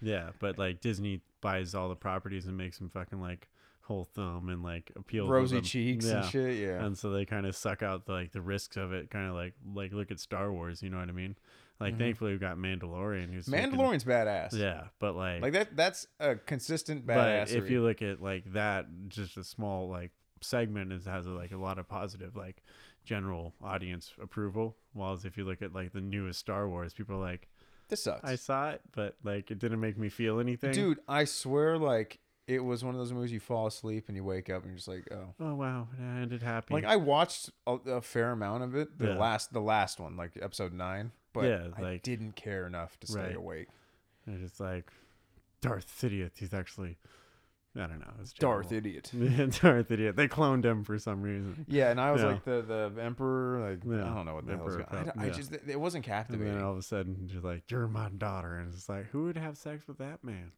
[SPEAKER 2] yeah. But like Disney buys all the properties and makes them fucking like whole thumb and like appeal to
[SPEAKER 1] Rosy
[SPEAKER 2] them.
[SPEAKER 1] cheeks and
[SPEAKER 2] Yeah.
[SPEAKER 1] shit. Yeah.
[SPEAKER 2] and so they kind of suck out the, like the risks of it kind of like like look at star wars you know what i mean like
[SPEAKER 1] Mhm.
[SPEAKER 2] thankfully we've got mandalorian who's freaking-
[SPEAKER 1] Mandalorian's badass.
[SPEAKER 2] yeah but like,
[SPEAKER 1] Like that. That's a consistent
[SPEAKER 2] but
[SPEAKER 1] badass.
[SPEAKER 2] if you look at like that just a small like segment is has like a lot of positive like general audience approval whilst if you look at like the newest star wars people are like
[SPEAKER 1] this sucks.
[SPEAKER 2] i saw it but like it didn't make me feel anything
[SPEAKER 1] Dude, I swear, like it was one of those movies you fall asleep and you wake up and you're just like, oh.
[SPEAKER 2] oh wow it ended happy
[SPEAKER 1] Like I watched a, a fair amount of it, the
[SPEAKER 2] Yeah.
[SPEAKER 1] last, the last one, like episode nine, but
[SPEAKER 2] Yeah,
[SPEAKER 1] I
[SPEAKER 2] like-
[SPEAKER 1] didn't care enough to stay
[SPEAKER 2] Right.
[SPEAKER 1] awake.
[SPEAKER 2] and it's like darth sidious he's actually i don't know it's
[SPEAKER 1] Darth
[SPEAKER 2] terrible.
[SPEAKER 1] idiot.
[SPEAKER 2] Yeah, [LAUGHS] Darth idiot. They cloned him for some reason.
[SPEAKER 1] Yeah, and I was
[SPEAKER 2] Yeah.
[SPEAKER 1] like the the emperor, like
[SPEAKER 2] Yeah,
[SPEAKER 1] I don't know what the hell was
[SPEAKER 2] emperor
[SPEAKER 1] going. I,
[SPEAKER 2] prob-
[SPEAKER 1] I
[SPEAKER 2] yeah.
[SPEAKER 1] just it wasn't
[SPEAKER 2] And
[SPEAKER 1] captivating.
[SPEAKER 2] then all of a sudden, you're like, "You're my daughter," and it's like, who would have sex with that man?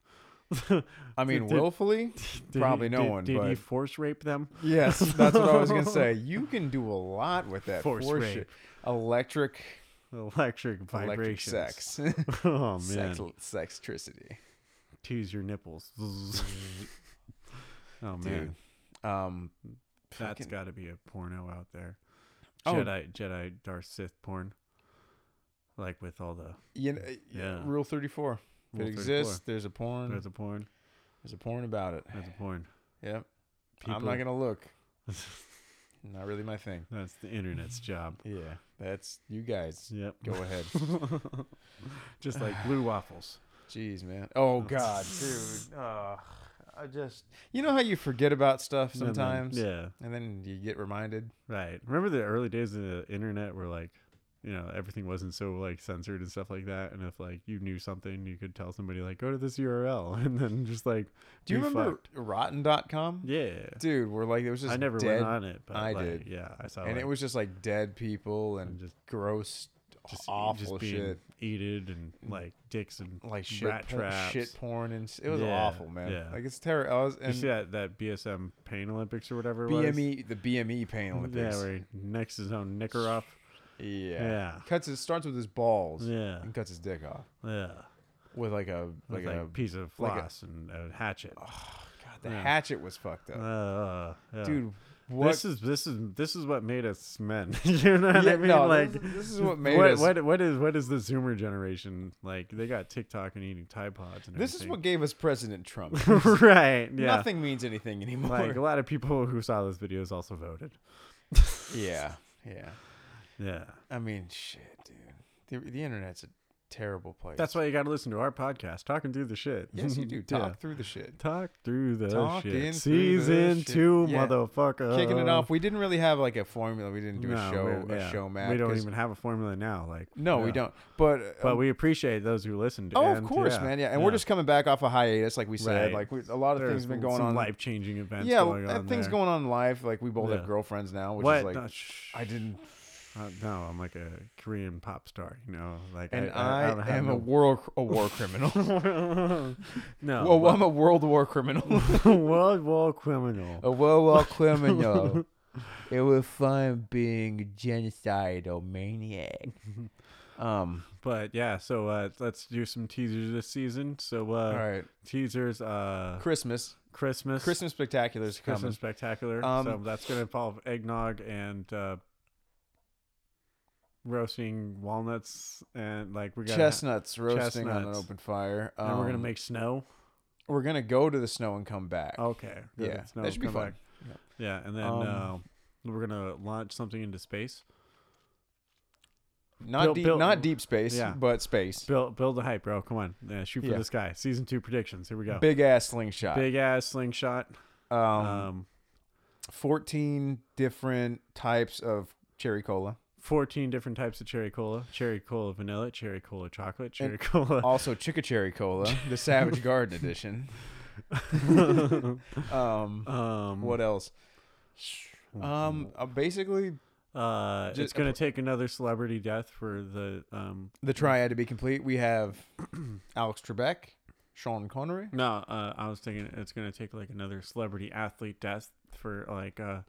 [SPEAKER 2] [LAUGHS] Did-
[SPEAKER 1] I mean,
[SPEAKER 2] did-
[SPEAKER 1] willfully,
[SPEAKER 2] did
[SPEAKER 1] probably
[SPEAKER 2] he-
[SPEAKER 1] no
[SPEAKER 2] did-
[SPEAKER 1] one.
[SPEAKER 2] Did
[SPEAKER 1] but
[SPEAKER 2] he force rape them?
[SPEAKER 1] yes, that's what I was gonna say. You can do a lot with that
[SPEAKER 2] [LAUGHS] Force
[SPEAKER 1] force, shit.
[SPEAKER 2] rape.
[SPEAKER 1] electric,
[SPEAKER 2] [LAUGHS] Electric
[SPEAKER 1] electric
[SPEAKER 2] vibrations.
[SPEAKER 1] sex,
[SPEAKER 2] [LAUGHS] oh man,
[SPEAKER 1] sex, sextricity.
[SPEAKER 2] tease your nipples. [LAUGHS] oh man,
[SPEAKER 1] Dude, Um,
[SPEAKER 2] that's
[SPEAKER 1] fucking-
[SPEAKER 2] got to be a porno out there.
[SPEAKER 1] Oh.
[SPEAKER 2] Jedi, Jedi, Darth Sith porn, like with all the
[SPEAKER 1] you know,
[SPEAKER 2] Yeah.
[SPEAKER 1] Rule thirty four. If
[SPEAKER 2] Rule
[SPEAKER 1] it
[SPEAKER 2] 34.
[SPEAKER 1] exists, there's a porn.
[SPEAKER 2] There's a porn.
[SPEAKER 1] There's a porn about it.
[SPEAKER 2] There's a porn.
[SPEAKER 1] Yep. I'm not gonna
[SPEAKER 2] [LAUGHS]
[SPEAKER 1] look. Not really my thing.
[SPEAKER 2] That's the internet's job.
[SPEAKER 1] Yeah, that's you guys.
[SPEAKER 2] Yep.
[SPEAKER 1] Go
[SPEAKER 2] [LAUGHS]
[SPEAKER 1] ahead.
[SPEAKER 2] Just like blue waffles.
[SPEAKER 1] Jeez, man.
[SPEAKER 2] [LAUGHS]
[SPEAKER 1] Oh God, dude. Ugh. I just, you know how you forget about stuff
[SPEAKER 2] And then-
[SPEAKER 1] sometimes,
[SPEAKER 2] yeah.
[SPEAKER 1] and then you get reminded.
[SPEAKER 2] Right. Remember the early days of the internet where like, you know, everything wasn't so like censored and stuff like that. And if like you knew something, you could tell somebody like, go to this URL [LAUGHS] and then just like
[SPEAKER 1] Do you
[SPEAKER 2] be
[SPEAKER 1] remember
[SPEAKER 2] fucked.
[SPEAKER 1] Rotten.com?
[SPEAKER 2] Yeah.
[SPEAKER 1] Dude, where like it was just
[SPEAKER 2] I never
[SPEAKER 1] dead,
[SPEAKER 2] went on it, but
[SPEAKER 1] I
[SPEAKER 2] like,
[SPEAKER 1] did.
[SPEAKER 2] Yeah, I saw
[SPEAKER 1] and
[SPEAKER 2] like,
[SPEAKER 1] it was just like dead people and
[SPEAKER 2] and just
[SPEAKER 1] gross,
[SPEAKER 2] just e,
[SPEAKER 1] awful
[SPEAKER 2] just being
[SPEAKER 1] shit, Mm.
[SPEAKER 2] eated and like dicks and
[SPEAKER 1] like shit,
[SPEAKER 2] rat
[SPEAKER 1] porn,
[SPEAKER 2] traps.
[SPEAKER 1] shit porn, and s- it was
[SPEAKER 2] Yeah,
[SPEAKER 1] awful, man.
[SPEAKER 2] yeah.
[SPEAKER 1] Like it's terrible. I was
[SPEAKER 2] you
[SPEAKER 1] and
[SPEAKER 2] see that, that BSM Pain Olympics or whatever it was?
[SPEAKER 1] BME, E, the BME pain
[SPEAKER 2] [LAUGHS] Yeah,
[SPEAKER 1] Olympics.
[SPEAKER 2] where he necks his own knicker off.
[SPEAKER 1] Yeah,
[SPEAKER 2] Yeah.
[SPEAKER 1] cuts it starts with his balls
[SPEAKER 2] Yeah.
[SPEAKER 1] and cuts his dick off
[SPEAKER 2] Yeah.
[SPEAKER 1] with like a
[SPEAKER 2] Like,
[SPEAKER 1] like,
[SPEAKER 2] a,
[SPEAKER 1] a
[SPEAKER 2] piece of
[SPEAKER 1] like a-
[SPEAKER 2] floss and a hatchet.
[SPEAKER 1] God, the
[SPEAKER 2] yeah.
[SPEAKER 1] hatchet was fucked up.
[SPEAKER 2] Uh, yeah.
[SPEAKER 1] dude what
[SPEAKER 2] This is this is this is what made us men. [LAUGHS] you know what
[SPEAKER 1] Yeah,
[SPEAKER 2] I mean?
[SPEAKER 1] no,
[SPEAKER 2] like
[SPEAKER 1] this, is- this is what made
[SPEAKER 2] what,
[SPEAKER 1] us
[SPEAKER 2] what what is what is the Zoomer generation like? They got TikTok and eating Tide Pods. And
[SPEAKER 1] this is what
[SPEAKER 2] everything.
[SPEAKER 1] gave us president trump
[SPEAKER 2] right? [LAUGHS] Yeah.
[SPEAKER 1] nothing means anything anymore
[SPEAKER 2] Like a lot of people who saw those videos also voted.
[SPEAKER 1] [LAUGHS] yeah yeah
[SPEAKER 2] Yeah.
[SPEAKER 1] i mean shit dude the, the internet's a terrible place
[SPEAKER 2] That's why you got to listen to our podcast, talking through the shit.
[SPEAKER 1] yes
[SPEAKER 2] [LAUGHS]
[SPEAKER 1] you do
[SPEAKER 2] Yeah.
[SPEAKER 1] talk through the shit
[SPEAKER 2] Talk through the
[SPEAKER 1] Talk in
[SPEAKER 2] shit.
[SPEAKER 1] through the
[SPEAKER 2] Season
[SPEAKER 1] shit.
[SPEAKER 2] two,
[SPEAKER 1] Yeah.
[SPEAKER 2] motherfucker.
[SPEAKER 1] kicking it off we didn't really have like a formula we didn't do a
[SPEAKER 2] Uh, No,
[SPEAKER 1] show
[SPEAKER 2] we-
[SPEAKER 1] a
[SPEAKER 2] yeah.
[SPEAKER 1] show map
[SPEAKER 2] We don't
[SPEAKER 1] 'cause-
[SPEAKER 2] even have a formula now. Like
[SPEAKER 1] no we
[SPEAKER 2] yeah.
[SPEAKER 1] don't but uh,
[SPEAKER 2] But we appreciate those who listened.
[SPEAKER 1] Oh,
[SPEAKER 2] and,
[SPEAKER 1] of course,
[SPEAKER 2] yeah,
[SPEAKER 1] man. Yeah, and we're just coming back off a hiatus, like we said.
[SPEAKER 2] Right.
[SPEAKER 1] Like we, a lot of things
[SPEAKER 2] There's
[SPEAKER 1] have been going
[SPEAKER 2] some
[SPEAKER 1] on.
[SPEAKER 2] Life changing events.
[SPEAKER 1] yeah,
[SPEAKER 2] going
[SPEAKER 1] that
[SPEAKER 2] on
[SPEAKER 1] things
[SPEAKER 2] there.
[SPEAKER 1] going on in life. Like we both
[SPEAKER 2] Yeah.
[SPEAKER 1] have girlfriends now, which is
[SPEAKER 2] What?
[SPEAKER 1] like
[SPEAKER 2] no, shh.
[SPEAKER 1] I [SIGHS] didn't
[SPEAKER 2] Uh, no, I'm like a Korean pop star. You know, like
[SPEAKER 1] and
[SPEAKER 2] I,
[SPEAKER 1] I,
[SPEAKER 2] don't have
[SPEAKER 1] am a
[SPEAKER 2] no...
[SPEAKER 1] war a war criminal.
[SPEAKER 2] [LAUGHS] no.
[SPEAKER 1] [LAUGHS] well, I'm a world war
[SPEAKER 2] [LAUGHS]
[SPEAKER 1] criminal.
[SPEAKER 2] but- world war criminal.
[SPEAKER 1] a world war
[SPEAKER 2] [LAUGHS]
[SPEAKER 1] criminal. it was fun being a genocidal
[SPEAKER 2] [LAUGHS]
[SPEAKER 1] maniac. Um.
[SPEAKER 2] But yeah, so uh, let's do some teasers this season. So uh,
[SPEAKER 1] all right.
[SPEAKER 2] teasers, uh,
[SPEAKER 1] Christmas.
[SPEAKER 2] Christmas,
[SPEAKER 1] Christmas spectaculars is coming.
[SPEAKER 2] Christmas spectacular.
[SPEAKER 1] Um,
[SPEAKER 2] so that's going to involve eggnog and uh, roasting walnuts and like we got
[SPEAKER 1] Chestnuts roasting on an
[SPEAKER 2] Chestnuts.
[SPEAKER 1] open fire. Um,
[SPEAKER 2] and we're gonna make snow.
[SPEAKER 1] We're gonna go to the snow and come back.
[SPEAKER 2] Okay, good.
[SPEAKER 1] yeah,
[SPEAKER 2] Snow
[SPEAKER 1] that should be
[SPEAKER 2] come
[SPEAKER 1] fun.
[SPEAKER 2] back. Yeah, and then uh,
[SPEAKER 1] Um,
[SPEAKER 2] we're gonna launch something into space.
[SPEAKER 1] Not
[SPEAKER 2] Built-
[SPEAKER 1] deep,
[SPEAKER 2] built-
[SPEAKER 1] not deep space,
[SPEAKER 2] yeah.
[SPEAKER 1] but space.
[SPEAKER 2] Build build the hype, bro. Come on, yeah, shoot for
[SPEAKER 1] Yeah.
[SPEAKER 2] the sky. Season two predictions. Here we go. Big,
[SPEAKER 1] Big ass slingshot.
[SPEAKER 2] ass slingshot. Um,
[SPEAKER 1] um, 14 different types of cherry cola.
[SPEAKER 2] fourteen different types of cherry cola: cherry cola vanilla, cherry cola chocolate, cherry cola.
[SPEAKER 1] Also, Chicka Cherry Cola, the
[SPEAKER 2] [LAUGHS]
[SPEAKER 1] Savage Garden edition. um,
[SPEAKER 2] [LAUGHS] um, oh,
[SPEAKER 1] what else? Um, uh, basically,
[SPEAKER 2] Uh,
[SPEAKER 1] Ju-
[SPEAKER 2] it's gonna take another celebrity death for the um.
[SPEAKER 1] the triad to be complete. We have
[SPEAKER 2] [CLEARS THROAT]
[SPEAKER 1] Alex Trebek, Sean Connery.
[SPEAKER 2] No, uh, I was thinking it's gonna take like another celebrity athlete Hmm. death for like uh,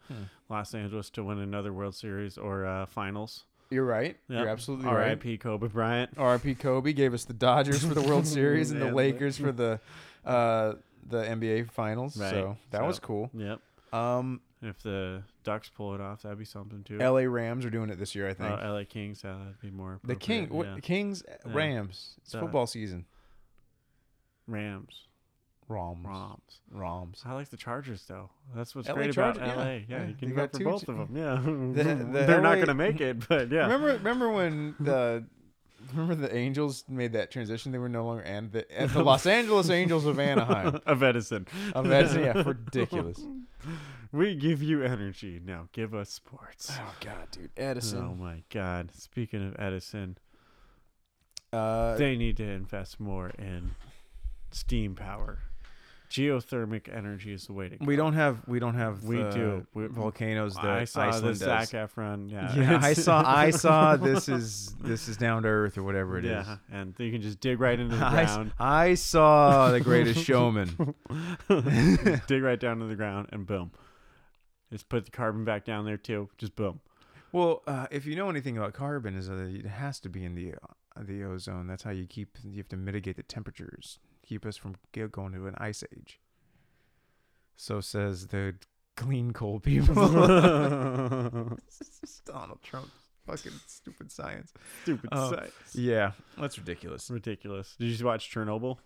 [SPEAKER 2] Los Angeles to win another World Series or uh, finals.
[SPEAKER 1] You're right.
[SPEAKER 2] Yep.
[SPEAKER 1] You're absolutely right.
[SPEAKER 2] R.I.P. Kobe Bryant.
[SPEAKER 1] RP Kobe gave us the Dodgers for the
[SPEAKER 2] [LAUGHS]
[SPEAKER 1] World Series and the
[SPEAKER 2] Yeah.
[SPEAKER 1] Lakers for the uh, the NBA Finals.
[SPEAKER 2] Right.
[SPEAKER 1] So that was
[SPEAKER 2] So-
[SPEAKER 1] cool.
[SPEAKER 2] Yep.
[SPEAKER 1] Um,
[SPEAKER 2] If the Ducks pull it off, that'd be something too.
[SPEAKER 1] LA Rams are doing it this year, I
[SPEAKER 2] Oh,
[SPEAKER 1] think.
[SPEAKER 2] LA Kings. uh, that'd be more.
[SPEAKER 1] the King, what,
[SPEAKER 2] appropriate, yeah.
[SPEAKER 1] Kings, uh,
[SPEAKER 2] Yeah.
[SPEAKER 1] Rams. It's
[SPEAKER 2] So-
[SPEAKER 1] football season.
[SPEAKER 2] Rams.
[SPEAKER 1] Roms.
[SPEAKER 2] Roms.
[SPEAKER 1] Roms.
[SPEAKER 2] I like the Chargers though. That's what's
[SPEAKER 1] LA
[SPEAKER 2] great
[SPEAKER 1] Charger- yeah,
[SPEAKER 2] about LA. Yeah,
[SPEAKER 1] yeah,
[SPEAKER 2] you
[SPEAKER 1] they
[SPEAKER 2] can
[SPEAKER 1] got
[SPEAKER 2] vote for
[SPEAKER 1] two
[SPEAKER 2] both
[SPEAKER 1] ch- [LAUGHS]
[SPEAKER 2] of them. Yeah, [LAUGHS]
[SPEAKER 1] the
[SPEAKER 2] they're not
[SPEAKER 1] LA
[SPEAKER 2] gonna make it, but yeah.
[SPEAKER 1] Remember, remember
[SPEAKER 2] [LAUGHS]
[SPEAKER 1] when the remember the Angels made that transition? They were no longer and the, and
[SPEAKER 2] [LAUGHS]
[SPEAKER 1] the Los Angeles Angels of Anaheim.
[SPEAKER 2] of Edison.
[SPEAKER 1] Of Edison, yeah,
[SPEAKER 2] [LAUGHS]
[SPEAKER 1] ridiculous.
[SPEAKER 2] We give you energy. Now give us sports.
[SPEAKER 1] Oh God, dude,
[SPEAKER 2] Oh
[SPEAKER 1] Edison.
[SPEAKER 2] my God! Speaking of Edison,
[SPEAKER 1] Uh,
[SPEAKER 2] they need to invest more in steam power. Geothermic energy is the way to go.
[SPEAKER 1] we don't have we don't have
[SPEAKER 2] We
[SPEAKER 1] the
[SPEAKER 2] do. We-
[SPEAKER 1] volcanoes that
[SPEAKER 2] I saw
[SPEAKER 1] Iceland
[SPEAKER 2] the
[SPEAKER 1] does.
[SPEAKER 2] Zac Efron. Yeah,
[SPEAKER 1] Yeah, I
[SPEAKER 2] it's- [LAUGHS]
[SPEAKER 1] saw. I saw. This is this is down to earth or [LAUGHS] whatever it is.
[SPEAKER 2] yeah, and you can just dig right
[SPEAKER 1] [LAUGHS]
[SPEAKER 2] into the
[SPEAKER 1] I, s-
[SPEAKER 2] ground.
[SPEAKER 1] I saw the
[SPEAKER 2] [LAUGHS]
[SPEAKER 1] Greatest Showman.
[SPEAKER 2] Just dig right down to the ground and boom. Just put the carbon back down there too. Just boom. [LAUGHS]
[SPEAKER 1] Well, uh, if you know anything about carbon, is that it has to be in the uh, the ozone. That's how you keep. You have to mitigate the temperatures, keep us from g- going to an ice age. So says the clean coal people.
[SPEAKER 2] [LAUGHS]
[SPEAKER 1] [LAUGHS] Donald Trump, fucking [LAUGHS] stupid science.
[SPEAKER 2] Stupid
[SPEAKER 1] Oh,
[SPEAKER 2] science.
[SPEAKER 1] Yeah, that's ridiculous.
[SPEAKER 2] Ridiculous. Did you watch Chernobyl?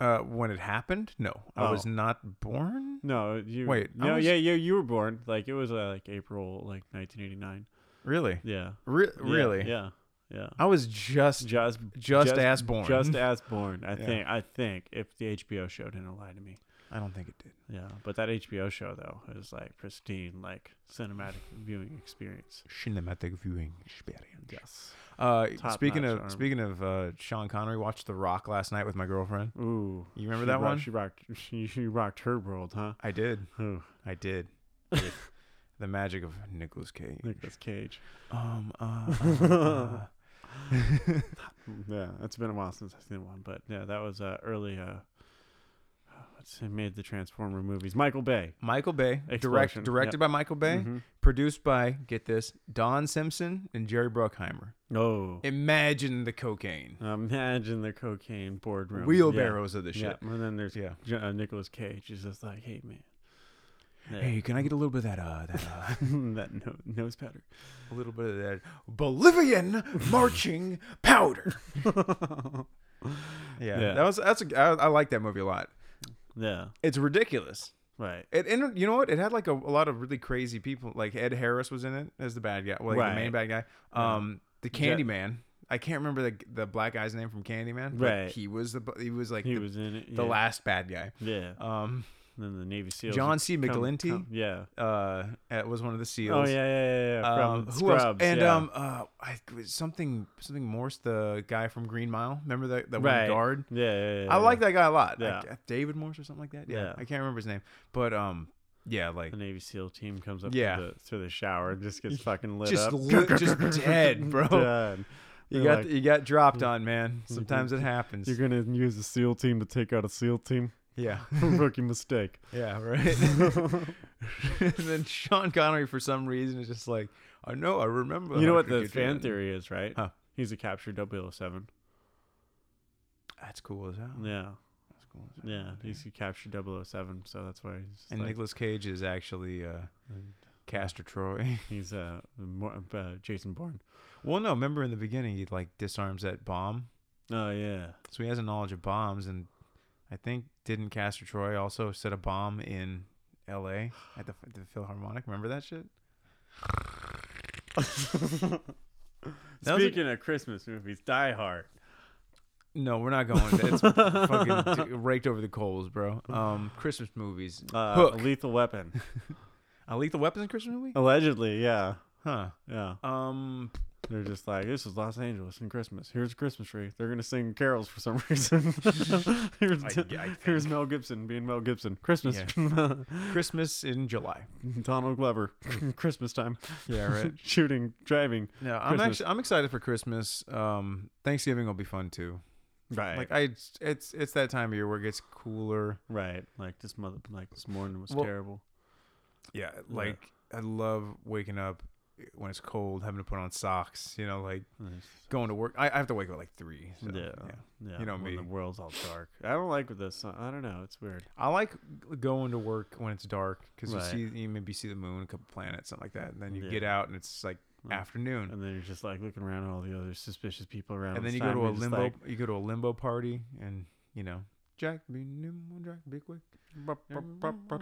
[SPEAKER 1] Uh, when it happened, no, I
[SPEAKER 2] Oh.
[SPEAKER 1] was not born.
[SPEAKER 2] No, you
[SPEAKER 1] Wait, I
[SPEAKER 2] No,
[SPEAKER 1] was-
[SPEAKER 2] yeah, yeah, you were born. Like it was uh, like April like 1989.
[SPEAKER 1] Really,
[SPEAKER 2] Yeah.
[SPEAKER 1] Re-
[SPEAKER 2] Yeah,
[SPEAKER 1] really.
[SPEAKER 2] Yeah. Yeah.
[SPEAKER 1] I was just
[SPEAKER 2] Just
[SPEAKER 1] just, as born.
[SPEAKER 2] Just as born. I
[SPEAKER 1] [LAUGHS] Yeah.
[SPEAKER 2] think I think if the HBO show didn't lie to me.
[SPEAKER 1] I don't think it did.
[SPEAKER 2] Yeah, but that HBO show though is like pristine, like cinematic viewing experience.
[SPEAKER 1] Cinematic viewing experience.
[SPEAKER 2] Yes.
[SPEAKER 1] Uh,
[SPEAKER 2] Top
[SPEAKER 1] speaking
[SPEAKER 2] notch
[SPEAKER 1] of
[SPEAKER 2] arm.
[SPEAKER 1] speaking of uh, Sean Connery, watched The Rock last night with my girlfriend.
[SPEAKER 2] Ooh.
[SPEAKER 1] You remember
[SPEAKER 2] she
[SPEAKER 1] that
[SPEAKER 2] rock-
[SPEAKER 1] one?
[SPEAKER 2] She rocked. [LAUGHS] She, she rocked her world, huh?
[SPEAKER 1] I did.
[SPEAKER 2] Ooh,
[SPEAKER 1] I [LAUGHS] did. With the magic of Nicolas Cage.
[SPEAKER 2] Nicolas
[SPEAKER 1] [LAUGHS]
[SPEAKER 2] Cage.
[SPEAKER 1] Um. Uh, uh, uh.
[SPEAKER 2] [LAUGHS] Yeah, it's been a while since I've seen one, but yeah, that was uh, early. Uh, what's he made the Transformer movies? Michael Bay.
[SPEAKER 1] [LAUGHS] Michael Bay, direct,
[SPEAKER 2] Explosion,
[SPEAKER 1] directed
[SPEAKER 2] yep.
[SPEAKER 1] by Michael Bay,
[SPEAKER 2] Mhm.
[SPEAKER 1] produced by get this Don Simpson and Jerry Bruckheimer.
[SPEAKER 2] Oh,
[SPEAKER 1] Imagine the cocaine
[SPEAKER 2] imagine the cocaine boardroom.
[SPEAKER 1] wheelbarrows of this
[SPEAKER 2] Yeah.
[SPEAKER 1] shit.
[SPEAKER 2] yeah. And then there's
[SPEAKER 1] Yeah.
[SPEAKER 2] J- uh, Nicolas Cage. He's just like, hey man. Yeah.
[SPEAKER 1] Hey, can I get a little bit of that? Uh, that uh,
[SPEAKER 2] that no- nose powder.
[SPEAKER 1] [LAUGHS] a little bit of that Bolivian [LAUGHS] marching powder. [LAUGHS] yeah,
[SPEAKER 2] Yeah.
[SPEAKER 1] that was that's a, I, I like that movie a lot.
[SPEAKER 2] Yeah.
[SPEAKER 1] It's ridiculous.
[SPEAKER 2] Right.
[SPEAKER 1] It and you know what? It had like a, a lot of really crazy people. Like Ed Harris was in it as the bad guy, well, like the main bad guy. Um, the
[SPEAKER 2] Yeah.
[SPEAKER 1] Candyman. I can't remember the the black guy's name from Candyman. but
[SPEAKER 2] Right.
[SPEAKER 1] he was the bu- he was like
[SPEAKER 2] He
[SPEAKER 1] the,
[SPEAKER 2] was in it.
[SPEAKER 1] the
[SPEAKER 2] yeah.
[SPEAKER 1] last bad guy.
[SPEAKER 2] Yeah.
[SPEAKER 1] Um,
[SPEAKER 2] And then the Navy SEALs.
[SPEAKER 1] John
[SPEAKER 2] would
[SPEAKER 1] C.
[SPEAKER 2] come-
[SPEAKER 1] McGlinty?
[SPEAKER 2] come- Yeah.
[SPEAKER 1] uh, it was one of the seals.
[SPEAKER 2] Oh yeah, yeah, yeah. yeah.
[SPEAKER 1] Um,
[SPEAKER 2] From
[SPEAKER 1] who else?
[SPEAKER 2] Scrubs.
[SPEAKER 1] And
[SPEAKER 2] yeah.
[SPEAKER 1] um, uh, I it was something something Morse, the guy from Green Mile. Remember that that one
[SPEAKER 2] right.
[SPEAKER 1] guard?
[SPEAKER 2] Yeah, yeah, yeah.
[SPEAKER 1] I like that guy a lot.
[SPEAKER 2] Yeah.
[SPEAKER 1] I- David Morse or something like that. Yeah,
[SPEAKER 2] Yeah.
[SPEAKER 1] I can't remember his name, but um, yeah, like
[SPEAKER 2] The Navy SEAL team comes up
[SPEAKER 1] Yeah.
[SPEAKER 2] yeah. through, the, through the shower and
[SPEAKER 1] [LAUGHS]
[SPEAKER 2] just gets fucking lit
[SPEAKER 1] just
[SPEAKER 2] up.
[SPEAKER 1] lit- just
[SPEAKER 2] [LAUGHS]
[SPEAKER 1] dead, bro.
[SPEAKER 2] Done.
[SPEAKER 1] you
[SPEAKER 2] They're
[SPEAKER 1] got
[SPEAKER 2] like, Mm-hmm.
[SPEAKER 1] you got dropped on, man. Sometimes it happens. [LAUGHS]
[SPEAKER 2] You're gonna use a SEAL team to take out a SEAL team. [LAUGHS]
[SPEAKER 1] Yeah,
[SPEAKER 2] Rookie mistake.
[SPEAKER 1] [LAUGHS] yeah, right.
[SPEAKER 2] [LAUGHS]
[SPEAKER 1] [LAUGHS] and then Sean Connery, for some reason, is just like, I know, I remember.
[SPEAKER 2] you know
[SPEAKER 1] how
[SPEAKER 2] what
[SPEAKER 1] to
[SPEAKER 2] the
[SPEAKER 1] get you
[SPEAKER 2] fan
[SPEAKER 1] in."
[SPEAKER 2] theory is, right?
[SPEAKER 1] Huh.
[SPEAKER 2] He's a captured 007.
[SPEAKER 1] That's cool as hell.
[SPEAKER 2] Yeah,
[SPEAKER 1] That's cool. As hell.
[SPEAKER 2] yeah. He's a captured 007, so that's why he's
[SPEAKER 1] And
[SPEAKER 2] like,
[SPEAKER 1] Nicolas Cage is actually uh, Castor Troy. [LAUGHS]
[SPEAKER 2] he's uh, more, uh Jason Bourne.
[SPEAKER 1] Well, no, remember in the beginning he like disarms that bomb, [LAUGHS]
[SPEAKER 2] Oh yeah.
[SPEAKER 1] so he has a knowledge of bombs, and I think didn't Castor Troy also set a bomb in L.A. at the, the Philharmonic? Remember that shit? That was a-
[SPEAKER 2] Speaking of Christmas movies, Die Hard.
[SPEAKER 1] No, we're not going. It's fucking d- [LAUGHS] raked over the coals, bro. Um, Christmas movies.
[SPEAKER 2] Uh,
[SPEAKER 1] Hook.
[SPEAKER 2] Lethal
[SPEAKER 1] [LAUGHS]
[SPEAKER 2] Weapon.
[SPEAKER 1] A Lethal Weapons Christmas movie?
[SPEAKER 2] Allegedly, yeah.
[SPEAKER 1] Huh.
[SPEAKER 2] Yeah.
[SPEAKER 1] Um,
[SPEAKER 2] They're just like, this is Los Angeles and Christmas. Here's a Christmas tree. They're going to sing carols for some [LAUGHS]
[SPEAKER 1] [LAUGHS]
[SPEAKER 2] reason. here's,
[SPEAKER 1] I- I
[SPEAKER 2] here's Mel Gibson being Mel Gibson. Christmas.
[SPEAKER 1] Christmas in July.
[SPEAKER 2] [LAUGHS] Donald Glover. [LAUGHS] Christmas time. [LAUGHS]
[SPEAKER 1] Yeah, right.
[SPEAKER 2] Shooting, driving.
[SPEAKER 1] No, I'm
[SPEAKER 2] Christmas.
[SPEAKER 1] actually I'm excited for Christmas. Um, Thanksgiving will be fun too.
[SPEAKER 2] Right.
[SPEAKER 1] Like I, it's it's that time of year where it gets cooler.
[SPEAKER 2] right. Like this mother, like this morning was
[SPEAKER 1] Well-
[SPEAKER 2] terrible.
[SPEAKER 1] Yeah, like I love waking up when it's cold, having to put on socks. You know, like
[SPEAKER 2] Nice.
[SPEAKER 1] going to work. I, I have to wake up at like three. so,
[SPEAKER 2] yeah, yeah.
[SPEAKER 1] You know
[SPEAKER 2] when
[SPEAKER 1] me.
[SPEAKER 2] The world's all dark. I don't like with this. I don't know. It's weird.
[SPEAKER 1] I like going to work when it's dark because
[SPEAKER 2] Right.
[SPEAKER 1] you see you maybe see the moon, a couple planets, something like that, and then you
[SPEAKER 2] Yeah.
[SPEAKER 1] get out and it's like
[SPEAKER 2] Mm.
[SPEAKER 1] afternoon, and,
[SPEAKER 2] And then you're just like looking around at all the other suspicious people around.
[SPEAKER 1] then
[SPEAKER 2] It's
[SPEAKER 1] you go
[SPEAKER 2] time
[SPEAKER 1] to a
[SPEAKER 2] just,
[SPEAKER 1] limbo.
[SPEAKER 2] like,
[SPEAKER 1] you go to a limbo party, and you know, Jack be nimble, Jack be quick. Yeah,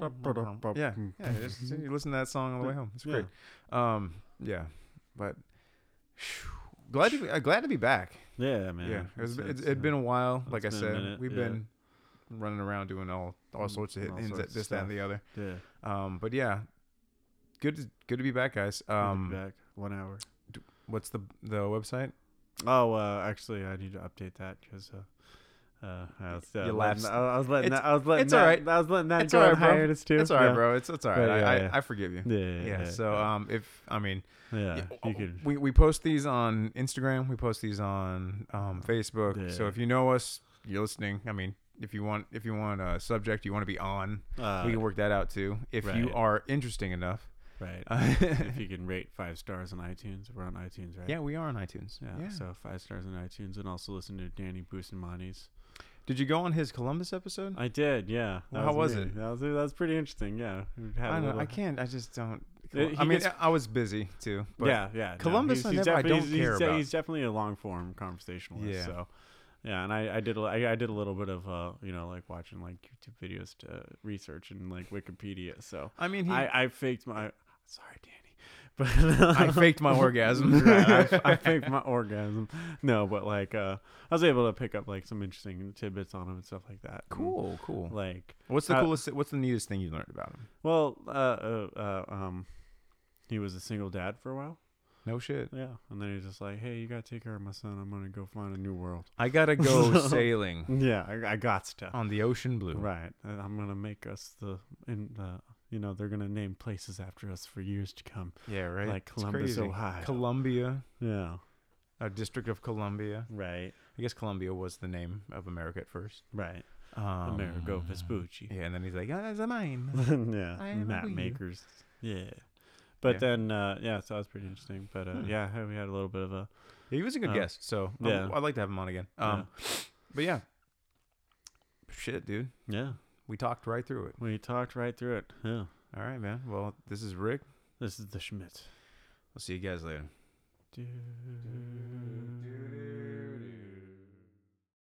[SPEAKER 1] yeah. Just, you listen to that song on the way home. It's great. Um, yeah, but [SIGHS] phew, glad to be, uh, glad to be back.
[SPEAKER 2] Yeah,
[SPEAKER 1] Yeah,
[SPEAKER 2] man.
[SPEAKER 1] it was,
[SPEAKER 2] It's-
[SPEAKER 1] it's,
[SPEAKER 2] it's,
[SPEAKER 1] it'd been
[SPEAKER 2] uh,
[SPEAKER 1] a while.
[SPEAKER 2] it's
[SPEAKER 1] Like I
[SPEAKER 2] been a
[SPEAKER 1] said,
[SPEAKER 2] minute,
[SPEAKER 1] we've
[SPEAKER 2] yeah.
[SPEAKER 1] been running around doing all all
[SPEAKER 2] Mm,
[SPEAKER 1] sorts of hit,
[SPEAKER 2] all
[SPEAKER 1] ins,
[SPEAKER 2] sorts of
[SPEAKER 1] this, that, and
[SPEAKER 2] stuff.
[SPEAKER 1] the other.
[SPEAKER 2] yeah.
[SPEAKER 1] Um, but yeah, good to, good to be back, guys.
[SPEAKER 2] Um,
[SPEAKER 1] Um,
[SPEAKER 2] back one hour.
[SPEAKER 1] what's the the website?
[SPEAKER 2] Oh, uh, actually, I need to update that because uh, uh, I was, uh,
[SPEAKER 1] You
[SPEAKER 2] letting-
[SPEAKER 1] lapsed.
[SPEAKER 2] I was letting
[SPEAKER 1] It's-
[SPEAKER 2] that. I was letting
[SPEAKER 1] it's
[SPEAKER 2] that.
[SPEAKER 1] alright.
[SPEAKER 2] I was letting that
[SPEAKER 1] It's
[SPEAKER 2] go on
[SPEAKER 1] alright, bro.
[SPEAKER 2] hiatus too.
[SPEAKER 1] It's all right,
[SPEAKER 2] yeah.
[SPEAKER 1] bro. It's it's all right.
[SPEAKER 2] Right, yeah,
[SPEAKER 1] I,
[SPEAKER 2] yeah.
[SPEAKER 1] I, I forgive you.
[SPEAKER 2] Yeah. Yeah.
[SPEAKER 1] Yeah.
[SPEAKER 2] yeah,
[SPEAKER 1] so
[SPEAKER 2] yeah.
[SPEAKER 1] um, if I mean,
[SPEAKER 2] [LAUGHS] yeah,
[SPEAKER 1] y-
[SPEAKER 2] you could.
[SPEAKER 1] we we post these on Instagram. We post these on um, Facebook. So
[SPEAKER 2] Yeah.
[SPEAKER 1] if you know us, you're listening. I mean, if you want if you want a subject you want to be on,
[SPEAKER 2] Uh,
[SPEAKER 1] we can work that out too. If you
[SPEAKER 2] right.
[SPEAKER 1] are interesting enough.
[SPEAKER 2] right. [LAUGHS]
[SPEAKER 1] Uh,
[SPEAKER 2] if you can rate five stars on iTunes, we're on iTunes,
[SPEAKER 1] [LAUGHS]
[SPEAKER 2] right?
[SPEAKER 1] yeah, we are on iTunes.
[SPEAKER 2] Yeah, So five stars on iTunes, and also listen to Danny Bustamani's.
[SPEAKER 1] Did you go on his Columbus episode?
[SPEAKER 2] I did, yeah.
[SPEAKER 1] Well, how was
[SPEAKER 2] me.
[SPEAKER 1] it?
[SPEAKER 2] That was that was pretty interesting. Yeah. We'd have
[SPEAKER 1] I don't
[SPEAKER 2] a
[SPEAKER 1] know.
[SPEAKER 2] little- [LAUGHS]
[SPEAKER 1] I can't. I just don't.
[SPEAKER 2] Uh, he
[SPEAKER 1] I mean,
[SPEAKER 2] gets-
[SPEAKER 1] I was busy too. But
[SPEAKER 2] yeah, yeah. no,
[SPEAKER 1] Columbus I never- I
[SPEAKER 2] defi-
[SPEAKER 1] don't
[SPEAKER 2] he's,
[SPEAKER 1] care
[SPEAKER 2] he's,
[SPEAKER 1] about.
[SPEAKER 2] he's definitely a long form conversationalist.
[SPEAKER 1] Yeah.
[SPEAKER 2] So, yeah, and I, I did a, I, I did a little bit of uh you know like watching like YouTube videos to research and like Wikipedia. So
[SPEAKER 1] I mean, he,
[SPEAKER 2] I I faked my sorry Danny, [LAUGHS] but
[SPEAKER 1] I faked
[SPEAKER 2] [LAUGHS]
[SPEAKER 1] my orgasm.
[SPEAKER 2] Right, I, I faked my orgasm. No, but like uh I was able to pick up like some interesting tidbits on him and stuff like that.
[SPEAKER 1] [LAUGHS]
[SPEAKER 2] And,
[SPEAKER 1] Cool, cool.
[SPEAKER 2] Like
[SPEAKER 1] What's the
[SPEAKER 2] Uh,
[SPEAKER 1] coolest? What's the neatest thing you learned about him?
[SPEAKER 2] well uh, uh, uh um he was a single dad for a while.
[SPEAKER 1] No shit.
[SPEAKER 2] Yeah, and then he's just like, "Hey, you gotta take care of my son. I'm gonna go find a new world."
[SPEAKER 1] I gotta
[SPEAKER 2] [LAUGHS]
[SPEAKER 1] go sailing
[SPEAKER 2] Yeah, I, I got stuff.
[SPEAKER 1] on the ocean blue.
[SPEAKER 2] Right, and I'm gonna make us the and uh, you know they're gonna name places after us for years to come,
[SPEAKER 1] Yeah, right.
[SPEAKER 2] like
[SPEAKER 1] It's
[SPEAKER 2] Columbus,
[SPEAKER 1] crazy.
[SPEAKER 2] Ohio.
[SPEAKER 1] Columbia,
[SPEAKER 2] yeah,
[SPEAKER 1] a district of Columbia.
[SPEAKER 2] right,
[SPEAKER 1] I guess Columbia was the name of America at first.
[SPEAKER 2] right.
[SPEAKER 1] Um,
[SPEAKER 2] Amerigo Vespucci.
[SPEAKER 1] Yeah, and then he's like, oh, that's mine.
[SPEAKER 2] [LAUGHS] yeah,
[SPEAKER 1] I am a
[SPEAKER 2] map
[SPEAKER 1] wee.
[SPEAKER 2] makers. Yeah, but
[SPEAKER 1] Yeah.
[SPEAKER 2] then uh, yeah, so that was pretty interesting. But uh,
[SPEAKER 1] Hmm.
[SPEAKER 2] yeah, we had a little bit of a
[SPEAKER 1] He was a good
[SPEAKER 2] Oh.
[SPEAKER 1] guest, so um,
[SPEAKER 2] Yeah.
[SPEAKER 1] I'd like to have him on again. Um, But yeah, shit, dude,
[SPEAKER 2] yeah.
[SPEAKER 1] we talked right through it.
[SPEAKER 2] We talked right through it. Yeah,
[SPEAKER 1] All right, man. Well, this is Rick.
[SPEAKER 2] this is the Schmidt.
[SPEAKER 1] We'll see you guys later.
[SPEAKER 2] Dude.